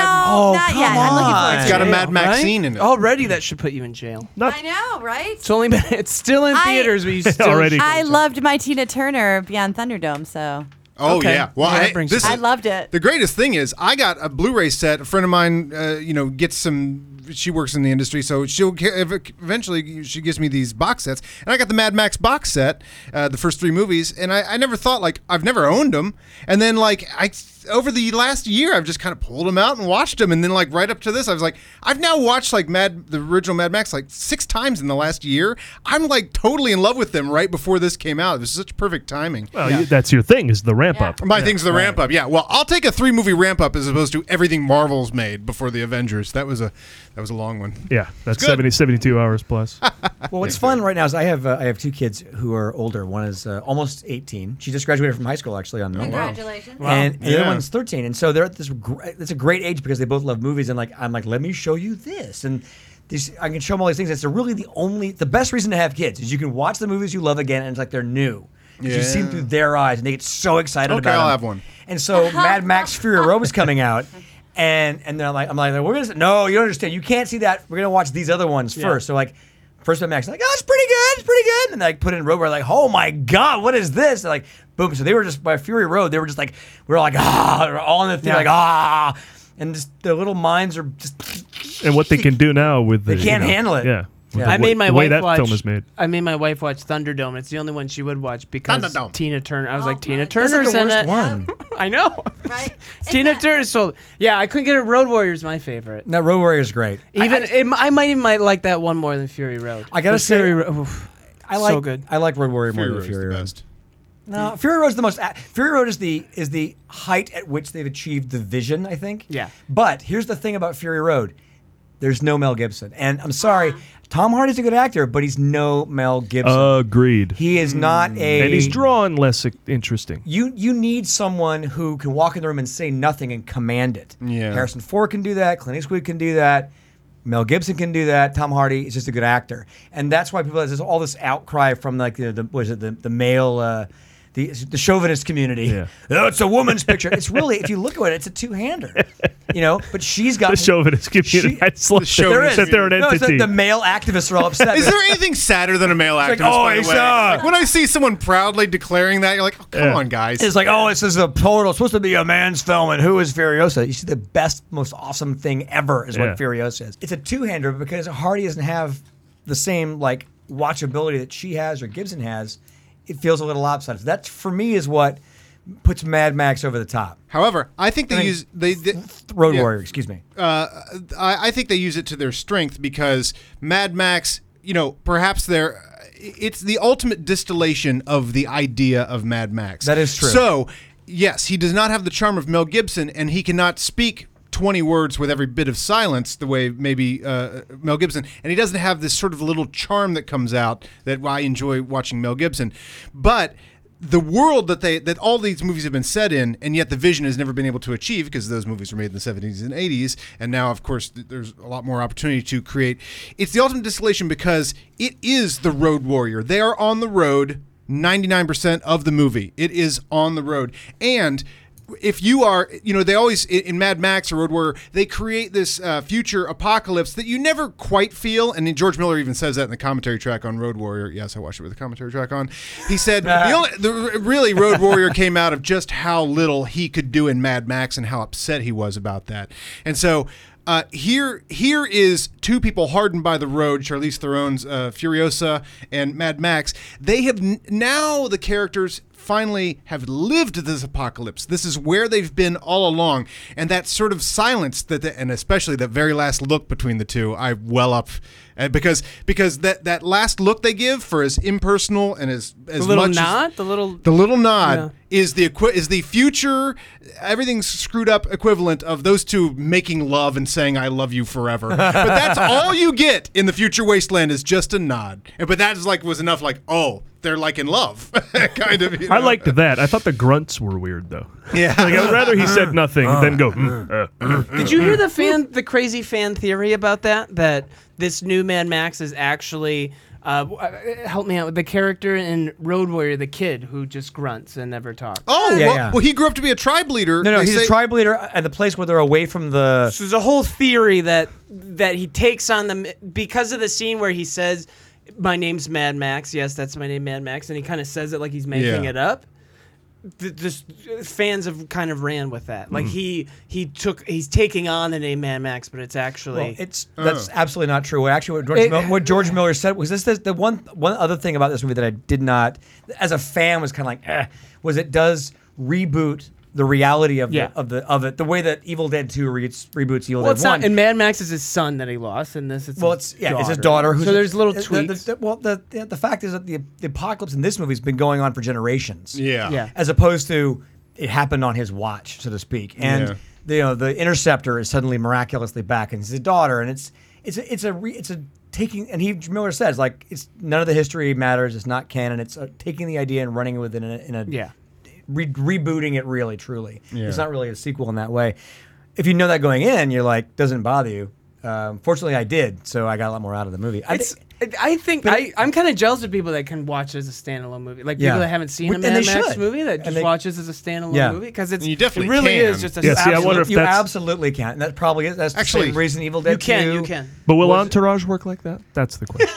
F: not yet. I'm looking for it.
K: It's
G: got a Mad Max scene in it.
K: Already, that should put you in jail.
F: I know, right?
K: It's only been, it's still in
F: I-
K: theaters, but you still
F: I loved my Tina Turner Beyond Thunderdome, so.
G: Oh yeah. Well,
K: Yeah, that
G: I,
K: brings
G: this
K: it
F: I
G: is,
F: loved it.
T: Oh,
G: the greatest thing is I got a Blu-ray set. A friend of mine, uh, you know, gets some. She works in the industry, so she'll ca- ev- eventually she gives me these box sets, and I got the Mad Max box set, uh, the first three movies, and I, I never thought like I've never owned them, and then like I over the last year I've just kind of pulled them out and watched them, and then like right up to this I was like I've now watched like Mad the original Mad Max like six times in the last year. I'm like totally in love with them. Right before this came out, it was such perfect timing.
A: Well, you- that's your thing is the ramp up.
G: My thing's the ramp up. Yeah. Well, I'll take a three movie ramp up as opposed to everything Marvel's made before the Avengers. That was a that was a long one.
A: Yeah, that's
G: good.
A: 70, 72 hours plus.
T: Well, what's fun right now is I have uh, I have two kids who are older. One is uh, almost 18. She just graduated from high school actually on Monday.
P: Congratulations.
T: Wow. And, and the other
P: Yeah.
T: one's 13. And so they're at this gr- it's a great age because they both love movies and like I'm like let me show you this and these, I can show them all these things. It's really the only the best reason to have kids is you can watch the movies you love again and it's like they're new. 'Cause You see them
G: Yeah.
T: through their eyes and they get so excited
G: Okay,
T: about
G: I'll
T: them.
G: have one.
T: And so Mad Max Fury Road was coming out, and and they're like, I'm like, we're gonna no, you don't understand. You can't see that. We're gonna watch these other ones
K: Yeah.
T: first. So like, first Mad Max, like, oh, it's pretty good, it's pretty good. And they like put in Road, we're like, oh my god, what is this? They're like, boom. So they were just by Fury Road, they were just like, we are all like, ah, we're all in the thing,
K: Yeah.
T: like ah, and just their little minds are just
A: and what they can do now with the,
T: They can't
A: you know,
T: handle it.
A: Yeah, with the
K: I
A: wa-
K: made my
A: the way
K: wife
A: that
K: watch.
A: film is made.
K: I made my wife watch Thunderdome. It's the only one she would watch because
G: Thunderdome.
K: Tina Turner. I was
T: Oh
K: like, Tina
T: That's like
K: Turner's
T: the
K: in
T: worst
K: it.
T: one.
K: I know. Right. Tina Turner. So yeah, I couldn't get it. Road Warrior's my favorite.
T: That Road Warrior's great.
K: Even I, I, might even might like that one more than Fury Road.
T: I gotta
K: The
T: say,
K: Fury Road. oof.
T: I like
K: so good.
T: I like Road Warrior
G: Fury
T: more than
G: Road's
T: Fury
G: the
T: Road.
G: best.
T: No, Fury Road's the most. a- Fury Road is the is the height at which they've achieved the vision. I think.
K: Yeah.
T: But here's the thing about Fury Road: there's no Mel Gibson, and I'm sorry, Tom Hardy's a good actor, but he's no Mel Gibson.
A: Agreed.
T: he is not a.
A: and Uh, he's drawn less i- interesting.
T: you you need someone who can walk in the room and say nothing and command it.
G: Yeah.
T: Harrison Ford can do that. Clint Eastwood can do that. Mel Gibson can do that. Tom Hardy is just a good actor, and that's why people there's all this outcry from like the, the was it the the male. Uh, the, the chauvinist community. Oh, it's a woman's picture. It's really, if you look at it, it's a two-hander. You know, but she's got
A: The chauvinist community. I just love
G: The
A: that-
T: There
G: chauvinist
T: is.
A: that they're an
T: no, it's
A: entity.
T: like the male activists are all upset.
G: Is there anything sadder than a male activist?
T: It's like, oh,
G: by the
T: he's
G: way?
T: up.
G: Like, when I see someone proudly declaring that, you're like, oh, come on, guys.
T: It's like, oh, this is a total supposed to be a man's film, and who is Furiosa? You see, the best, most awesome thing ever is
A: Yeah.
T: what Furiosa is. It's a two-hander because Hardy doesn't have the same like watchability that she has or Gibson has, it feels a little lopsided. So that for me is what puts Mad Max over the top.
G: However, I think they
T: I mean,
G: use they, they
T: Road
G: yeah.
T: Warrior, excuse me.
G: Uh, I, I think they use it to their strength because Mad Max, you know, perhaps they're. It's the ultimate distillation of the idea of Mad Max.
T: That is true.
G: So, yes, he does not have the charm of Mel Gibson, and he cannot speak 20 words with every bit of silence the way maybe uh, Mel Gibson. And he doesn't have this sort of little charm that comes out that I enjoy watching Mel Gibson. But the world that they that all these movies have been set in, and yet the vision has never been able to achieve because those movies were made in the 70s and 80s, and now of course th- there's a lot more opportunity to create. It's the ultimate distillation because it is the road warrior. They are on the road 99% of the movie. It is on the road, and if you are, you know, they always i- in Mad Max or Road Warrior, they create this uh, future apocalypse that you never quite feel. And then George Miller even says that in the commentary track on Road Warrior. Yes, I watched it with the commentary track on. He said the only, the, really Road Warrior came out of just how little he could do in Mad Max and how upset he was about that. And so. Uh, here, here is two people hardened by the road: Charlize Theron's uh, Furiosa and Mad Max. They have n- now the characters finally have lived this apocalypse. This is where they've been all along, and that sort of silence that, the, and especially that very last look between the two, I well up, uh, because because that that last look they give for as impersonal and as as
K: the little
G: much as-
K: nod, the little
G: the little nod is the equi- is the future everything's screwed up equivalent of those two making love and saying I love you forever. but that's all you get in the future wasteland is just a nod. And but that is like was enough like oh they're like in love kind of. you
A: I
G: know?
A: liked that. I thought the grunts were weird though.
G: Yeah.
A: like, I'd rather he said nothing than go. "Mm, uh, mm,
K: Did you
A: mm,
K: hear
A: mm."
K: the fan, the crazy fan theory about that? That this new Mad Max is actually uh, w- uh, help me out with the character in Road Warrior, the kid who just grunts and never talks.
G: Oh,
T: Yeah,
G: well,
T: yeah.
G: well, he grew up to be a tribe leader.
T: No, no,
G: They
T: he's
G: say-
T: a tribe leader at the place where they're away from the.
K: So there's a whole theory that that he takes on them because of the scene where he says, "My name's Mad Max." Yes, that's my name, Mad Max, and he kind of says it like he's making
T: Yeah.
K: it up. Th- Just fans have kind of ran with that. Like
T: Mm.
K: he he took he's taking on the name Mad Max, but it's actually
T: Well, it's that's absolutely not true. Actually, what George,
K: It-
T: Mil- what George Miller said was this, this the one one other thing about this movie that I did not, as a fan, was kind of like, eh, was it does reboot the reality of
K: Yeah.
T: the, of the of it the way that Evil Dead Two re- reboots Evil
K: well,
T: Dead
K: it's
T: One.
K: not. And Mad Max is his son that he lost, and this it's
T: well,
K: his
T: it's yeah, it's his daughter. Who's
K: so there's little
T: the- the-
K: tweaks.
T: the- well, the, the the fact is that the the apocalypse in this movie has been going on for generations.
G: Yeah. Yeah.
T: As opposed to it happened on his watch, so to speak, and
G: Yeah.
T: the, you know the interceptor is suddenly miraculously back, and it's his daughter, and it's it's a, it's a re, it's a taking. And he Miller says like it's none of the history matters. It's not canon. It's uh, taking the idea and running with it in a, in a
K: Yeah.
T: Re- rebooting it really truly.
K: Yeah.
T: It's not really a sequel in that way. If you know that going in, you're like doesn't bother you. Um, fortunately, I did, so I got a lot more out of the movie. I
K: It's-
T: thi-
K: I think
T: But-
K: I, I'm kind of jealous of people that can watch it as a standalone movie, like
T: Yeah.
K: people that haven't seen a
T: Well, and
K: Mad
T: they
K: Max
T: should.
K: movie that just
T: they-
K: watches as a standalone
T: Yeah.
K: movie because it's
G: You definitely
K: it really
G: can.
K: is just a
A: Yeah, see, I wonder if
T: you
A: that's-
T: absolutely can. That probably is. That's actually
K: Actually,
T: the same reason Evil Dead.
K: you can,
T: 2
K: you can.
A: But will Entourage work like that? That's the question.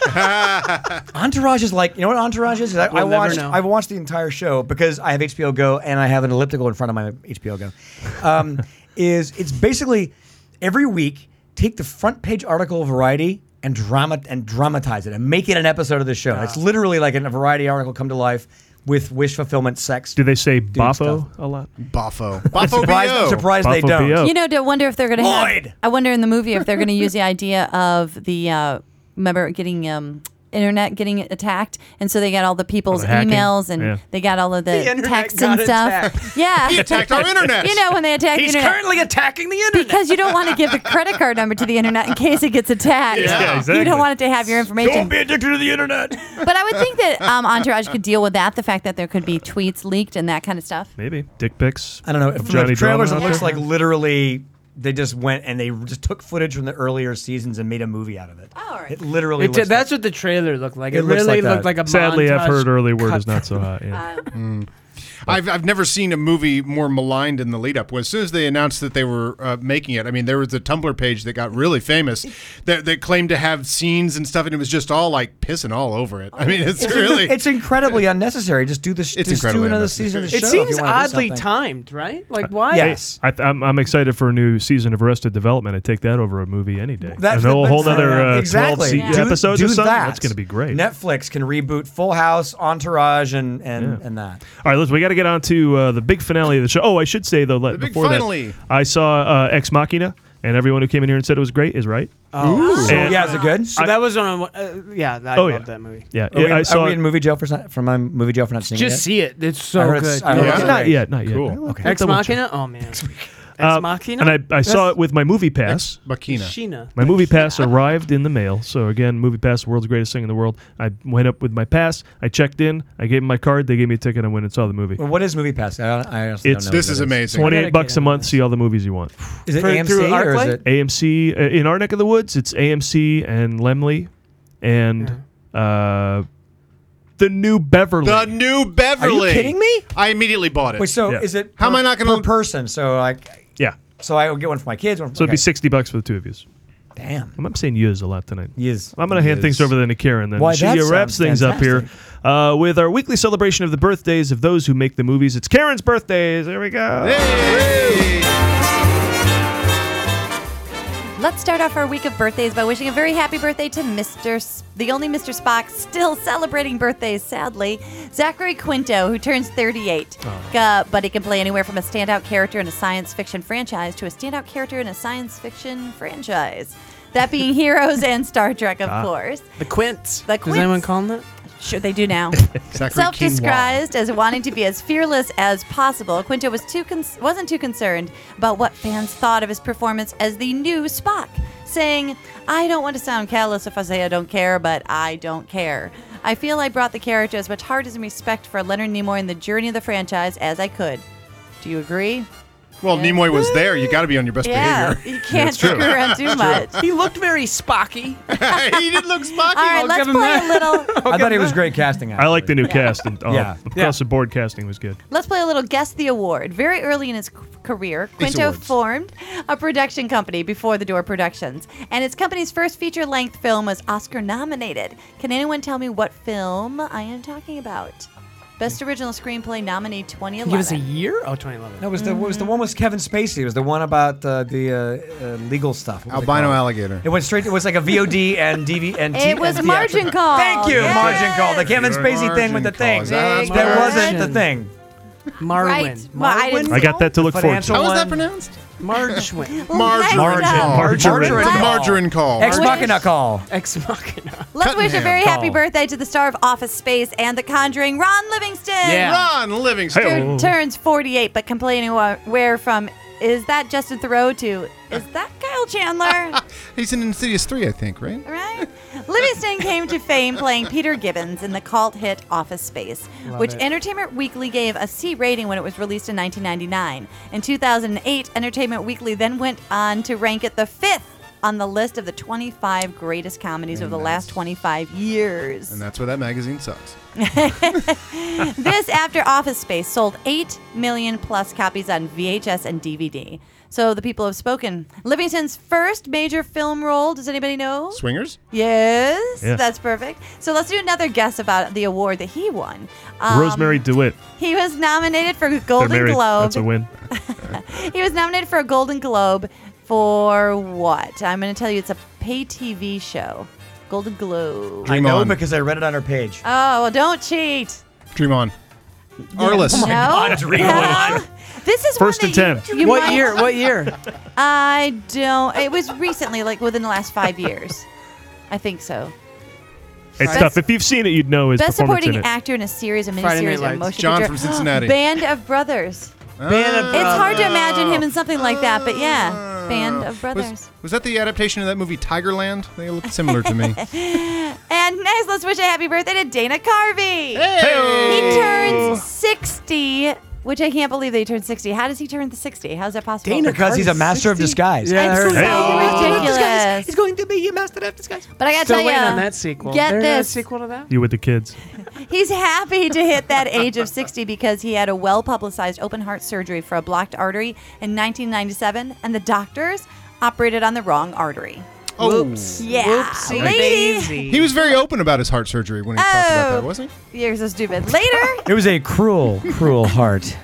T: Entourage is like you know what Entourage is. I, I
K: We'll never
T: watched.
K: know.
T: I've watched the entire show because I have HBO Go and I have an elliptical in front of my HBO Go. Um, is it's basically every week take the front page article of Variety and drama and dramatize it and make it an episode of the show.
K: Ah.
T: It's literally like a Variety article come to life with wish fulfillment, sex.
A: Do they say Boffo?
T: a lot?
G: Boffo.
T: I'm surprised, I'm
G: B.O..
T: surprised they
A: Boffo
T: don't.
A: B.O..
F: You know, to wonder if they're going to.
T: Lloyd!
F: I wonder in the movie if they're going to use the idea of the uh, remember getting um, internet getting attacked, and so they got all the people's
C: the hacking?
F: emails and
C: Yeah.
F: they got all of
C: The
F: the,
C: internet
F: texts
C: got
F: and stuff. Yeah,
C: He attacked our internet.
F: You know when they attack
C: He's
F: the internet.
C: currently
K: attacking the
F: internet because you don't want to give the credit card number to the internet in case it gets attacked.
A: Yeah, Yeah,
F: You
A: exactly.
F: don't want it to have your information
A: addicted to the internet.
F: but I would think that um, Entourage could deal with that. The fact that there could be tweets leaked and that kind of stuff.
A: Maybe dick pics.
T: I don't know. From
A: Johnny
T: the trailers,
A: Drama
T: it
A: out
T: looks
A: there?
T: like literally they just went and they just took footage from the earlier seasons and made a movie out of it. Oh, It literally
K: It
T: looks
K: did, that's what the trailer looked like. It,
T: It looks
K: really
T: like that.
K: looked like a
A: Sadly,
K: montage
A: I've heard early word
K: cut
A: is not so hot. Yeah.
K: from-
A: Mm.
G: I've, I've never seen a movie more maligned in the lead up. Well, as soon as they announced that they were uh, making it, I mean, there was a Tumblr page that got really famous that, that claimed to have scenes and stuff, and it was just all like pissing all over it. I mean, it's, really.
T: Oh. it's incredibly unnecessary. Just do this. It's just do
G: incredibly
T: another season of the
K: It
T: show. if
K: seems
T: you wanna do
K: oddly
T: something.
K: timed, right? Like why?
A: I, I, am I'm excited for a new season of Arrested Development. I take that over a movie any day.
T: That's
A: and a whole,
T: the-
A: whole other uh,
T: exactly.
A: 12 se-
T: Do-
A: episodes
T: do
A: or something.
T: that.
A: That's going to be great.
T: Netflix can reboot Full House, Entourage, and and, and that.
A: All right, listen, we got to get on to uh, the big finale of the show. Oh, I should say, though, let,
T: big
A: before
T: finale.
A: that, I saw uh, Ex Machina, and everyone who came in here and said it was great is right.
T: Uh,
K: Oh,
A: And-
K: yeah, is it
T: good?
K: So
A: I-
K: that was on. Uh, yeah, I
A: Oh,
K: love
A: yeah.
K: that movie.
A: Yeah,
T: Are we,
A: yeah, I
T: are
A: saw
T: we
A: it-
T: in movie jail for not, from my movie jail for not seeing
K: Just
T: it?
K: see it. It's
T: I
K: so
T: heard it's-
K: good.
T: I heard it's
A: Not
T: great.
A: yet, not yet. Cool. Okay.
K: Ex
A: Double check.
K: Machina. Oh man. Ex
A: Uh,
K: Machina.
A: And I, I saw it with my movie pass.
G: Machina.
K: Sheena.
A: My movie pass arrived in the mail. So again, movie pass, the world's greatest thing in the world. I went up with my pass. I checked in. I gave them my card. They gave me a ticket. I went and saw the movie.
T: Well, what is Movie Pass? I, don't- I honestly
A: It's
T: don't know. what that
A: Twenty-eight bucks a month. See all the movies you want.
T: Is it
K: For-
T: AMC
K: through
T: or is
K: ArcLight?
T: it?
A: AMC uh, in our neck of the woods. It's AMC and Lemley, and uh, the new Beverly.
G: The new Beverly.
T: kidding me?
G: I immediately bought it.
T: Wait, so
A: Yeah.
T: is it?
G: How am
T: per-
G: I not going
T: per person? So like,
A: yeah.
T: so I would get one for my kids. One for
A: So it'd
T: okay.
A: be sixty bucks for the two of you.
T: Damn.
A: I'm saying yous a lot tonight.
T: Yes.
A: I'm going to hand things over then to Karen. Then
T: Why,
A: she uh,
T: that
A: wraps
T: sounds
A: things up here uh, with our weekly celebration of the birthdays of those who make the movies. It's Karen's birthdays. There we go.
F: Let's start off our week of birthdays by wishing a very happy birthday to Mr. S- the only Mr. Spock still celebrating birthdays, sadly, Zachary Quinto, who turns 38. Uh, but he can play anywhere from a standout character in a science fiction franchise to a standout character in a science fiction franchise. That being Heroes and Star Trek, of
K: Ah.
F: course.
K: The Quints.
F: The
K: Does
F: Quints.
K: anyone call them that?
F: Sure, they do now.
K: Zachary
F: Self-disguised as wanting to be as fearless as possible, Quinto was too con- wasn't too concerned about what fans thought of his performance as the new Spock, saying, "I don't want to sound callous if I say I don't care, but I don't care. I feel I brought the character as much heart and respect for Leonard Nimoy and the journey of the franchise as I could. Do you agree?"
G: Well,
F: Yeah.
G: Nimoy was there. You got to be on your best
F: Yeah,
G: behavior.
F: you can't That's true. screw around too much.
K: He looked very Spocky.
G: he did look Spocky.
F: All right,
K: I'll
F: let's
K: give him
F: play
K: that.
F: a little
T: I thought it was great casting.
A: I like the new cast. And, uh,
T: Yeah.
A: Across the board, casting was good.
F: Let's play a little guess the award. Very early in his c- career, Quinto
A: awards.
F: formed a production company before The Door Productions, and its company's first feature-length film was Oscar-nominated. Can anyone tell me what film I am talking about? Best Original Screenplay nominee 2011.
K: Give us a year? Oh, 2011.
T: No, it was the it was the one with Kevin Spacey. It was the one about uh, the uh, uh, legal stuff. What was it
G: Albino
T: called?
G: alligator.
T: It went straight. It was like a VOD and DV and. T-
F: It was
T: and
F: Margin
T: theatrical.
F: Call.
T: Thank you,
F: Yes.
T: margin call. The Kevin
G: Good
T: Spacey thing
G: margin
T: with the
G: call.
T: thing.
G: Is that
F: Big
T: That wasn't
F: margin.
T: the thing.
K: Marwin.
F: Right. Well, I didn't-
A: I got that to look forward to.
T: Financial
G: How is that
T: one.
G: pronounced?
K: Margwin.
G: Margarine.
T: Margin.
G: Call.
T: Margarine.
G: Margarine.
T: Margin.
G: Margarine call.
T: Ex machina call.
K: Ex Machina.
F: Let's wish a
G: Cunningham.
F: very happy
G: Call.
F: birthday to the star of Office Space and The Conjuring, Ron Livingston.
G: Ron Livingston.
F: Who turns 48, but complaining where from is that Justin Thoreau to is that Kyle Chandler?
G: He's in Insidious 3, I think, right?
F: right? Livingston came to fame playing Peter Gibbons in the cult hit Office Space,
G: Love
F: which
G: it.
F: Entertainment Weekly gave a C rating when it was released in 1999. In 2008, Entertainment Weekly then went on to rank it the fifth on the list of the 25 greatest comedies
G: Very
F: over the last
G: nice.
F: 25 years.
G: And that's why that magazine sucks.
F: this after Office Space sold 8 million plus copies on VHS and DVD. So the people have spoken. Livingston's first major film role, does anybody know?
G: Swingers?
F: Yes,
A: Yeah.
F: that's perfect. So let's do another guess about the award that he won.
T: um,
F: Um,
A: Rosemary DeWitt.
F: He was nominated for a
A: They're
F: Golden
A: married.
F: Globe.
A: That's a win.
F: He was nominated for a Golden Globe for what? I'm going to tell you it's a pay TV show. Golden Globe.
T: I know
G: on.
T: because I read it on her page.
F: Oh, well, don't cheat.
G: Dream on. Arliss.
F: Oh my No. God, Dream Yeah. This is
G: First
F: one that you-
G: attempt.
F: you
K: What
F: might-
K: year? What year?
F: I don't. It was recently, like within the last five years. I think so.
A: It's
F: Best-
A: tough. If you've seen it, you'd know his
F: Best
A: performance
F: supporting
A: in it.
F: actor in a series of
G: Friday Night
F: miniseries or
G: Lights.
F: motion
G: John
F: picture.
G: from Cincinnati. Ah.
F: Band of Brothers.
G: Band of
F: It's hard to
G: Brothers.
F: imagine him in something like that, but yeah, Band of Brothers.
G: Was, was that the adaptation of that movie Tigerland? They looked similar to me.
F: And next, let's wish a happy birthday to Dana Carvey.
G: Hey!
F: He turns 60 Which I can't believe they turned 60. How does he turn the 60? How's that possible?
T: Dana, because he's a master of disguise.
F: Yeah, I'm so
K: Oh.
F: ridiculous.
T: He's going to be a master of disguise.
F: But I got to
K: Still
F: tell you,
K: waiting on that sequel.
F: Get
K: There's a
F: this.
K: sequel to that?
A: You with the kids.
F: He's happy to hit that age of 60 because he had a well publicized open heart surgery for a blocked artery in 1997, and the doctors operated on the wrong artery.
G: Oh.
F: Yeah.
G: Whoopsie
F: Lady.
G: He was very open about his heart surgery when he talked about
F: Oh.
G: that, wasn't he?
F: You're so stupid. Later.
T: It was a cruel, cruel heart.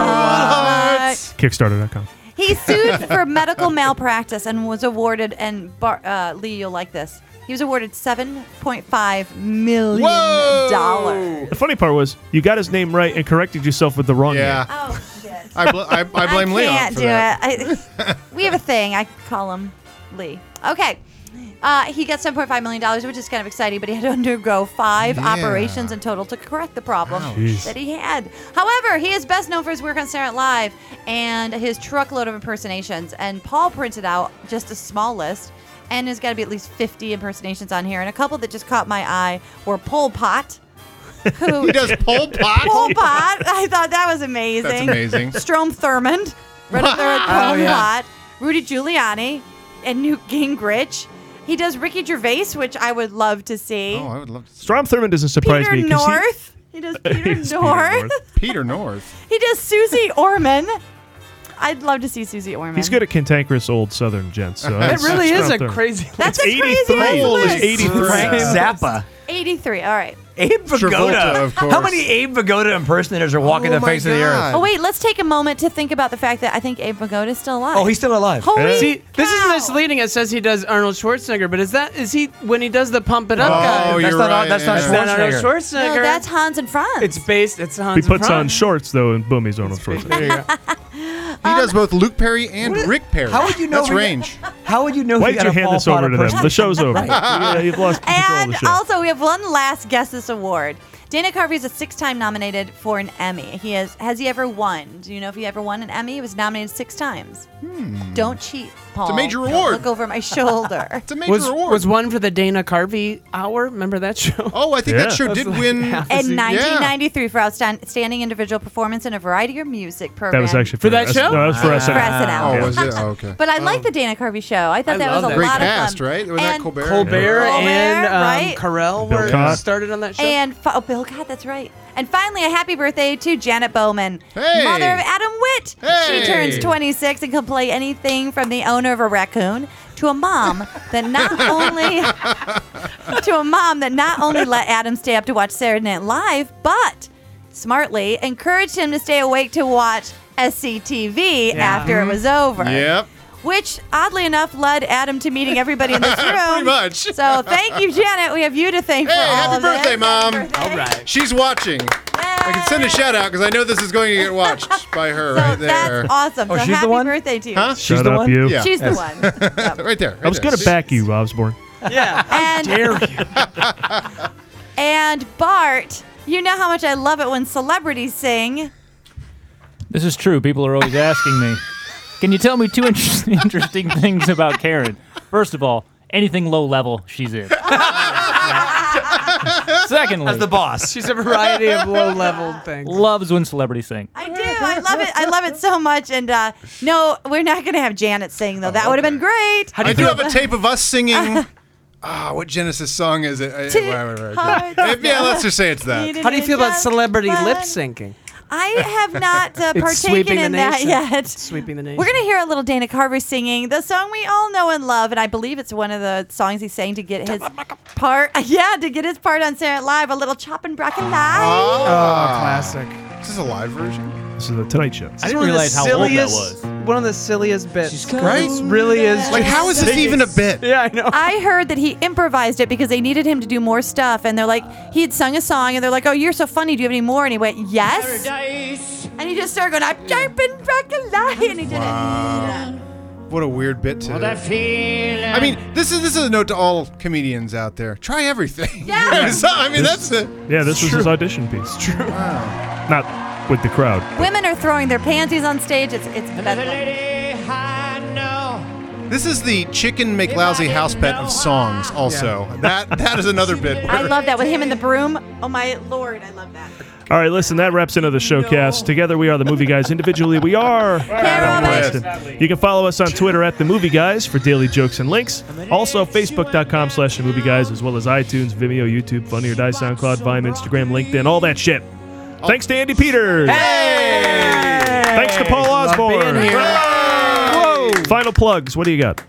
F: Uh,
A: Kickstarter.com.
F: He sued for medical malpractice and was awarded. And bar, uh, Lee, you'll like this. He was awarded seven point five million dollars.
A: The funny part was you got his name right and corrected yourself with the wrong
G: Yeah.
A: name.
G: I, bl- I, I blame Leon
F: Oh. Can't
G: for
F: do
G: that.
F: it. I, we have a thing. I call him Lee. Okay. Uh, he got seven point five million dollars, which is kind of exciting. But he had to undergo five
C: Yeah.
F: operations in total to correct the problem
C: Ouch. Jeez.
F: that he had. However, he is best known for his work on Saturday Night Live and his truckload of impersonations. And Paul printed out just a small list, and there's got to be at least fifty impersonations on here. And a couple that just caught my eye were Pol Pot. Who
G: He does Pol Pot?
F: Pol Pot. I thought that was amazing.
G: That's amazing.
F: Strom Thurmond, Greta Thurmond,
G: Oh,
F: Pol
G: yeah.
F: Pot, Rudy Giuliani, and Newt Gingrich. He does Ricky Gervais, which I would love to see.
G: Oh, I would love to.
A: Strom Thurmond doesn't surprise
F: Peter
A: me. 'cause he-
F: North. He, does Peter
A: It's Peter
F: North.
G: Peter North.
F: he does Susie Orman. I'd love to see Susie Orman.
A: He's good at cantankerous old southern gents. So
K: That
A: that's-
K: really
A: that's
K: is a
A: Strom Thurmond.
K: crazy.
F: That's a crazy
A: Holy
F: list.
A: 83.
T: Frank Zappa.
F: 83. All right.
T: Abe
F: Travolta,
T: Vigoda.
F: of
T: How
F: course.
T: many Abe Vigoda impersonators are walking
F: Oh
T: the face
F: my
T: of the
F: God.
T: earth?
F: Oh wait, let's take a moment to think about the fact that I think Abe Vigoda is still alive.
T: Oh, he's still alive.
F: Holy
K: See, this is misleading. It says he does Arnold Schwarzenegger, but is that is he when he does the Pump It Up
T: Oh,
K: guy?
T: you're That's not- right, that's not yeah.
A: Oh.
K: Arnold
T: Schwarzenegger.
K: Schwarzenegger.
F: No, that's Hans and Franz.
K: it's based. It's
A: He
K: Hans.
A: puts on
K: Franz.
A: shorts though, and boom, he's Arnold Schwarzenegger.
G: He does both Luke Perry and Rick Perry.
T: um, How would you know?
G: That's
T: who-
G: range.
T: How would you know?
A: Why
T: he
A: did
T: got
A: you
T: a
A: hand
T: Pol
A: this over
T: Pot
A: to them? The
T: imperson-
A: show's over.
T: Right.
A: You- You've lost control of
F: And
A: the show.
F: also, we have one last guess this award. Dana Carvey is a six-time nominated for an Emmy. He has has he ever won? Do you know if he ever won an Emmy? He was nominated six times. Don't cheat, Paul.
G: Hmm. major
F: Don't
G: award.
F: Look over my shoulder. it's
G: a
K: was, was one for the Dana Carvey Hour. Remember that show?
G: Oh, I think that Yeah. show did win-
K: In
F: In 1993, for outstanding individual performance in a variety of music programs.
A: That was actually for,
K: that
A: S-
K: show?
A: No, that was for
K: Ah.
A: SNL.
K: For SNL.
G: Oh, was it? Oh, okay.
F: But I like the Dana Carvey show. I thought that was a
G: Great
F: lot
G: cast,
F: of fun.
G: right? Was that Colbert?
K: Colbert and um,
F: right?
K: Carell
G: Bill
K: were
G: Cott.
K: started on that show.
F: And fi- oh, Bill God, that's right. And finally, a happy birthday to Janet Bowman,
K: Hey!
F: mother of Adam Witt.
K: Hey!
F: She turns 26 and can play anything from the owner of a raccoon to a mom that not only to a mom that not only let Adam stay up to watch Saturday Night Live, but smartly encouraged him to stay awake to watch SCTV
G: Yeah.
F: after
K: Mm-hmm.
G: Mhm.
F: it was over.
G: Yep.
F: Which oddly enough led Adam to meeting everybody in this room.
G: Pretty much.
F: So thank you, Janet. We have you to thank
G: Hey,
F: for all
G: happy
F: of this.
G: birthday, Mom. All right. She's watching. I can send a shout out because I know this is going to get watched by her right there.
F: That's awesome. so happy birthday to you.
G: Huh?
A: Shut up, you.
F: She's the one.
G: right there.
A: I was going to back you, Osborne.
K: Yeah.
F: and, and Bart, you know how much I love it when celebrities sing.
U: This is true. People are always asking me, "Can you tell me two inter- interesting things about Karen?" First of all, anything low level, she's in. Secondly,
K: As the boss. She's a variety of low-level things.
U: Loves when celebrities sing.
F: I do. I love it. I love it so much. And uh, no, we're not going to have Janet sing though. That would have been great.
G: I do have a tape of us singing. Ah, what Genesis song is it? I-
F: Two
G: whatever, okay.
F: hearts
G: If- yeah, let's just say it's that.
F: beating
K: How do you feel about
F: just
K: celebrity
F: fine.
K: lip syncing?
F: I have not uh,
K: It's
F: partaken
K: sweeping
F: in
K: the
F: that
K: nation.
F: yet.
K: It's sweeping the nation.
F: We're going to hear a little Dana Carvey singing the song we all know and love, and I believe it's one of the songs he sang to get his part. Yeah, to get his part on Saturday Night Live, a little chop and brack and
K: Uh-huh.
G: Oh,
F: lie.
K: classic.
G: Is this a live version?
A: This is the Tonight Show.
K: It's one of the silliest- One of the silliest bits. Right? This really is.
F: Uh,
G: Like,
K: just-
G: how is this even a bit?
K: Yeah, I know.
F: I heard that he improvised it because they needed him to do more stuff, and they're like, he had sung a song, and they're like, "Oh, you're so funny. Do you have any more?" And he went, "Yes." And he just started going, "I'm chop and brack and lie," and he did
G: Wow. What a weird bit to.
F: it.
G: I mean, this is this is a note to all comedians out there. Try everything.
F: Yeah.
G: So, I mean, that's it.
A: Yeah, this was his audition piece. It's true. Not with the crowd.
F: Women are throwing their panties on stage. It's it's bedlam.
G: This is the Chicken McLousy house pet of songs. Also, that that is another bit.
F: I love that with him in the broom. Oh my lord, I love that.
A: All right, listen, that wraps into the showcast. Together we are the Movie Guys. Individually we are Adam Preston. You can follow us on Twitter at the Movie Guys for daily jokes and links. Also Facebook.com slash the Movie Guys, as well as iTunes, Vimeo, YouTube, Funny or Die, SoundCloud, Vime, Instagram, LinkedIn, all that shit. Thanks to Andy Peters. Thanks to Paul Osborne. Final plugs. What do you got?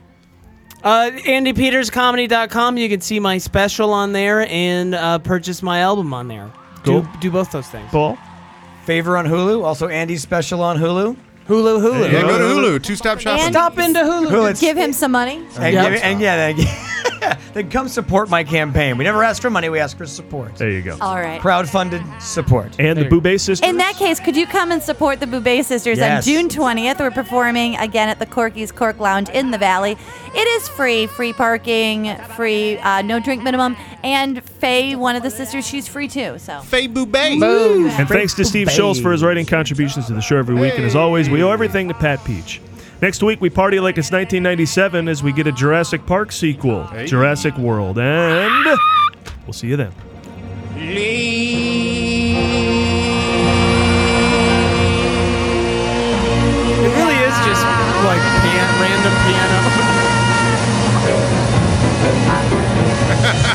K: Uh, AndyPetersComedy.com. You can see my special on there and uh, purchase my album on there.
T: Cool.
K: Do, do both those things.
A: Paul?
T: Favor on Hulu. Also, Andy's special on Hulu.
K: Hulu, Hulu.
G: Yeah, go to Hulu. Two stop shopping.
F: And
K: Stop into Hulu.
T: Hulu.
F: Give him some money.
T: And, give- and yeah, then, then come support my campaign. We never ask for money; we ask for support.
A: There you go.
F: All right.
T: Crowdfunded support.
A: And the Boo Bass Sisters.
F: In that case, could you come and support the Boubet Sisters
T: Yes.
F: on June 20th? We're performing again at the Corky's Cork Lounge in the Valley. It is free, free parking, free, uh, no drink minimum, and Faye, one of the sisters, she's free too. So
G: Faye Boubet.
A: And thanks to Steve Schultz for his writing contributions to the show every week. And as always, we owe everything to Pat Peach. Next week, we party like it's 1997 as we get a Jurassic Park sequel, Jurassic World. And we'll see you then.
K: It really is just like pian- random piano.